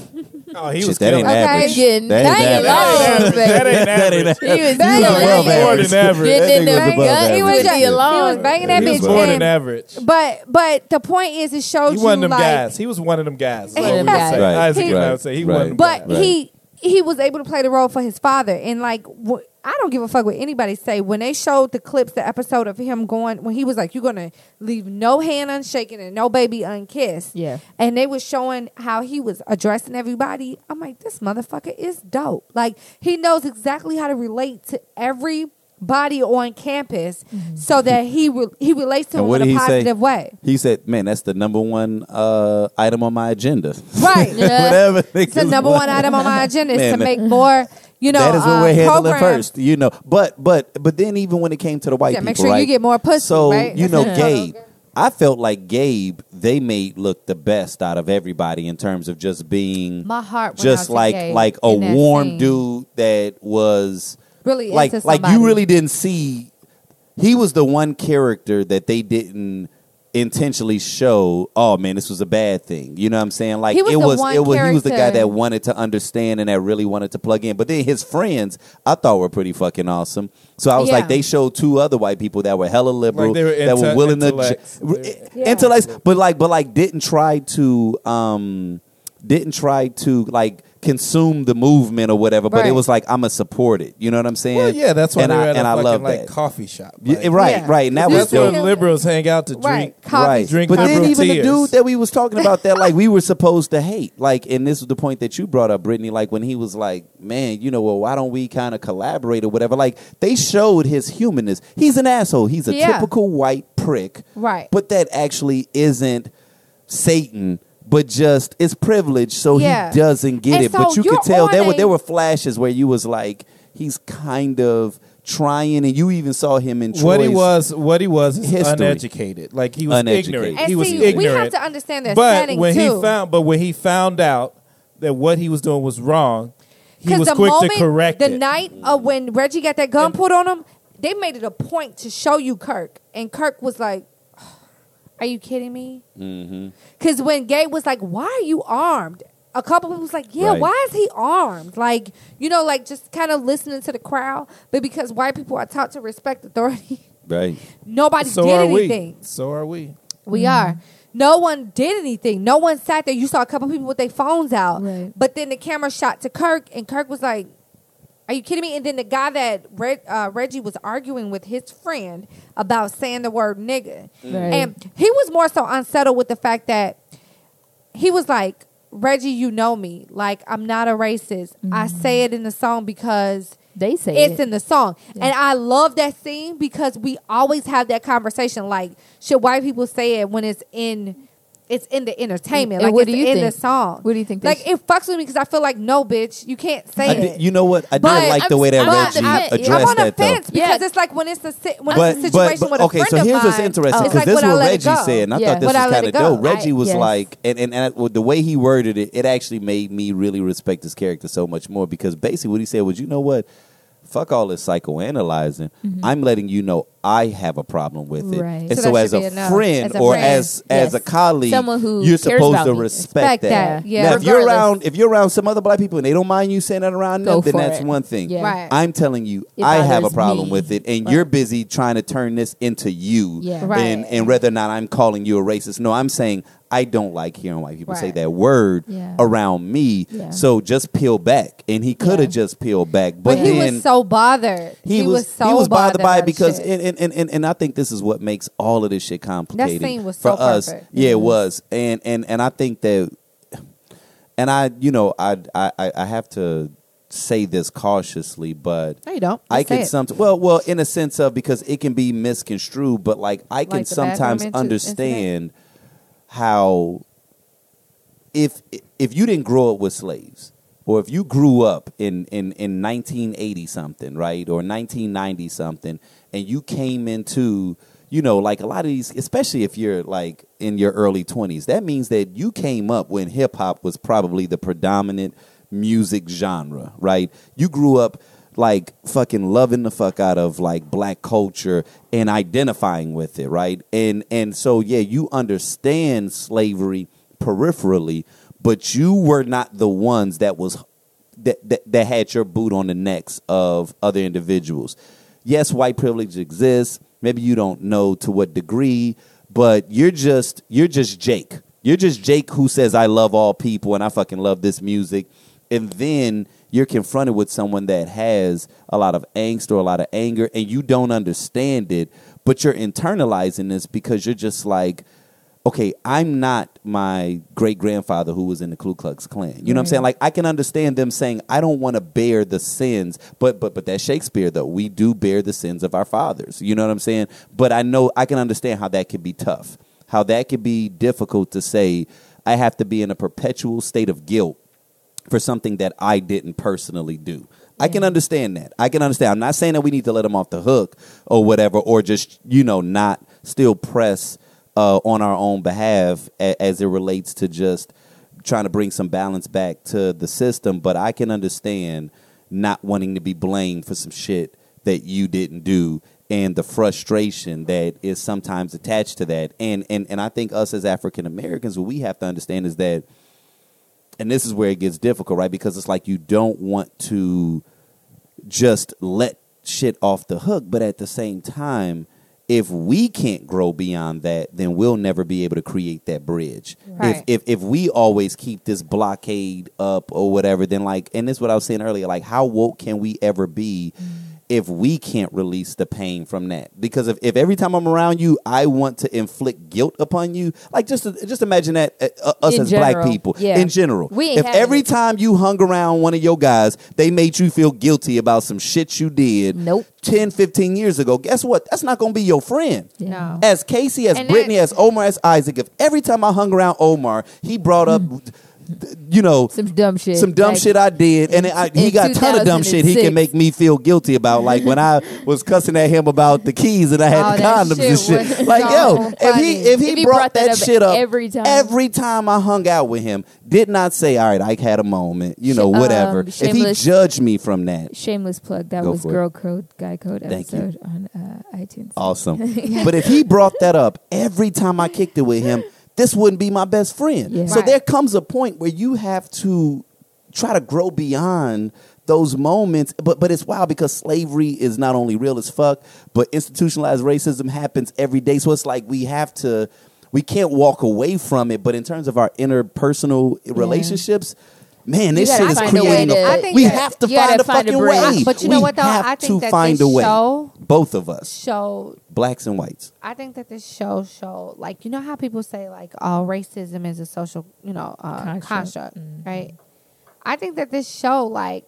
Oh, he
Shit,
was
that
killing
ain't
it.
Okay.
average.
Getting-
That
Dang it,
ain't
Lord.
average.
average.
That ain't
That ain't
average.
He was
That
He
nigga
was
was
above
more than average.
That
Getting
nigga
in
was
them
above
guts
He was,
average.
with
just,
the
he was
alarm.
banging that
He was
bitch.
more than
and-
average.
But but the point is, it shows
He
you
wasn't them
like
guys. He was one of them guys. is what
One of
we
them
would
guys.
say.
Right,
Isaac and I
right,
would say he
right.
wasn't them
But
guys.
Right.
he he was able to play the role for his father, and like wh- I don't give a fuck what anybody say. When they showed the clips, the episode of him going when he was like, "You're gonna leave no hand unshaken and no baby unkissed,"
Yeah.
and they were showing how he was addressing everybody. I'm like, this motherfucker is dope. Like he knows exactly how to relate to everybody on campus so that he re- he relates to
And
him
what
in
did
a
he say?
positive way
He said, "Man, that's the number one uh, item on my agenda."
right
Whatever.
It's the number one item on my agenda is
Man,
to
that-
make more, you know,
that is what
uh,
we're handling
programs.
first, you know. But but but then even when it came to the white
Yeah,
people,
make sure you
right?
get more pussy,
So
right?
you know,
That's what I'm
Gabe, I felt like Gabe they made look the best out of everybody in terms of just being
My heart went out
just
to
like
Gabe
like a
in that
warm
scene.
dude that was
Really
like
into
like you
somebody.
really didn't see. He was the one character that they didn't intentionally show. Oh man, this was a bad thing. You know what I'm saying? Like
He was
it
the
was
one
it was he was the guy
character.
that wanted to understand and that really wanted to plug in. But then his friends, I thought were pretty fucking awesome. So I was
Yeah.
like, they showowed two other white people that were hella liberal,
Like, they were
that
inte-
were willing
intellects.
to
They-
ju-
Yeah.
intellects, but like, but like, didn't try to, um, didn't try to like consume the movement or whatever. But it
Right.
was like, I'm gonna support it. You know what I'm saying?
Well, yeah, that's why
and
they were
I,
at a
and I
fucking
love
like
that.
coffee shop.
Yeah,
Like,
right,
Yeah.
right, and that
Because
was
That's
you
dope.
where
still-
liberals hang out to drink.
Right. Coffee.
right.
drink
but then
liberal
even the
tears.
dude that we was talking about that like we were supposed to hate like and this is the point that you brought up brittany like when he was like man you know well why don't we kind of collaborate or whatever like they showed his humanness he's an asshole he's a
Yeah.
typical white prick
Right.
but that actually isn't satan but just it's privilege, so
Yeah.
he doesn't get
And
it. but
so
you
you're
could tell there
on
were
a-
there were flashes where you was like, he's kind of trying, and you even saw him in
what he
Troy's-
was, what he was, is
History.
uneducated. Like he was
Uneducated.
ignorant.
And
he was
see,
ignorant.
we have to understand their
but
setting
when
too.
he found, but when he found out that what he was doing was wrong, he
'Cause
was
the
quick
moment,
to correct
the
it.
night of when Reggie got that gun put on him, they made it a point to show you Kirk, and Kirk was like, "Are you kidding me?"
Mm-hmm.
Because when Gay was like, "Why are you armed?" A couple people was like, "Yeah,
Right.
why is he armed?" Like you know, like just kind of listening to the crowd, but because white people are taught to respect authority,
right.
nobody
so
did
are
anything.
we? Mm-hmm. So are we?
We are. No one did anything. No one sat there. You saw a couple people with their phones out.
Right.
But then the camera shot to Kirk, and Kirk was like, Are you kidding me? And then the guy that Reg, uh, Reggie was arguing with his friend about saying the word nigga.
Right.
And he was more so unsettled with the fact that he was like, Reggie, you know me. Like, I'm not a racist. I say it in the song because
They Mm-hmm. say
it's
it.
in the song.
Yeah.
And I love that scene because we always have that conversation. Like, should white people say it when it's in it's in the entertainment?
And
like
what
it's
do you
in
think?
the song.
What do you think they
Like
should-
it fucks with me because I feel like no bitch, you can't say
I
it.
did, you know what? I did
But
like the way that
I'm on the
Reggie
fence.
addressed
I'm on the
that though.
fence because
Yeah.
it's like when it's a si- when
but,
it's a situation
but,
with
but
a
okay,
friend
so
of
here's what's
mine,
interesting
it's
because
like,
this
would
is
I
what
let it
Reggie
go?
said, and I
Yeah.
thought this
Would I
was
let
kind
it
of
go?
dope. Reggie
I-
was
yes.
like, and and, and I, well, the way he worded it, it actually made me really respect his character so much more because basically what he said was, you know what? Fuck all this psychoanalyzing. I'm letting you know I have a problem with it,
Right.
and
Mm-hmm. So
so,
that
as
should
a
be enough.
friend
As a
or
friend.
as as
Yes.
a colleague,
Someone who
you're
cares
supposed
about
to
me.
respect,
Respect
that.
that, yeah.
Now, if you're
Regardless.
around if you're around some other black people and they don't mind you saying that around
Go
them, then
for
that's
it.
one thing.
Yeah.
Right.
I'm telling you,
It
I have a
bothers
problem
me.
with it, and
Right.
you're busy trying to turn this into you.
Yeah.
Right.
And and whether or not I'm calling you a racist, no, I'm saying I don't like hearing white people say
Right.
that word
Yeah.
around me.
Yeah.
So just peel back, and he could
Yeah.
have just peeled back, but,
But he
then
was so bothered.
he, was,
so
he was bothered by it
that
because
shit.
and, and, and, and, and I think this is what makes all of this shit complicated
scene was
for
so
us.
perfect.
Yeah, it was, and and and I think that, and I you know I I I- I have to say this cautiously, but
no, you don't.
I
Just say
can
it.
sometimes well, well, in a sense of because it can be misconstrued, but like I can
Like the bathroom
sometimes
intu-
understand how if if you didn't grow up with slaves, or if you grew up in in in 1980 something, right, or 1990 something, and you came into you know, like a lot of these, especially if you're like in your early 20s, that means that you came up when hip hop was probably the predominant music genre, right? You grew up like fucking loving the fuck out of like black culture and identifying with it, right? And and so yeah, you understand slavery peripherally, but you were not the ones that was that that, that had your boot on the necks of other individuals. Yes, white privilege exists. Maybe you don't know to what degree, but you're just you're just Jake. You're just Jake who says I love all people and I fucking love this music. And then you're confronted with someone that has a lot of angst or a lot of anger and you don't understand it, but you're internalizing this because you're just like okay, I'm not my great grandfather who was in the Ku Klux Klan. You know what I'm
Right.
saying? Like I can understand them saying I don't want to bear the sins, but but but that's Shakespeare though. We do bear the sins of our fathers. You know what I'm saying? But I know I can understand how that could be tough. How that could be difficult to say I have to be in a perpetual state of guilt for something that I didn't personally do. I can understand that. I can understand. I'm not saying that we need to let them off the hook or whatever, or just you know not still press uh, on our own behalf a- as it relates to just trying to bring some balance back to the system. But I can understand not wanting to be blamed for some shit that you didn't do and the frustration that is sometimes attached to that. And and and I think us as African Americans, what we have to understand is that and this is where it gets difficult, right? Because it's like you don't want to just let shit off the hook, but at the same time, if we can't grow beyond that, then we'll never be able to create that bridge.
Right.
If, if if we always keep this
Mm.
blockade up or whatever, then like, and this is what I was saying earlier, like, how woke can we ever be? if we can't release the pain from that. Because if, if every time I'm around you, I want to inflict guilt upon you, like just just imagine that uh, uh, us
In
as black
general,
people
yeah.
in general.
We ain't
if
having
every
it.
time you hung around one of your guys, they made you feel guilty about some shit you did
Nope.
10, 15 years ago, guess what? That's not going to be your friend.
No.
As Casey, as
And
Brittany,
that-
as Omar, as Isaac, if every time I hung around Omar, he brought up,
Hmm.
you know,
Some dumb shit.
some dumb
Like,
shit I did, and then I, he
in
got a ton of dumb shit he
2006.
can make me feel guilty about. Like when I was cussing at him about the keys and I had
Oh,
the
that
condoms
shit
and shit.
was
like
so
yo, if he if he,
If he
brought,
brought
that,
that up
shit up
every time.
every time I hung out with him, did not say all right, I had a moment, you know,
Sh- um,
whatever. if he
shameless-
judged me from that,
Shameless plug. That
Go
was
for it.
Girl Code Guy Code
Thank you.
episode on uh, iTunes.
awesome. But if he brought that up every time I kicked it with him, this wouldn't be my best friend.
Yeah.
So
Right.
there comes a point where you have to try to grow beyond those moments. But but it's wild because slavery is not only real as fuck, but institutionalized racism happens every day. So it's like we have to we can't walk away from it, but in terms of our interpersonal relationships, man, this
You
shit
gotta
is
find a way
creating a,
to- I
think
we
that-
have to
you gotta
find a
find a
fucking
break.
way.
But you
We
know what, though?
have
I think
to
that
find
this
a way.
show-
Both of us,
Showed
blacks and whites.
I think that this show showed, like, you know how people say, like, oh, racism is a social, you know, uh,
Construct.
construct, right? I think that this show, like,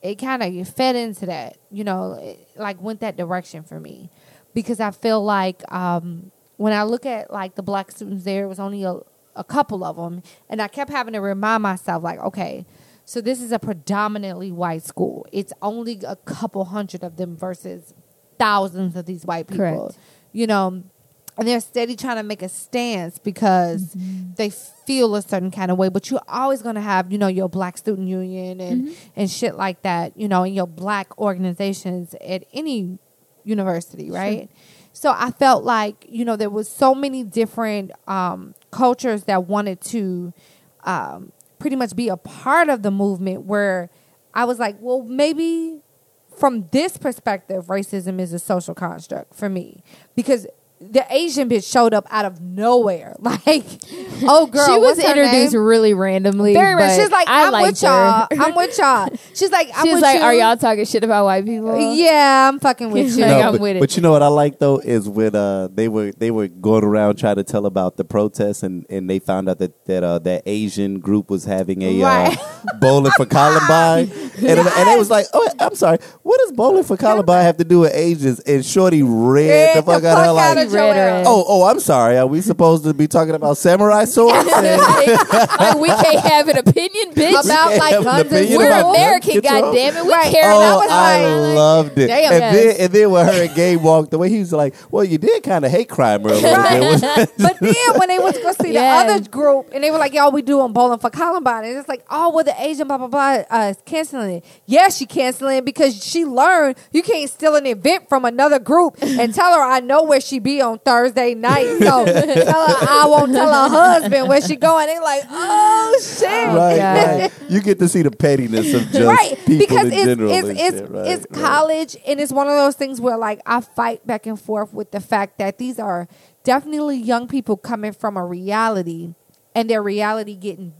it kind of fed into that, you know, it, like, went that direction for me. Because I feel like um, when I look at, like, the black students there, it was only a, a couple of them. And I kept having to remind myself, like, okay, so this is a predominantly white school. It's only a couple hundred of them versus thousands of these white people
Correct.
you know, and they're steady trying to make a stance because they feel a certain kind of way. But you're always going to have, you know, your black student union and, and shit like that, you know, and your black organizations at any university, right? So I felt like, you know, there was so many different um, cultures that wanted to um, pretty much be a part of the movement where I was like, well, maybe from this perspective, racism is a social construct for me because the Asian bitch showed up out of nowhere. Like, oh girl,
she was
what's her
introduced
name?
really randomly.
Very much.
but
She's like,
I
I'm
liked
with y'all.
her.
I'm with y'all. She's like, I'm
She was
with
like,
you. Uh,
"Are y'all talking shit about white people?"
Yeah, I'm fucking with you.
Like,
no,
I'm
but,
with it.
but you know what I like though is when uh, they were they were going around trying to tell about the protests and, and they found out that that uh, that Asian group was having a
Right.
uh, bowling for Columbine and and they was like oh I'm sorry what does bowling for Columbine have to do with Asians and Shorty read
Get
the fuck out of her like
outta
Read her
Joelle.
ass.
oh oh I'm sorry are we supposed to be talking about samurai swords and
like, like, we can't have an opinion, bitch.
About
Yeah,
like
but
guns
then
and
you know
We're
what?
American,
Get your own-
goddamn it. We
Right.
care. And I
Oh,
was
I
like,
loved it.
Damn,
and,
yes.
then, and then when her and Gabe walked away, he was like, "Well, you did kind of hate crime her a little bit."
But then when they was gonna see
Yeah.
the other group and they were like, "Y'all, we doing bowling for Columbine," and it's like, "Oh, well, the Asian blah blah blah uh, is canceling it." Yeah, she canceling it because she learned you can't steal an event from another group and tell her I know where she be on Thursday night. So tell her I won't tell her husband where she going. They like, "Oh shit."
right,
Yeah.
right. You get to see the pettiness of just
Right,
people
because
in
it's
general.
it's
and
it's,
shit, right,
it's
right.
college, and it's one of those things where like I fight back and forth with the fact that these are definitely young people coming from a reality, and their reality getting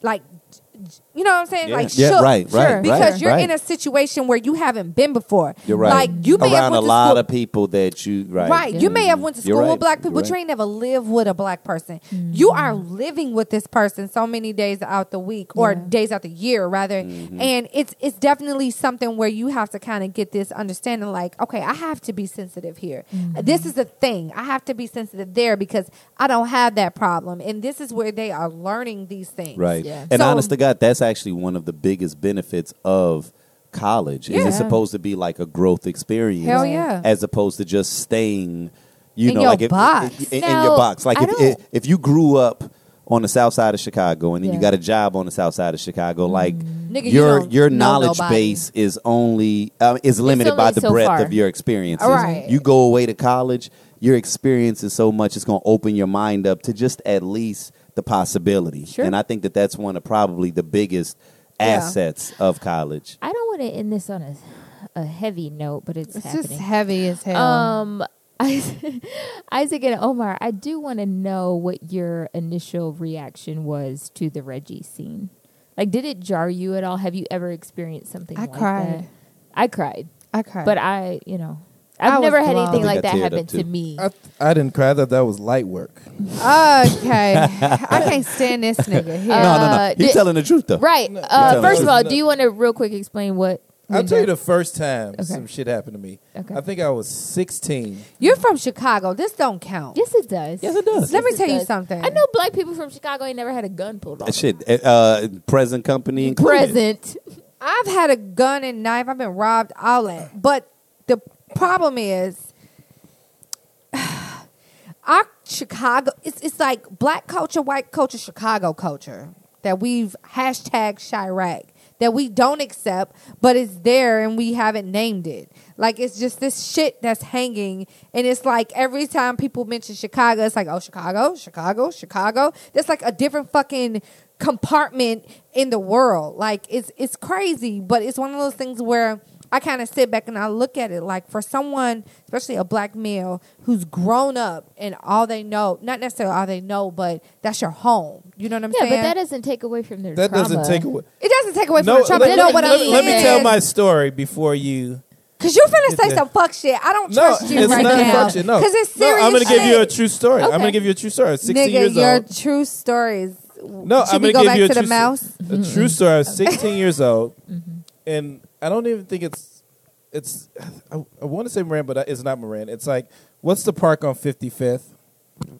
like, j- j- you know what I'm saying?
Yeah.
Like,
Yeah,
shook.
right, right,
Sure.
Because
right,
you're
right.
in a situation where you haven't been before.
You're right.
Like you may have
around
went to
a lot
school,
of people that you right.
Right. You may
Mm-hmm.
have went to
You're
school
right.
with black people,
You're
but you
right.
ain't never lived with a black person.
Mm-hmm.
You are living with this person so many days out the week or
Yeah.
days out the year rather.
Mm-hmm.
And it's it's definitely something where you have to kind of get this understanding like, okay, I have to be sensitive here.
Mm-hmm.
This is a thing. I have to be sensitive there because I don't have that problem. And this is where they are learning these things.
Right.
Yeah.
And
So-
honest to God, that's actually one of the biggest benefits of college. Is
Yeah.
it's supposed to be like a growth experience
Hell yeah.
as opposed to just staying, you
In
know,
your
like if-
box.
if- in, in
Now,
your box. Like
I
if,
don't-
if if you grew up on the south side of Chicago and then you
Yeah.
got a job on the south side of Chicago, like
Nigga, you
your
don't
your
know
knowledge
nobody.
base is only um, is limited by
only
the
so
breadth
far.
of your experiences.
Right.
You go away to college, your experience is so much it's going to open your mind up to just at least the possibility.
Sure.
And I think that that's one of probably the biggest
Yeah.
assets of college.
I don't want to end this on a, a heavy note, but it's,
It's
happening.
just heavy as hell.
um, Isaac Isaac and Omar, I do want to know what your initial reaction was to the Reggie scene. Like, did it jar you at all? Have you ever experienced something?
I
like
cried.
That? I cried.
I Okay.
But I, you know,
I
I've
was
never had
blown.
anything
I
like
think
that
I teared up
happen to
too.
me.
I, I didn't cry. I thought that was light work.
okay, I can't stand this nigga here.
no, no, no.
Uh,
He's
did-
telling the truth though.
Right.
Yeah.
Uh, first of all,
No.
do you want to real quick explain what?
I'll tell you the first time
Okay.
some shit happened to me.
Okay.
I think I was 16.
You're from Chicago. This don't count.
Yes, it does.
Yes, it does.
Let me
it
tell you
does.
something.
I know black people from Chicago ain't never had a gun pulled on.
That shit. Uh, present company included.
Present.
I've had a gun and knife. I've been robbed, all that. But the problem is, our Chicago, it's, it's like black culture, white culture, Chicago culture that we've hashtag Chirac that we don't accept, but it's there and we haven't named it. Like it's just this shit that's hanging, and it's like every time people mention Chicago, it's like oh Chicago, Chicago, Chicago. That's like a different fucking compartment in the world. Like it's it's crazy, but it's one of those things where I kind of sit back and I look at it like for someone, especially a black male who's grown up and all they know, not necessarily all they know, but that's your home. You know what I'm
Yeah,
saying?
but that doesn't take away from their
That doesn't
trauma.
take away.
it doesn't take away from the trauma.
let,
You know what I'm
let-
saying?
let me tell my story before you.
Cause you finna
Get
say
that.
some fuck shit. I don't
No,
trust you
it's
right
not
now.
function. No,
Cause it's
no,
serious.
I'm gonna
shit.
give you a true story. I'm
Okay.
gonna give you a true story. I was 16
Nigga,
years
your
old.
true stories.
No,
Should
I'm
we
gonna
go
give
back
you a
to the
true s-
mouse?
A true story. I was 16 years old, Mm-hmm. and I don't even think it's it's. I, I want to say Moran, but it's not Moran. It's like what's the park on 55th?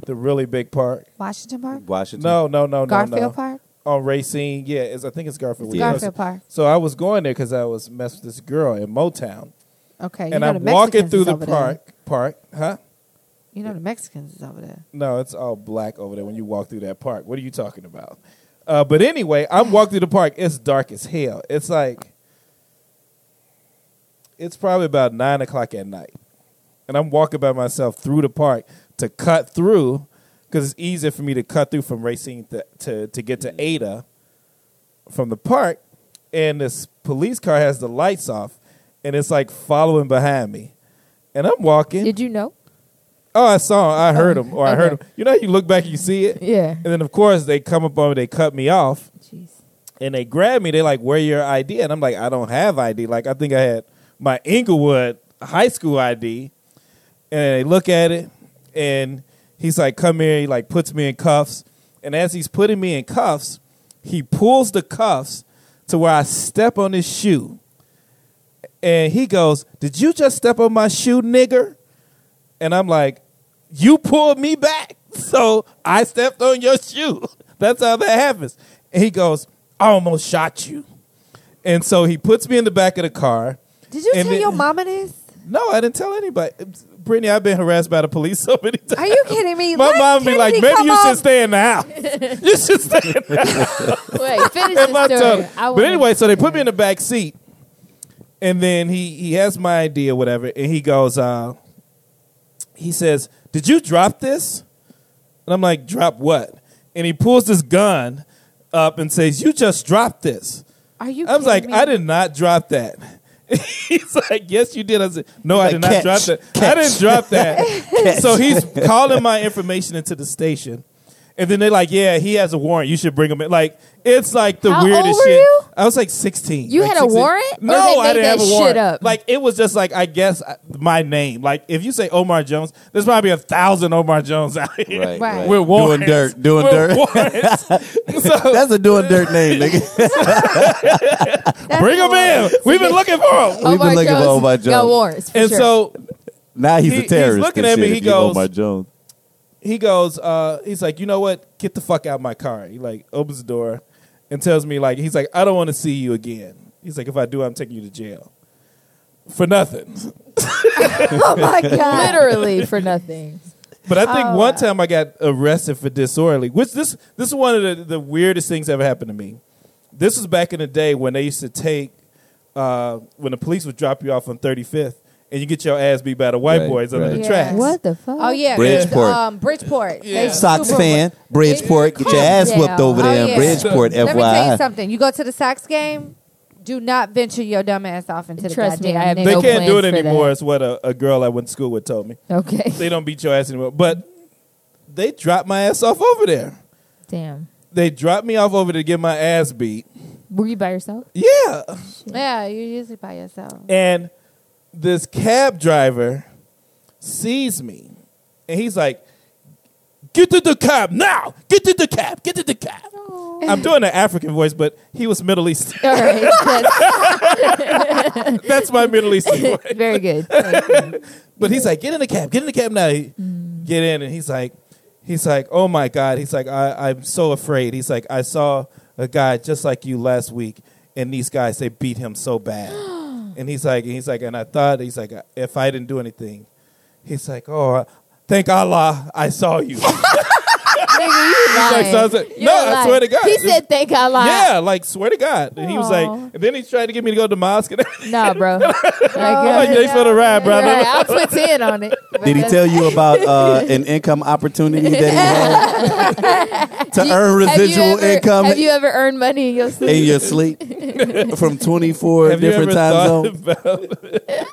The really big park.
Washington Park,
Washington.
No, no, no, no,
Garfield
no.
Park,
On Racine, yeah, it's, I think it's Garfield.
It's
Yeah.
Garfield Park.
So I was going there because I was messing with this girl in Motown,
Okay,
and
you know
I'm
the
walking
Mexicans
through
is
the
over
park. Park, huh?
There. You know the Mexicans is over there.
No, it's all black over there when you walk through that park. What are you talking about? Uh, but anyway, I'm walking through the park. It's dark as hell. It's like, it's probably about nine o'clock at night. And I'm walking by myself through the park to cut through because it's easier for me to cut through from Racine to, to, to get to Ada from the park. And this police car has the lights off and it's like following behind me. And I'm walking.
Did you know?
Oh, I saw him. I heard him, or I heard him.
okay.
You know, how you look back, and you see it,
Yeah.
and then of course they come up on me, they cut me off,
Jeez.
and they grab me. They like, "Where your ID?" And I'm like, "I don't have ID. Like, I think I had my Inglewood high school ID." And they look at it, and he's like, "Come here." He like puts me in cuffs, and as he's putting me in cuffs, he pulls the cuffs to where I step on his shoe, and he goes, "Did you just step on my shoe, nigger?" and I'm like, you pulled me back, so I stepped on your shoe. That's how that happens. And he goes, I almost shot you. And so he puts me in the back of the car.
Did you
And
tell
then-
your mama this?
No, I didn't tell anybody. Brittany, I've been harassed by the police so many times.
Are you kidding me?
My
Let
mom be like,
Kennedy
maybe
come
you
on."
should stay in the house. you should stay in the
Wait, finish
in my
the story.
tub.
I
But
wanna-
anyway, so they put me in the back seat, and then he he has my idea, whatever, and he goes, uh, he says, "Did you drop this?" And I'm like, "Drop what?" And he pulls this gun up and says, "You just dropped this."
Are you?
I was
kidding
like,
me?
"I did not drop that." He's like, "Yes, you did." I said, "No, I
Like,
did not
catch,
drop that. I
catch."
didn't drop that." so he's calling my information into the station, and then they're like, "Yeah, he has a warrant. You should bring him in." Like, it's like the
How
weirdest
old were
shit.
you?
I was like sixteen.
You
Like,
had a
16.
warrant? Or
No,
they
I
made
didn't have
that
a
shit
warrant.
up?
Like, it was just like I guess uh, my name. Like, if you say Omar Jones, there's probably a thousand Omar Jones out here.
Right.
Right. right.
We're warrants.
Doing dirt. Doing
With
dirt.
warrants. so,
That's a doing dirt name, nigga.
That's
bring him in. We've been looking for him.
We've been
Omar
looking for
Jones
Omar
Oh Got
Jones.
warrants. for
And
sure.
so
Now he's
He-
a
he's
terrorist.
looking
and
at me,
shit
he
if you
goes-
Omar Jones.
he goes, uh, he's like, you know what? Get the fuck out of my car. He like opens the door and tells me like, he's like, I don't want to see you again. He's like, if I do, I'm taking you to jail for nothing.
Oh my god.
literally for nothing.
But I think
Oh,
one
wow.
Uh.
time I got arrested for disorderly, which this this is one of the, the weirdest things ever happened to me. This was back in the day when they used to take uh, when the police would drop you off on 35th and you get your ass beat by the white
Right,
boys under
right.
the
Yeah.
tracks.
What the fuck?
Oh yeah,
Bridgeport.
Um, Bridgeport. They
Yeah.
Sox
super-
fan. Bridgeport. Get your
Calm
ass whooped
down.
over there
Oh,
in
yeah.
Bridgeport,
Let me tell you
FYI.
something. You go to the Sox game. Do not venture your dumb ass off into the
Trust me,
goddamn
I have
nigga.
They
No
can't do it
plans for
anymore,
that.
is what a, a girl I went to school with told me.
Okay.
they don't beat your ass anymore. But they dropped my ass off over there.
Damn.
They dropped me off over to get my ass beat.
Were you by yourself?
Yeah.
Yeah, you're usually by yourself.
And this cab driver sees me and he's like, Get to the cab now! Get to the cab! Get to the cab! I'm doing an African voice, but he was Middle Eastern.
All right. That's
That's my Middle Eastern voice.
very good. Thank you.
But he's like, get in the cab, get in the cab now. He-
Mm.
Get in, and he's like, he's like, oh my god. He's like, I, I'm so afraid. He's like, I saw a guy just like you last week, and these guys they beat him so bad. and he's like, and he's like, and I thought he's like, if I didn't do anything, he's like, oh, thank Allah, I saw you. He's
Nigga, you
like, so I was
lying.
like,
You're
no, I
lying.
swear to God.
He said, thank Allah.
yeah, like swear to God. And he was like,
Aw.
and then he tried to get me to go to the mosque. And
No, bro. Like,
I'm like,
uh,
thanks for the ride, brother.
Right, I'll put 10 on it.
Did he tell you about uh, an income opportunity that he had to earn residual income
Have you ever earned money in your sleep?
in your sleep from 24
Have you
different
ever
time
thought
zones?
about-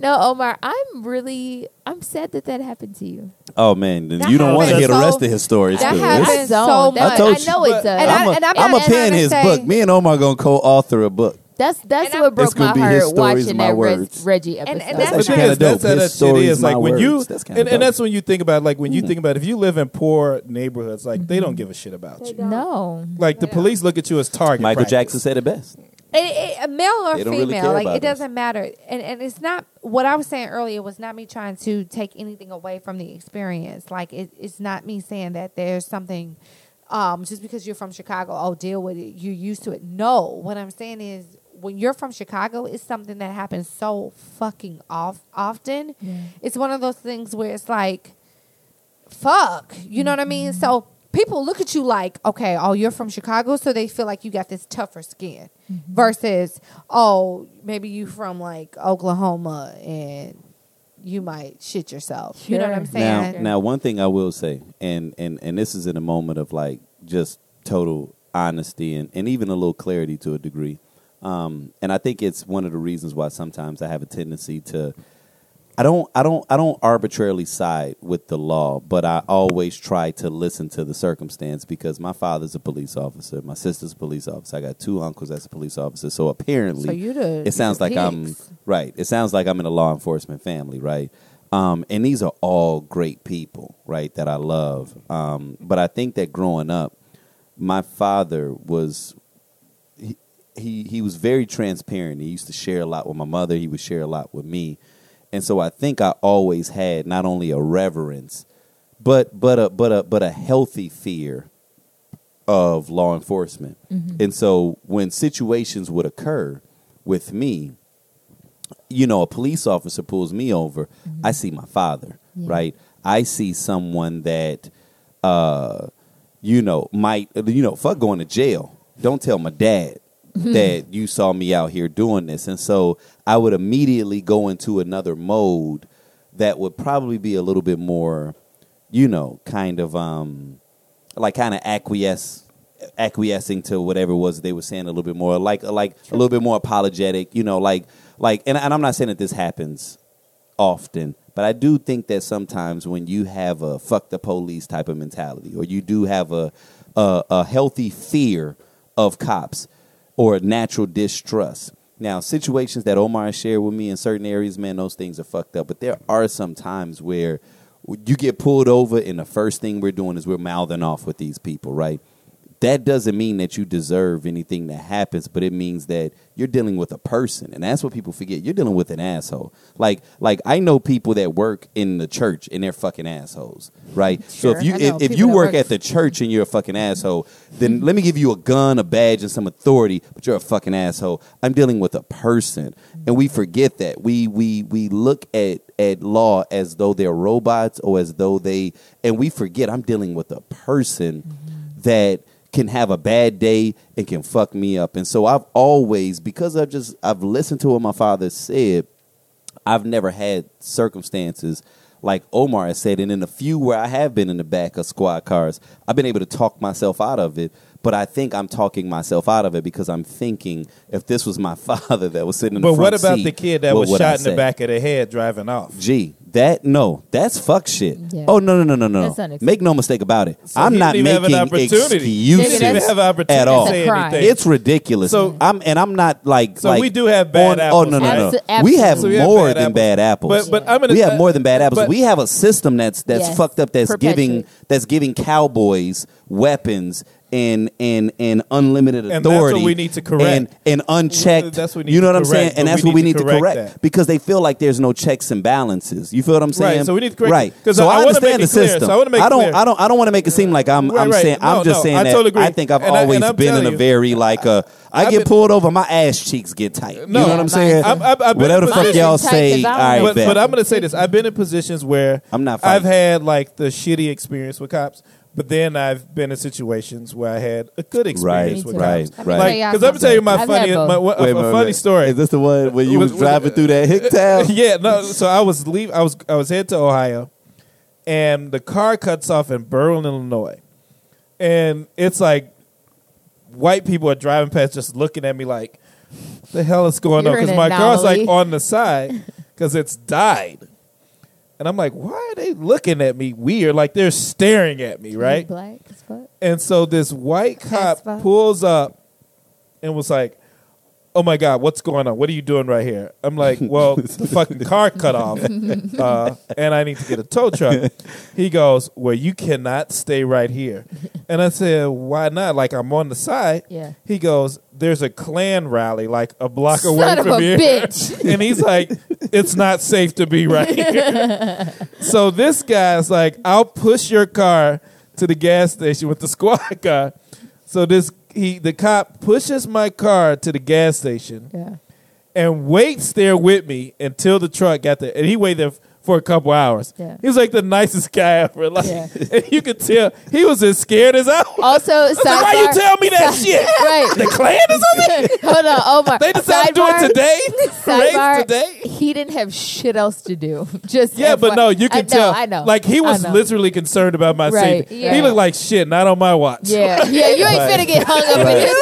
No, Omar, I'm really, I'm sad that that happened to you.
Oh man, then
That
you don't want to hear the
happens
rest
so-
of his stories.
that
too.
happens
I
This-
Happens so
don't. That-
much.
I told
I know
you.
it does.
And I-
I'm a-
and I'm
I'm a
not- and I'm
pen
not
his
saying-
book. Me and Omar gonna co-author a book.
that's that's
and
what
I'm-
broke
It's gonna
my
be his
heart
stories,
watching
my
that
words.
Reg, Reggie
and
episode.
that's-
That's
the
kinda
thing is, that's
dope.
how
His
that shit
story is
is. Like
my
when you
words. That's kinda
and, and
dope. Mm-hmm.
that's when you think about like when you think about if you live in poor neighborhoods, like they don't give a shit about you.
no.
Like the police look at you as target.
Michael
practice.
Jackson said it best.
It, it, male or
They don't really
female,
care
like
about
it
us.
doesn't matter. And and it's not what I was saying earlier was not me trying to take anything away from the experience. Like it, it's not me saying that there's something. Um, just because you're from Chicago, oh, deal with it. You're used to it. No, what I'm saying is when you're from Chicago, it's something that happens so fucking off often.
Yeah.
It's one of those things where it's like fuck. You know what I mean? So people look at you like, okay, oh, you're from Chicago, so they feel like you got this tougher skin versus, oh, maybe you from like Oklahoma and you might shit yourself. You know what I'm
Sure.
saying?
Now, now, one thing I will say, and and and this is in a moment of like just total honesty and and even a little clarity to a degree. Um, and I think it's one of the reasons why sometimes I have a tendency to. I don't, I don't, I don't arbitrarily side with the law, but I always try to listen to the circumstance because my father's a police officer, my sister's a police officer. I got two uncles that's a police officer, so apparently,
So you the-
it sounds
the
like I'm
pigs.
right. It sounds like I'm in a law enforcement family, right? Um, and these are all great people, right? That I love. Um, but I think that growing up, my father was he, he he was very transparent. He used to share a lot with my mother. He would share a lot with me, and so I think I always had not only a reverence, but but a but a but a healthy fear of law enforcement. And so when situations would occur with me, you know, a police officer pulls me over, I see my father,
Yeah.
right? I see someone that uh you know, might you know, fuck going to jail. Don't tell my dad that you saw me out here doing this. And so I would immediately go into another mode that would probably be a little bit more, you know, kind of um like kind of acquiesce acquiescing to whatever it was they were saying a little bit more like like a little bit more apologetic you know like like and, and i'm not saying that this happens often but i do think that sometimes when you have a fuck the police type of mentality or you do have a a, a healthy fear of cops or a natural distrust now situations that omar shared with me in certain areas man those things are fucked up but there are some times where you get pulled over and the first thing we're doing is we're mouthing off with these people right that doesn't mean that you deserve anything that happens, but it means that you're dealing with a person, and that's what people forget. You're dealing with an asshole. Like, like I know people that work in the church and they're fucking assholes, right? so
Sure,
if you
I know
if, if
people
you
that
work
work-
at the church and you're a fucking asshole, then let me give you a gun, a badge, and some authority, but you're a fucking asshole. I'm dealing with a person, and we forget that. We we we look at at law as though they're robots or as though they, and we forget I'm dealing with a person that can have a bad day and can fuck me up. And so I've always, because I've just I've listened to what my father said, I've never had circumstances like Omar has said, and in a few where I have been in the back of squad cars, I've been able to talk myself out of it. But I think I'm talking myself out of it because I'm thinking if this was my father that was sitting in
But
the
what
front
about
seat,
the kid that
what
was
would I
shot in the
say?
back of the head driving off?
Gee, That no, that's fuck shit.
Yeah.
Oh no no no no no.
That's unacceptable.
Make no mistake about it.
So
I'm
he
not
didn't even have an
making
opportunity. He
excuses.
didn't even have an opportunity
at
to
all.
say
That's a crime.
anything.
It's ridiculous.
So-
So I'm and I'm not like
So
like
we do have bad
on-
apples.
Oh no no no.
Abso-
we have
So
we have
more
bad
than
apples.
bad apples.
But but I'm gonna
we have more than bad apples.
but-
we have a system that's that's
Yes.
fucked up. That's
Perpetuate.
giving that's giving cowboys weapons and and and unlimited
And that's
authority.
what we need to correct.
And, and unchecked.
That's what we need
you know
to
what I'm
correct,
saying. And
but
that's
we
what we
need
need
to
to
correct
correct,
that.
because they feel like there's no checks and balances. You feel what I'm saying?
Right, so we need to correct-
Right.
'cause
So
I- I
I,
wanna make
understand the
it clear,
system.
so I wanna make
I don't.
clear.
I don't. I don't want to make it seem like I'm.
Right,
I'm
right.
saying.
No,
I'm just
no,
saying
I
that.
totally agree.
I think I've
And I- and
always
I'm
been in
telling
a
you,
very like uh, I
I've
get
been-
pulled over, my ass cheeks get tight.
No.
you know what I'm saying?
I've- I've- I've been
Whatever the
in
fuck
positions-
y'all
Tight
say,
'cause I
all
don't know.
right,
but,
bet.
but I'm going to say this. I've been in positions where
I'm not
I've
fighting.
had like the shitty experience with cops, but then I've been in situations where I had a good experience
right,
with
right,
cops.
I mean,
right.
Tell
Like,
y'all
because I'm gonna tell you my
something.
funny,
I've had
my,
both.
what, a,
Wait,
a
wait,
funny
wait.
story.
Is this the one where you
Was-
was,
was-
driving through that hick town?
yeah, no. So I was leave. I was I was headed to Ohio, and the car cuts off in Berlin, Illinois, and it's like white people are driving past, just looking at me like, "The hell is going on?"
You're
Because
an
my car's
anomaly.
like on the side because it's died, and I'm like, "Why are they looking at me weird? Like they're staring at me, right?"
Black as fuck.
And so this white
That's
cop
fucked.
pulls up and was like, "Oh my God, what's going on? What are you doing right here?" I'm like, "Well, the fucking car cut off, uh, and I need to get a tow truck." He goes, "Well, you cannot stay right here." And I said, "Why not? Like I'm on the side."
Yeah.
He goes, "There's a Klan rally like a block
Son
away
of
from
a
here."
bitch.
and he's like, "It's not safe to be right here." so this guy's like, "I'll push your car to the gas station with the squad car." So this he the cop pushes my car to the gas station
Yeah.
and waits there with me until the truck got there. And he waited there f- for a couple hours.
Yeah.
He was like the nicest guy ever. Like,
Yeah.
and you could tell he was as scared as I was.
Also,
Like, why you
sidebar.
tell me that shit?
Right.
The Klan is on it.
Hold on, Omar.
They decided
Sidebar-
to do it today.
Sidebar,
Race today.
He didn't have shit else to do. Just
Yeah, but
FYI.
no, you
I
can
know,
tell.
I know.
Like he
I
was
know.
literally concerned about my
Right,
safety.
yeah.
He looked like shit. Not on my watch.
Yeah, yeah. You ain't
Right.
finna get hung up in
Right,
this.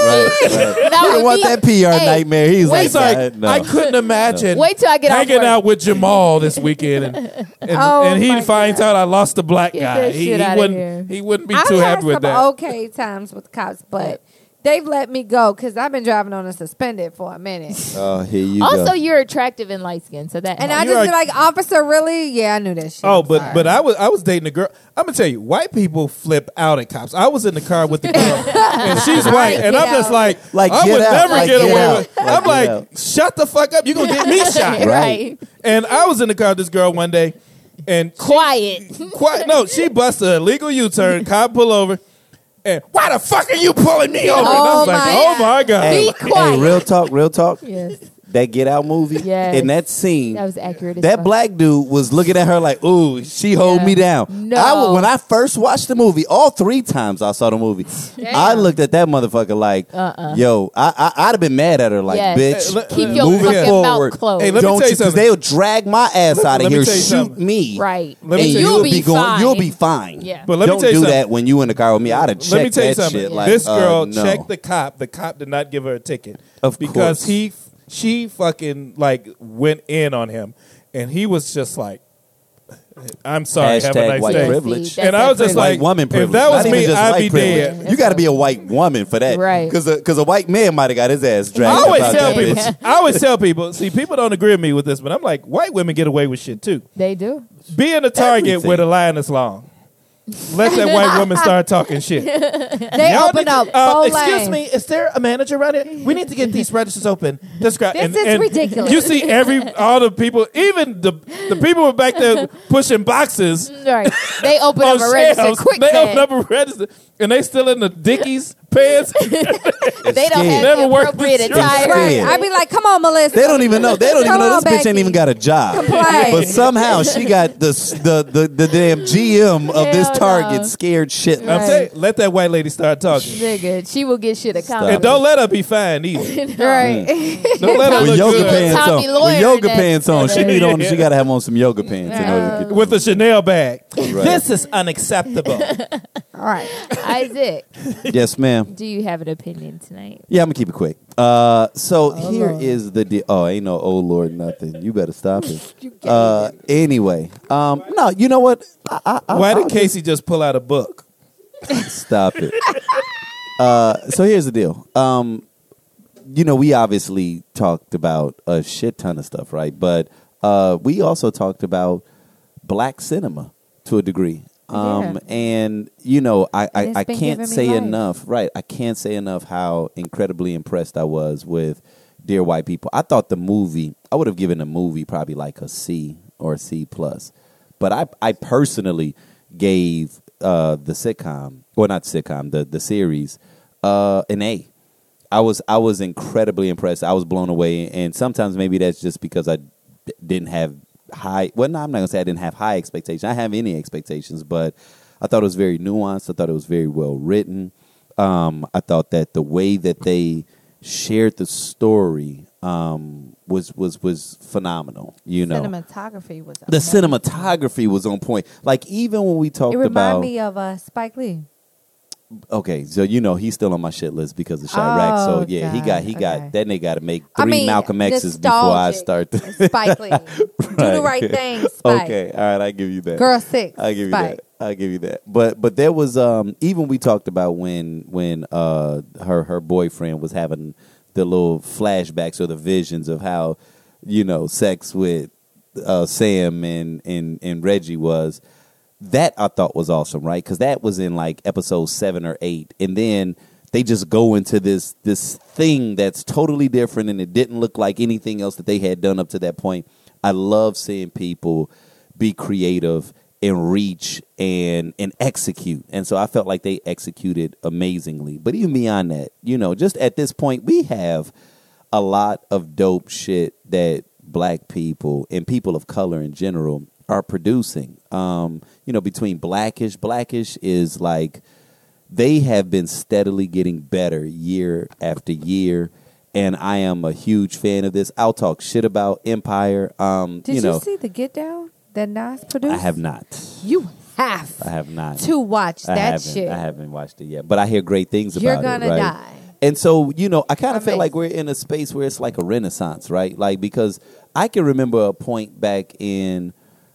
right, right.
Now
You don't want
me-
that PR
Hey,
nightmare. He's
wait.
like,
He's like,
"God, no.
I couldn't imagine
Wait till I get off
hanging
work.
out with Jamal this weekend, and and,
Oh,
and he
my
finds out I lost the black
Get
guy.
that
He,
shit
he
outta here.
wouldn't. He wouldn't be
I've
too
had
happy with
some
that.
okay times with cops, but they've let me go because I've been driving on a suspended for a minute.
Oh, here you
Also,
go.
you're attractive and light skinned, so that
And I
helps.
You
just
are-
be like, officer, really? Yeah, I knew that shit.
Oh,
I'm
but
sorry.
but I was I was dating a girl. I'm gonna tell you, white people flip out at cops. I was in the car with the girl, and she's white, and I'm
get
just
out.
like,
Like,
I
get
would
out.
never
Like,
get
get
away
out.
with.
Like,
I'm
get
like,
out.
shut the fuck up. You gonna get me shot?
right.
And I was in the car with this girl one day, and
Quiet.
Quite, no, she busts a legal U turn. Cop pull over, and why the fuck are you pulling me over? and I
Oh
was like,
my
oh my god.
hey,
quiet.
hey, real talk, real talk.
Yes,
That Get Out movie
Yes.
in that scene.
that was accurate. as
that
fuck.
black dude was looking at her like, "Ooh, she hold
Yeah.
me down."
No.
I wa- when I first watched the movie, all three times I saw the movie, I looked at that motherfucker like,
Uh-uh.
"Yo, I, I I'd have been mad at her like,
Yes.
bitch,
Hey, let-
Keep
uh,
your
moving
fucking
forward.
mouth closed.
Hey, let me tell
don't
you
you? Because
something.
they'll drag my ass out
let
of
me
here,
tell you
shoot
something.
me,
right.
Let me
and
tell you-
you'll,
You'll
be,
be
going, you'll
fine.
be fine.
Yeah.
But let me
don't
tell you
do
something.
that when you in the car with me. I'd have checked
Let me tell you
that
something.
shit. Like,
this girl
uh, no.
checked the cop. The cop did not give her a ticket.
Of
because
course.
he she fucking like went in on him, and he was just like, "I'm sorry, have a
Hashtag
nice
white
day."
privilege.
And I was just
white
like,
woman
if
privilege.
that was
Not even
me,
just
I'd
white
be
privilege.
dead.
Yeah,
You got to be a white woman for that,
Right.
Because because a, white man might have got his ass
I
dragged.
always
about
tell
that bitch.
people. I always tell people. See, people don't agree with me with this, but I'm like, white women get away with shit too.
they do.
Being a target
Everything.
with a line that's long. Let that white woman start talking shit.
they
Y'all
open
need-
up.
uh,
full
excuse
lanes.
me, is there a manager around here? We need to get these registers open. This, this
This is ridiculous.
You see every all the people, even the the people were back there pushing boxes
Right. They open up a
on
register
shelves.
quick.
they opened
man.
up a register and they still in the Dickies pants.
They don't
scared.
have
Never
the
worked
appropriate
with
attire.
children.
Right.
Yeah.
I'd be like, come on, Melissa.
They don't even know. They don't even
Come
know this
on,
bitch ain't
Becky.
even got a job.
Complain.
But somehow she got the s- the the, the damn GM of this
Hell no.
Target scared shit.
I'm
Right.
saying, let that white lady start talking.
Nigga, she will get shit
And
accomplished.
don't let her be fine either.
Right.
Don't let her
With
look
yoga
good.
pants
Tommy
on,
Lawyer
with yoga
that-
pants on, she need on.
Yeah.
She gotta have on some yoga pants in order to get
with a Chanel bag.
Right.
This is unacceptable.
All right.
Isaac,
yes, ma'am.
do you have an opinion tonight?
Yeah, I'm gonna keep it quick. Uh, so
Oh,
here
Lord.
is the deal. Oh, ain't no oh Lord nothing. You better stop it. Uh, anyway, um, no, you know what? I, I, I,
Why
I'll
did Casey just pull out a book?
Stop it. uh, so here's the deal. Um, you know, we obviously talked about a shit ton of stuff, right? But uh, we also talked about black cinema to a degree. Um, And, you know, I, I,
It's
I
been giving
can't
me
say
life.
enough, right? I can't say enough how incredibly impressed I was with Dear White People. I thought the movie, I would have given the movie probably like a C or a C plus. But I, I personally gave uh, the sitcom, or not sitcom, the, the series, uh, an A. I was I was incredibly impressed. I was blown away, and sometimes maybe that's just because I d- didn't have high. Well, no, I'm not gonna say I didn't have high expectations. I didn't have any expectations, but I thought it was very nuanced. I thought it was very well written. Um, I thought that the way that they shared the story um, was was was phenomenal. You know,
Cinematography was
the
amazing.
cinematography was on point. Like even when we talked
It reminded
about
me of uh, Spike Lee.
okay, so you know he's still on my shit list because of Chirac.
Oh,
so yeah, he
God,
got he
okay.
got that nigga got to make
I
three
mean,
Malcolm X's before I
nostalgic.
start. To,
Spike Lee. Do the right thing, Spike.
okay, all right, I give you that.
Girl six.
I give you
Spike.
that. I give you that. But but there was um even we talked about when when uh her her boyfriend was having the little flashbacks or the visions of how you know sex with uh, Sam and and and Reggie was. That I thought was awesome, right? Because that was in like episode seven or eight, and then they just go into this this thing that's totally different, and it didn't look like anything else that they had done up to that point. I love seeing people be creative and reach and and execute. And so I felt like they executed amazingly. But even beyond that, you know, just at this point we have a lot of dope shit that black people and people of color in general are producing. Um, you know, between blackish, blackish is like they have been steadily getting better year after year. And I am a huge fan of this. I'll talk shit about Empire. Um,
Did you,
you know,
see the Get Down that Nas produced?
I have not.
You have,
I have not.
to watch
I
that
haven't,
shit.
I haven't watched it yet, but I hear great things
You're
about it.
gonna
right?
die.
And so, you know, I kind of feel
Amazing.
like we're in a space where it's like a renaissance, right? Like because I can remember a point back in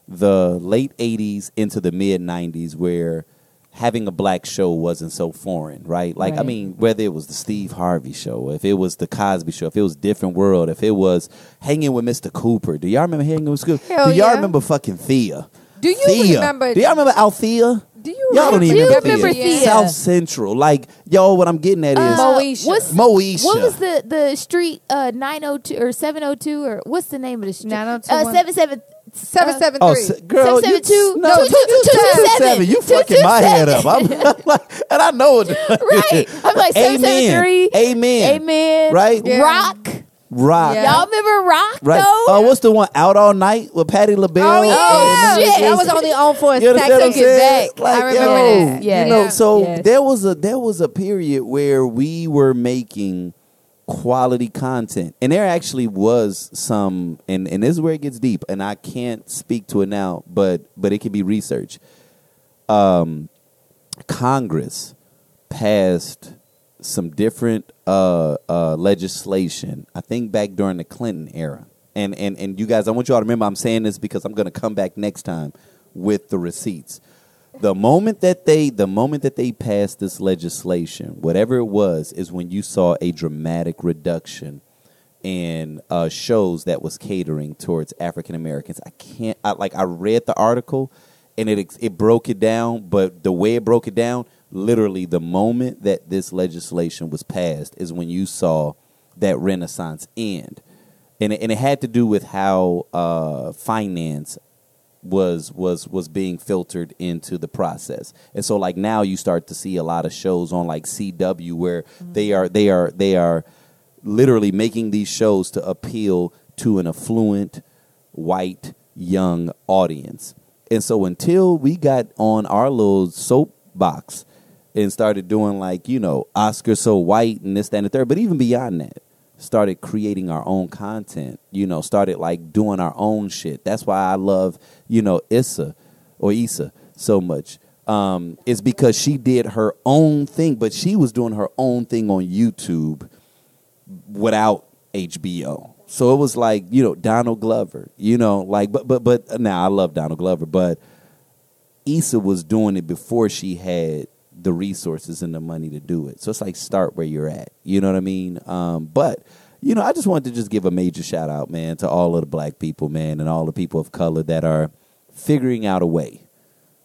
the late '80s into the mid '90s where having a black show wasn't so foreign, right? Like I
Right.
mean, whether it was the Steve Harvey show, if it was the Cosby show, if it was Different World, if it was Hanging with Mr. Cooper, do y'all remember Hanging with Mr. Cooper?
Hell
do y'all
yeah.
remember fucking Thea?
Do you
Thea.
remember-
Do y'all remember Althea?
Do you
Y'all don't
remember?
even
Do
know
you
Thea.
remember Thea?
South Central. Like, yo, what I'm getting at is
Uh, Moesha.
What's,
Moesha.
What was the, the street uh, 902 or 702 or what's the name of the street?
902
Uh,
one- Uh,
77
Seven seven
Oh,
three.
s- girl, you,
772
no,
no,
227. You fucking my head up. I'm, I'm like, and I know it.
Right. I'm like
Amen.
773.
Amen.
Amen.
Right?
Yeah.
Rock.
Rock.
Yeah.
Y'all remember Rock
Right.
though?
Oh, what's the one? Out all night with Patty LaBelle.
Oh, yeah.
Oh,
and-
shit.
That was only on for a
You
second.
understand what I'm saying?
back. I remember
yo,
that.
Yeah.
You know,
Yeah.
so
Yes.
there was a there was a period where we were making quality content. And there actually was some and, and this is where it gets deep, and I can't speak to it now, but but it can be research. Um Congress passed some different uh, uh, legislation. I think back during the Clinton era, and and and you guys, I want you all to remember. I'm saying this because I'm going to come back next time with the receipts. The moment that they, the moment that they passed this legislation, whatever it was, is when you saw a dramatic reduction in uh, shows that was catering towards African Americans. I can't, I, like, I read the article and it ex- it broke it down, but the way it broke it down, literally the moment that this legislation was passed is when you saw that renaissance end, and it, and it had to do with how uh, finance was was was being filtered into the process. And so like now you start to see a lot of shows on like CW where they are they are they are literally making these shows to appeal to an affluent white young audience. And so until we got on our little soapbox and started doing like, you know, Oscar so white and this, that, and the third, but even beyond that, started creating our own content, you know, started like doing our own shit. That's why I love, you know, Issa or Issa so much. um, is because she did her own thing, but she was doing her own thing on YouTube without HBO. So it was like you know Donald Glover, you know, like but but but now I love Donald Glover, but Issa was doing it before she had the resources and the money to do it. So it's like start where you're at. You know what I mean? Um, but you know, I just wanted to just give a major shout out, man, to all of the black people, man, and all the people of color that are figuring out a way.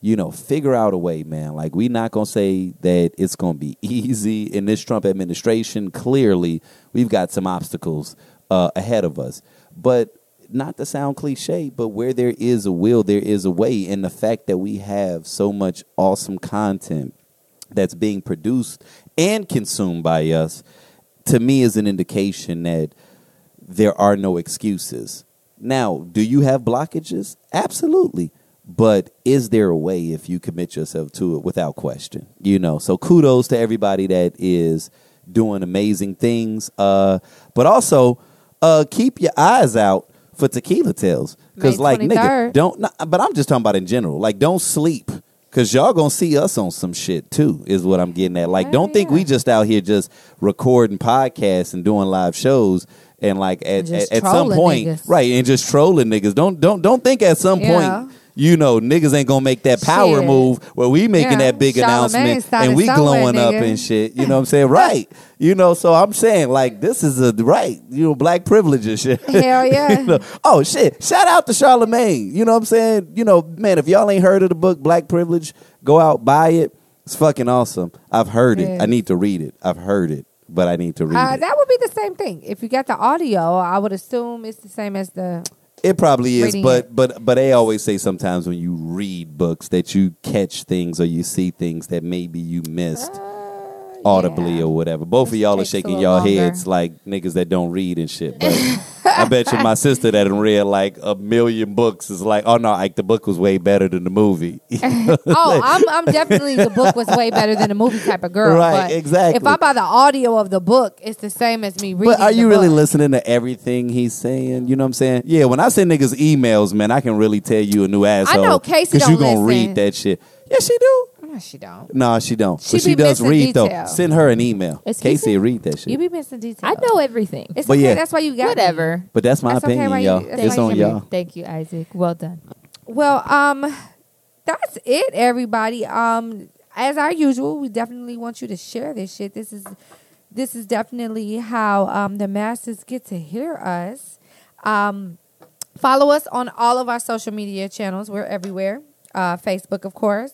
You know, figure out a way, man. Like we not gonna say that it's gonna be easy in this Trump administration. Clearly, we've got some obstacles uh, ahead of us. But not to sound cliche, but where there is a will, there is a way. And the fact that we have so much awesome content that's being produced and consumed by us, to me, is an indication that there are no excuses. Now, do you have blockages? Absolutely. But is there a way if you commit yourself to it without question? You know, so kudos to everybody that is doing amazing things. Uh, but also, uh, keep your eyes out for tequila tales. Because,
May
like, nigga,
23rd.
don't, nah, but I'm just talking about in general. Like, don't sleep. Because y'all going to see us on some shit, too, is what I'm getting at. Like,
Oh,
don't think we
yeah.
just out here just recording podcasts and doing live shows. And like at,
And just
at, at some
trolling
point,
niggas.
right? And just trolling niggas. Don't don't don't think at some
Yeah.
point, you know, niggas ain't gonna make that power
Shit.
move where we making
Yeah.
that big
Charlamagne
announcement
started
and we
somewhere,
glowing up
nigga.
and shit. You know what I'm saying? Right. You know, so I'm saying like this is a right, you know, black privilege and shit.
Hell yeah.
You know, oh shit. Shout out to Charlemagne. You know what I'm saying? You know, man, if y'all ain't heard of the book Black Privilege, go out, buy it. It's fucking awesome. I've heard it.
Yes.
I need to read it. I've heard it, but I need to read
Uh,
it.
that would be the same thing. If you got the audio, I would assume it's the same as the. uh,
It probably is,
reading
but but but they always say sometimes when you read books that you catch things or you see things that maybe you missed audibly
yeah.
or whatever. Both of
Just
y'all are
takes a
shaking
little
y'all
longer.
heads like niggas that don't read and shit. But I bet you my sister that done read like a million books is like, oh no, like the book was way better than the movie.
Oh, I'm, I'm definitely the book was way better than the movie type of girl.
Right,
but
exactly.
If I buy the audio of the book, it's the same as me reading.
But are
the
you really
book.
listening to everything he's saying? You know what I'm saying? Yeah, when I send niggas emails, man, I can really tell you a new asshole.
know Casey
you
don't
gonna
listen.
read that shit. Yeah, she do.
No, she don't.
No, she don't.
She
but she
be
does
missing
read though.
detail.
Send her an email.
Excuse
Casey
me?
read that shit.
You be missing details.
I know everything.
It's
But
okay.
yeah.
That's why you got me.
Whatever.
but that's my
That's okay,
opinion,
why you-
y'all.
that's
It's
why you
on
should
y'all.
Thank you, Isaac. Well done.
Well, um, that's it, everybody. Um, as our usual, we definitely want you to share this shit. This is this is definitely how um the masses get to hear us. Um, follow us on all of our social media channels. We're everywhere. Uh, Facebook, of course.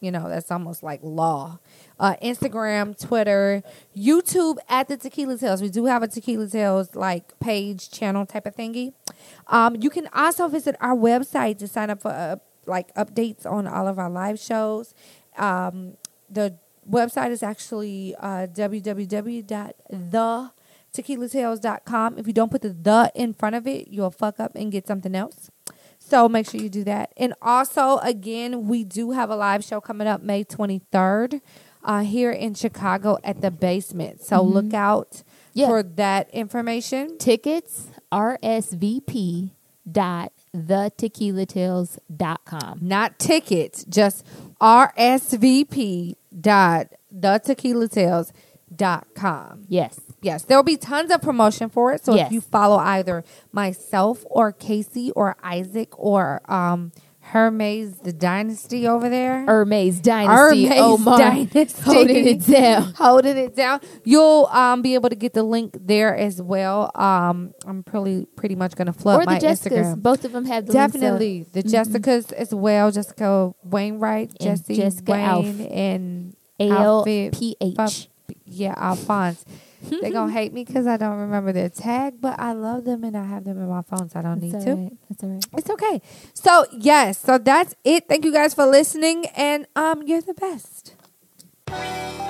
You know that's almost like law. Uh, Instagram, Twitter, YouTube at the Tequila Tales. We do have a Tequila Tales like page, channel type of thingy. Um, you can also visit our website to sign up for uh, like updates on all of our live shows. Um, the website is actually uh, www.thetequilatales.com. If you don't put the the in front of it, you'll fuck up and get something else. So make sure you do that. And also, again, we do have a live show coming up May 23rd uh, here in Chicago at the basement. So look out
Yeah.
for that information.
Tickets RSVP dot the dot com.
not tickets, just RSVP dot the dot com.
Yes.
Yes, there'll be tons of promotion for it. So
Yes.
if you follow either myself or Casey or Isaac or um, Hermes the Dynasty over there.
Hermes Dynasty. Oh,
Hermes
Omar
Dynasty.
holding it down.
holding it down. You'll um, be able to get the link there as well. Um, I'm pretty pretty much gonna flood
or the
my
Jessicas.
Instagram.
Both of them have the links up.
Definitely the Jessicas as well. Jessica Wainwright,
And
Jesse
Jessica
Wayne,
Alf.
and
AL
Outfit
PH.
Fup- yeah, Alphonse. they gonna hate me because I don't remember their tag, but I love them and I have them in my phone, so I don't need
That's
to.
all right. That's all right.
It's okay. So yes, so that's it. Thank you guys for listening, and um, you're the best.
Thank